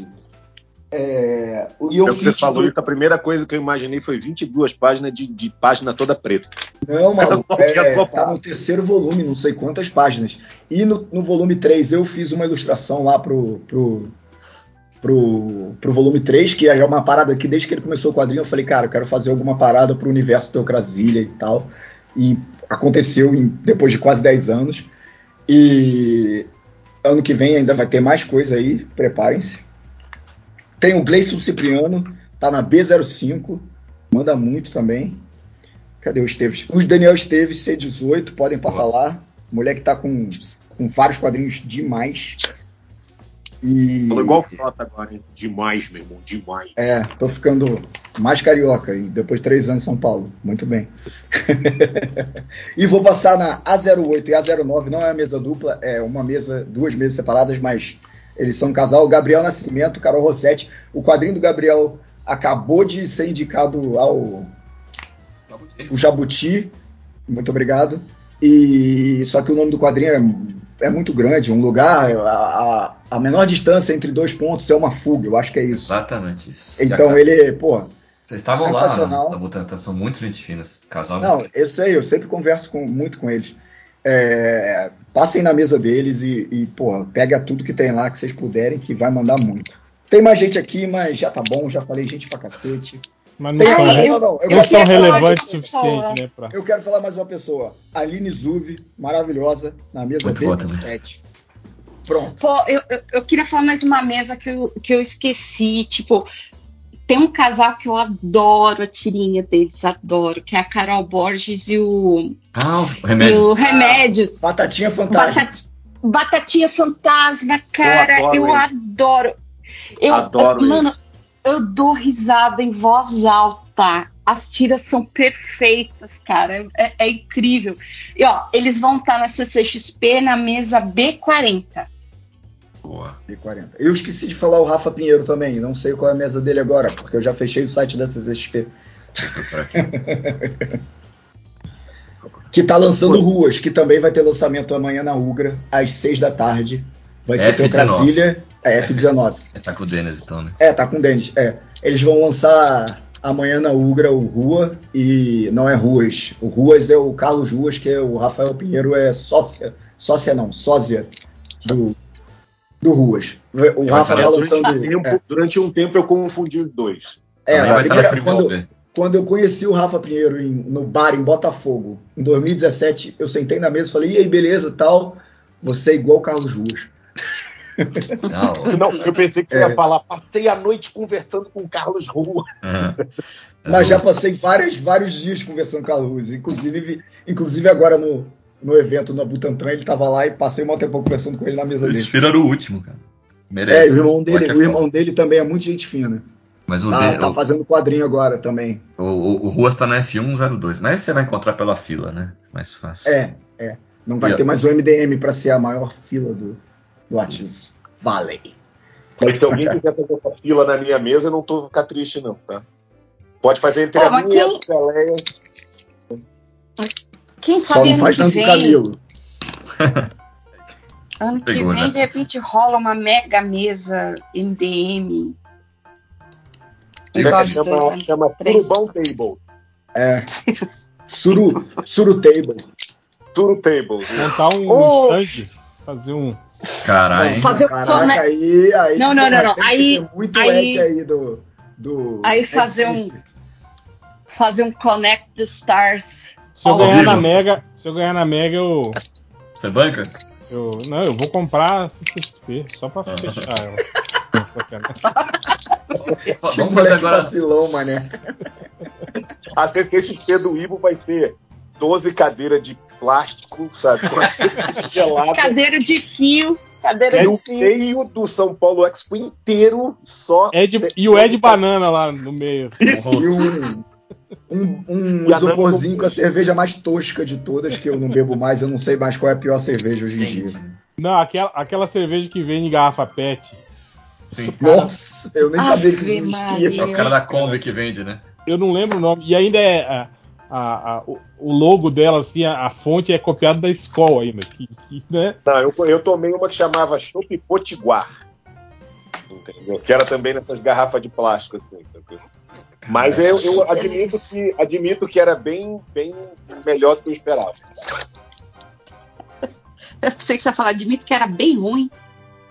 É, o- e eu, Eu que Então, você fiz. falou isso, a primeira coisa que eu imaginei foi 22 páginas de, de página toda preta. Não, maluco, Eu quero é, tocar. tá no terceiro volume, não sei quantas páginas. E no, no volume 3 eu fiz uma ilustração lá pro, pro, pro, pro volume 3, que é uma parada que desde que ele começou o quadrinho eu falei, cara, eu quero fazer alguma parada pro universo Teocrasilha e tal. E aconteceu em- depois de quase 10 anos. E ano que vem ainda vai ter mais coisa aí, preparem-se. Tem o Gleison Cipriano, tá na B05, manda muito também. Cadê o Esteves? Os Daniel Esteves, C18, podem passar lá. Mulher que tá com, com vários quadrinhos demais. E. Falou igual foto agora, hein? Demais, meu irmão, demais. É, tô ficando mais carioca e depois de três anos em São Paulo. Muito bem. e vou passar na A08 e A09, não é a mesa dupla, é uma mesa, duas mesas separadas, mas eles são um casal. Gabriel Nascimento, Carol Rossetti. O quadrinho do Gabriel acabou de ser indicado ao o Jabuti. Muito obrigado. E só que o nome do quadrinho é, é muito grande, um lugar, a, a- a menor distância entre dois pontos é uma fuga, eu acho que é isso. Exatamente isso. Então E a- ele, pô, Vocês estavam lá sensacional. na, na Butantan, são muito gente fina, esse casal. não, eu sei, eu sempre converso com- muito com eles. É, passem na mesa deles e, e pô, pega tudo que tem lá que vocês puderem, que vai mandar muito. Tem mais gente aqui, mas já tá bom, já falei gente pra cacete. Mas não Tem- são, Ai, re- eu- eu não eu são quero queria falar de- falar relevantes o de suficiente, pessoa. né? Pra... Eu quero falar mais uma pessoa. Aline Zuve, maravilhosa, na mesa Muito boa também. B7. Pronto. Pô, eu, eu, eu queria falar mais uma mesa que eu, que eu esqueci. Tipo, tem um casal que eu adoro a tirinha deles, adoro, que é a Carol Borges e o, Ah, o e remédio. o Remédios. Ah, Batatinha fantástica. Batati- Batatinha fantasma, cara, Eu eu adoro ele. adoro. Eu Adoro mano, eu dou risada em voz alta. montar. As tiras são perfeitas, cara. É, é incrível. E ó, eles vão estar na CCXP na mesa B40. Boa. B40. Eu esqueci de falar o Rafa Pinheiro também. Não sei qual é a mesa dele agora, porque eu já fechei o site da CCXP. que tá lançando Ruas, que também vai ter lançamento amanhã na Ugra, às 6 da tarde. Vai ser F19. Teocrasília, é F19. É, tá com o Denis então, né? É, tá com o Denis. É. Eles vão lançar amanhã na Ugra o Rua e não é Ruas. O Ruas é o Carlos Ruas, que é o Rafael Pinheiro é sócia. Sócia não, sósia do, do Ruas. É O Rafa tá falar lançando. durante, um tempo, é, durante um tempo eu confundi os dois. é, Também a vai estar na primeira- Freebox quando, B. quando eu conheci o Rafa Pinheiro em- no bar em Botafogo, em 2017, eu sentei na mesa e falei, e aí, beleza, tal, você é igual o Carlos Ruas. Ah, ó. Não, eu pensei que você É. ia falar, passei a noite conversando com o Carlos Rua. Aham. Mas já passei várias, vários dias conversando com a Luz, inclusive, inclusive agora no, no evento na Butantan, ele estava lá e passei um tempo conversando com ele na mesa Eles dele. tiraram o último, cara. É, Merece. o irmão Vai dele, que é o irmão dele também é muito gente fina. foda. Mas o, Tá, de, tá fazendo quadrinho agora também. o, o, o Ruas tá na F102. Mas você vai encontrar pela fila, né? Mais fácil. É, é. Não vai E- ter mais o MDM para ser a maior fila do, do Artes Valley. Mas se alguém quiser fazer essa fila na minha mesa, eu não tô ficar triste, não, tá? Pode fazer entre Ó, a mas minha e quem- a Geleia. Quem Só sabe não ano faz que tanto o vem, Camilo. ano que Pegou, né? vem de repente rola uma mega mesa MDM. Igual de dois Chama, anos chama três. Turubão Table. É. Suru, Suru Table. Turu Table. Montar um Ô. stand, fazer um. Caralho, hein? Fazer o Caraca, né? aí, aí. Não, não, não, não. tem que Aí- ter muito aí- edge aí do. do Aí fazer um- fazer um Connect the Stars. Se eu Ao ganhar vivo. na Mega, se eu ganhar na Mega, eu, Você é banca? eu não, eu vou comprar a CCXP só pra Ah. fechar ela. Sacanagem. Vamos moleque fazer agora. um vacilão, mané. A CCXP do Ibo vai ter 12 cadeiras de plástico, sabe? É Gelada. Cadeira de fio. Cadeira E de o fio. meio do São Paulo Expo inteiro só. Ed, e o Ed Banana lá no meio. E um, um, um E a isoporzinho Nando- com a cerveja mais tosca de todas, que eu não bebo mais, eu não sei mais qual é a pior cerveja hoje em dia. Não, aquela, aquela cerveja que vem em garrafa PET. Sim. Nossa, eu nem sabia que isso Ave existia. É o cara da Kombi que vende, né? Eu não lembro o nome. E ainda é. A, a- a- o, o logo dela, assim, a, a fonte é copiada da escola ainda. Que, que, né? Não, eu, eu tomei uma que chamava Chopp Potiguar. Entendeu? Que era também nessas garrafas de plástico, assim. entendeu? Mas eu, eu admito, que, admito que era bem, bem melhor do que eu esperava. Eu pensei que você ia falar de mito que era bem ruim.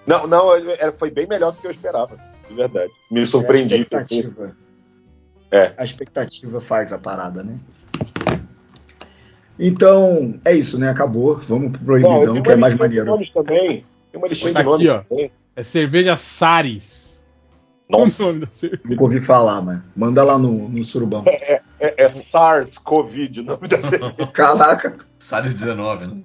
Não, não, eu- era- foi bem melhor do que eu esperava, de verdade. Me A surpreendi. expectativa. É. A expectativa faz a parada, né? Então, é isso, né? Acabou. Vamos pro Bom, eu proibidão, tenho que é uma mais listinha de maneiro. nomes também. Tem uma listinha Tá de nomes aqui, ó. também. É cerveja Sares. Nossa, O nome da cerveja. Nunca ouvi falar, mano. Manda lá no, no surubão. é, é SARS-CoV o nome da cerveja. Caraca. Salles 19, né?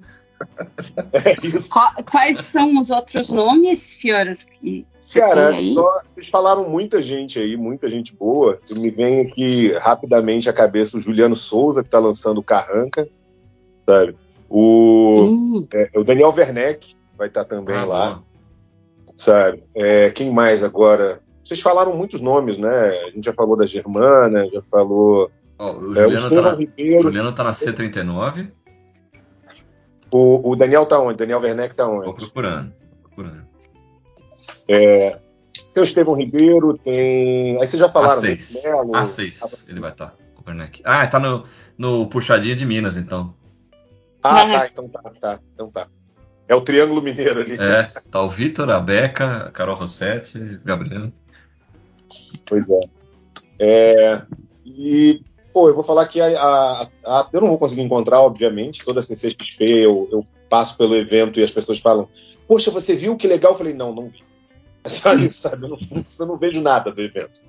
É isso. Qua- Quais são os outros nomes, Fioras, que você Cara, tem aí? só- vocês falaram muita gente aí, muita gente boa. E me vem aqui rapidamente à cabeça o Juliano Souza, que tá lançando o Carranca, sabe? O, Hum, é, o Daniel Werneck vai estar também Ah, lá, boa. sabe? É, quem mais agora? Vocês falaram muitos nomes, né? A gente já falou da Germana, já falou. Ó, o É, Juliano, tá o Estevam na, o Ribeiro. Juliano tá na C39. O, o Daniel tá onde? Daniel Werneck tá Tô onde? procurando. tô procurando. É, Tem o Estevão Ribeiro, tem. Aí vocês já falaram né, tá A6. Nick Mello, A6 ele vai estar. o Werneck. Ah, tá no, no Puxadinha de Minas, então. Ah, Né? tá, então tá, tá, então tá. É o Triângulo Mineiro ali. É, tá o Vitor, a Beca, a Carol Rossetti, o Gabriel. Pois é. É, E, pô, eu vou falar que a, a- a- eu não vou conseguir encontrar, obviamente, toda a CCXP, eu, eu passo pelo evento e as pessoas falam, poxa, você viu que legal? Eu falei, não, não vi. Sabe, sabe, eu não, eu não vejo nada do evento.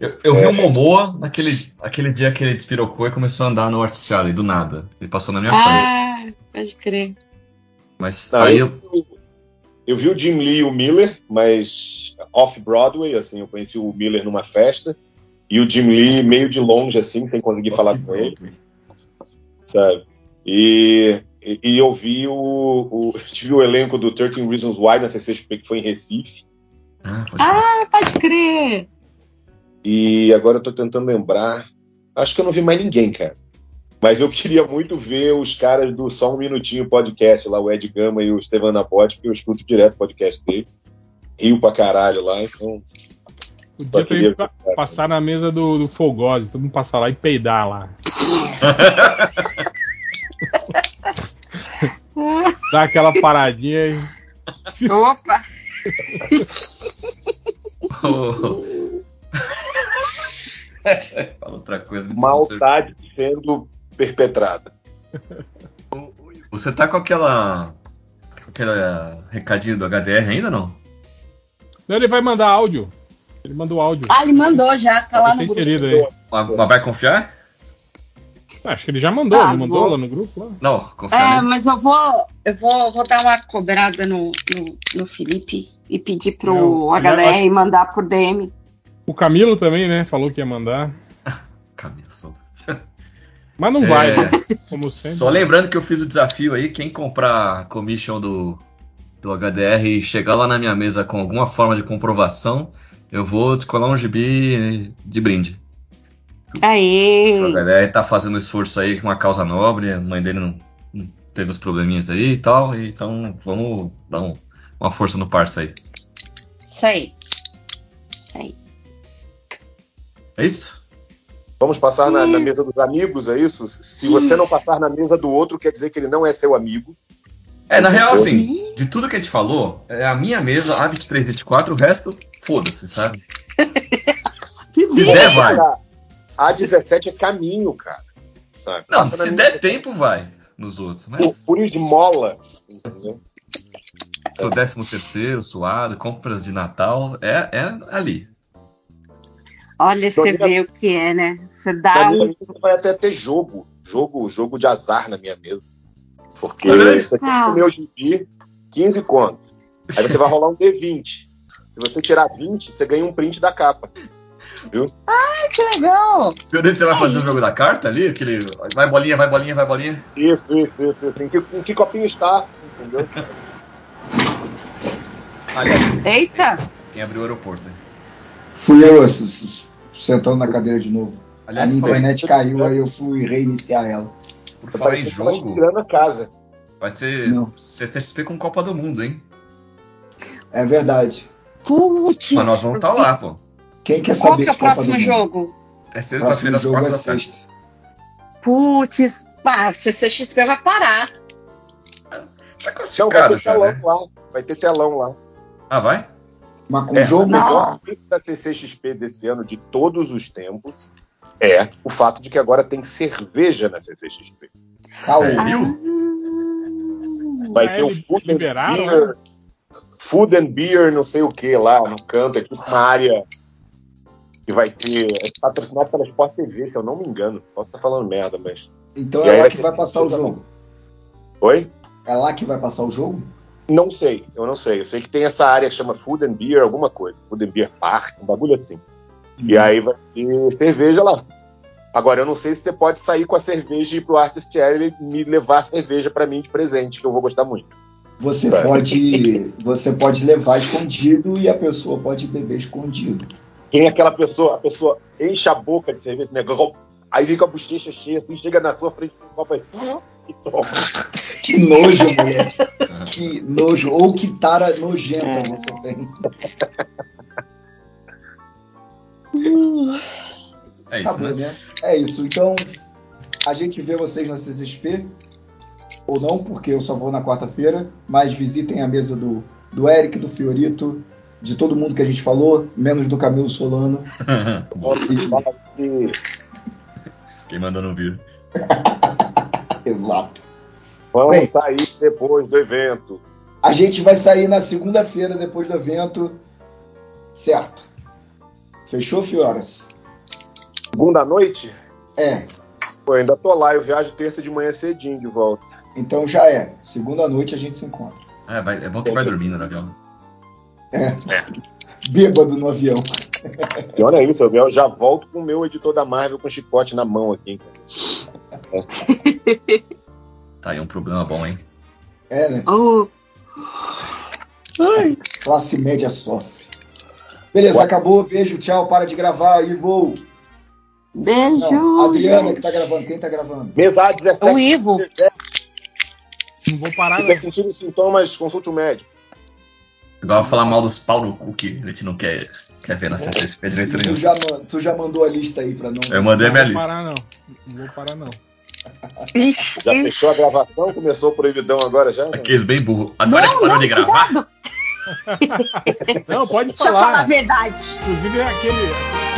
Eu, eu vi É. o Momoa naquele aquele dia que ele despirocou e começou a andar no Artist Alley, do nada. Ele passou na minha frente. ah, pode crer. Mas Não, aí eu, eu, eu vi o Jim Lee e o Miller, mas off-Broadway, assim, eu conheci o Miller numa festa. E o Jim Lee meio de longe, assim, sem conseguir falar com ele. Sabe? E, e, e eu vi o, o- Tive o elenco do 13 Reasons Why na CCXP, que foi em Recife. Ah, pode Ah, pode crer. E agora eu tô tentando lembrar. Acho que eu não vi mais ninguém, cara. Mas eu queria muito ver os caras do Só Um Minutinho podcast lá, o Ed Gama e o Estevan Nabote, porque eu escuto direto o podcast dele. Rio pra caralho lá, então. Podia ter ido pra- passar na mesa do, do Fogose, todo mundo passar lá e peidar lá. Dá aquela paradinha aí. Ah, Opa. Ô. Fala outra coisa. me Maldade sendo perpetrada. desconcertou. Você tá com aquela. com aquela recadinho do HDR ainda não? Não, ele vai mandar áudio. Ele mandou áudio. Ah, ele mandou já, tá lá Vai no ser grupo. inserido aí. Mas mas vai confiar? Ah, acho que ele já mandou, Ah, ele mandou vou. lá no grupo. Lá. Não, confiar. É, né? mas eu vou, eu vou, vou dar uma cobrada no, no, no Felipe e pedir pro Não, é HDR aliás, e mandar por DM. O Camilo também, né? Falou que ia mandar. Camilo Souza. Mas não É. vai, né? Como sempre. Só lembrando que eu fiz o desafio aí, quem comprar a commission do, do HDR e chegar lá na minha mesa com alguma forma de comprovação, eu vou descolar um gibi de brinde. Aê! O HDR tá fazendo um esforço aí com uma causa nobre, a mãe dele não, não teve os probleminhas aí e tal, e então vamos dar um- uma força no parça aí. Isso aí. Isso aí. É isso? Vamos passar na, na mesa dos amigos, é isso? Se você não passar na mesa do outro, quer dizer que ele não é seu amigo. É, na real, assim, de tudo que a gente falou, é a minha mesa, a 23 e 24, o resto, foda-se, sabe? Se der, vai. Cara, A 17 é caminho, cara. Sabe? Não, Tá, Passa na se minha- der tempo, vai nos outros. por Mas furo de mola. entendeu? seu décimo terceiro, suado, compras de Natal, é, é ali. Olha, você Doninha- vê o que é, né? Você dá Pra um. mim, Vai até ter jogo, jogo, jogo de azar na minha mesa. Porque Olha você tem que Ah. comer hoje em dia 15 conto. Aí você vai rolar um D20. Se você tirar 20, você ganha um print da capa. Que legal! Pior que você vai fazer o jogo da carta ali, aquele. Vai bolinha, vai bolinha, vai bolinha. Isso, isso, isso. isso. Em, que, em que copinho está? Entendeu? Então, Aliás, Eita! quem abriu o aeroporto. né? Fui eu s- s- sentando na cadeira de novo. A Aliás, minha falar em- internet caiu, aí eu fui reiniciar ela. por falar em Você tava jogo, tirando a casa. vai ser Não. CCXP com Copa do Mundo, hein? É verdade. Putz! Mas nós vamos estar lá, pô. Quem quer Qual saber que é o de Copa próximo do Mundo? jogo? É O sexta-feira próximo às jogo quatro é da tarde. sexta. Putz, pá, CCXP vai parar. Tá Não, vai classificado ter já, telão né? lá. Vai ter telão lá. Ah, vai? Mas com É, jogo O melhor feito da CCXP desse ano, de todos os tempos, é o fato de que agora tem cerveja na CCXP. calmo. Viu? Vai Ah, ter um eles food and, liberaram, beer, food and beer, não sei o que lá no canto, é tipo uma área que vai ter. É patrocinado pela Sport TV, se eu não me engano. Posso estar falando merda, mas. Então E é aí lá vai que ter vai passar o certeza, jogo. Oi? É lá que vai passar o jogo? Não sei, eu não sei. Eu sei que tem essa área que chama Food and Beer, alguma coisa. Food and Beer Park, um bagulho assim. Uhum. E aí vai ter cerveja lá. Agora, eu não sei se você pode sair com a cerveja e ir pro Artist Alley e me levar a cerveja pra mim de presente, que eu vou gostar muito. Você Tá. pode, você pode levar escondido e a pessoa pode beber escondido. Tem aquela pessoa, a pessoa enche a boca de cerveja, né? gol, Aí fica a bochecha cheia, assim, chega na sua frente com um copo aí, e toma. Que nojo, mulher. Que nojo. Ou que tara nojenta você tem. Uh, É isso, Acabou, né? né? É isso. Então, a gente vê vocês na CCXP. Ou não, porque eu só vou na quarta-feira. Mas visitem a mesa do, do Eric, do Fiorito, de todo mundo que a gente falou, menos do Camilo Solano. né? E- E- Quem mandou não vir. Exato. Vamos Bem. sair depois do evento. A gente vai sair na segunda-feira depois do evento. Certo. Fechou, Fioras? Segunda noite? É. Pô, ainda tô lá, eu viajo terça de manhã cedinho de volta. Então já é. Segunda noite a gente se encontra. Ah, É, vai- é bom que vai dormindo no avião. Bêbado no avião. E olha isso, eu já volto com o meu editor da Marvel com chicote na mão aqui. Tá aí um problema bom, hein? É, né? Oh, Classe média sofre. Beleza, acabou. Beijo, tchau. Para de gravar e vou. beijo. Não, Adriana que tá gravando. Quem tá gravando? Mesade 17. O Ivo. É um Não vou parar, Se não. tiver sentido sintomas, consulte o médico. Igual falar mal dos pau no cu que a gente não quer, quer ver na CCSP direito Tu nenhum. já, man- tu já mandou a lista aí pra não. Eu mandei minha Não vou lista. parar, não. Não vou parar, não. Já fechou a gravação, começou o proibidão agora já? né? Aqueles bem burro. Agora é que parou de gravar. Não, pode Deixa eu falar a falar. verdade. Inclusive é aquele.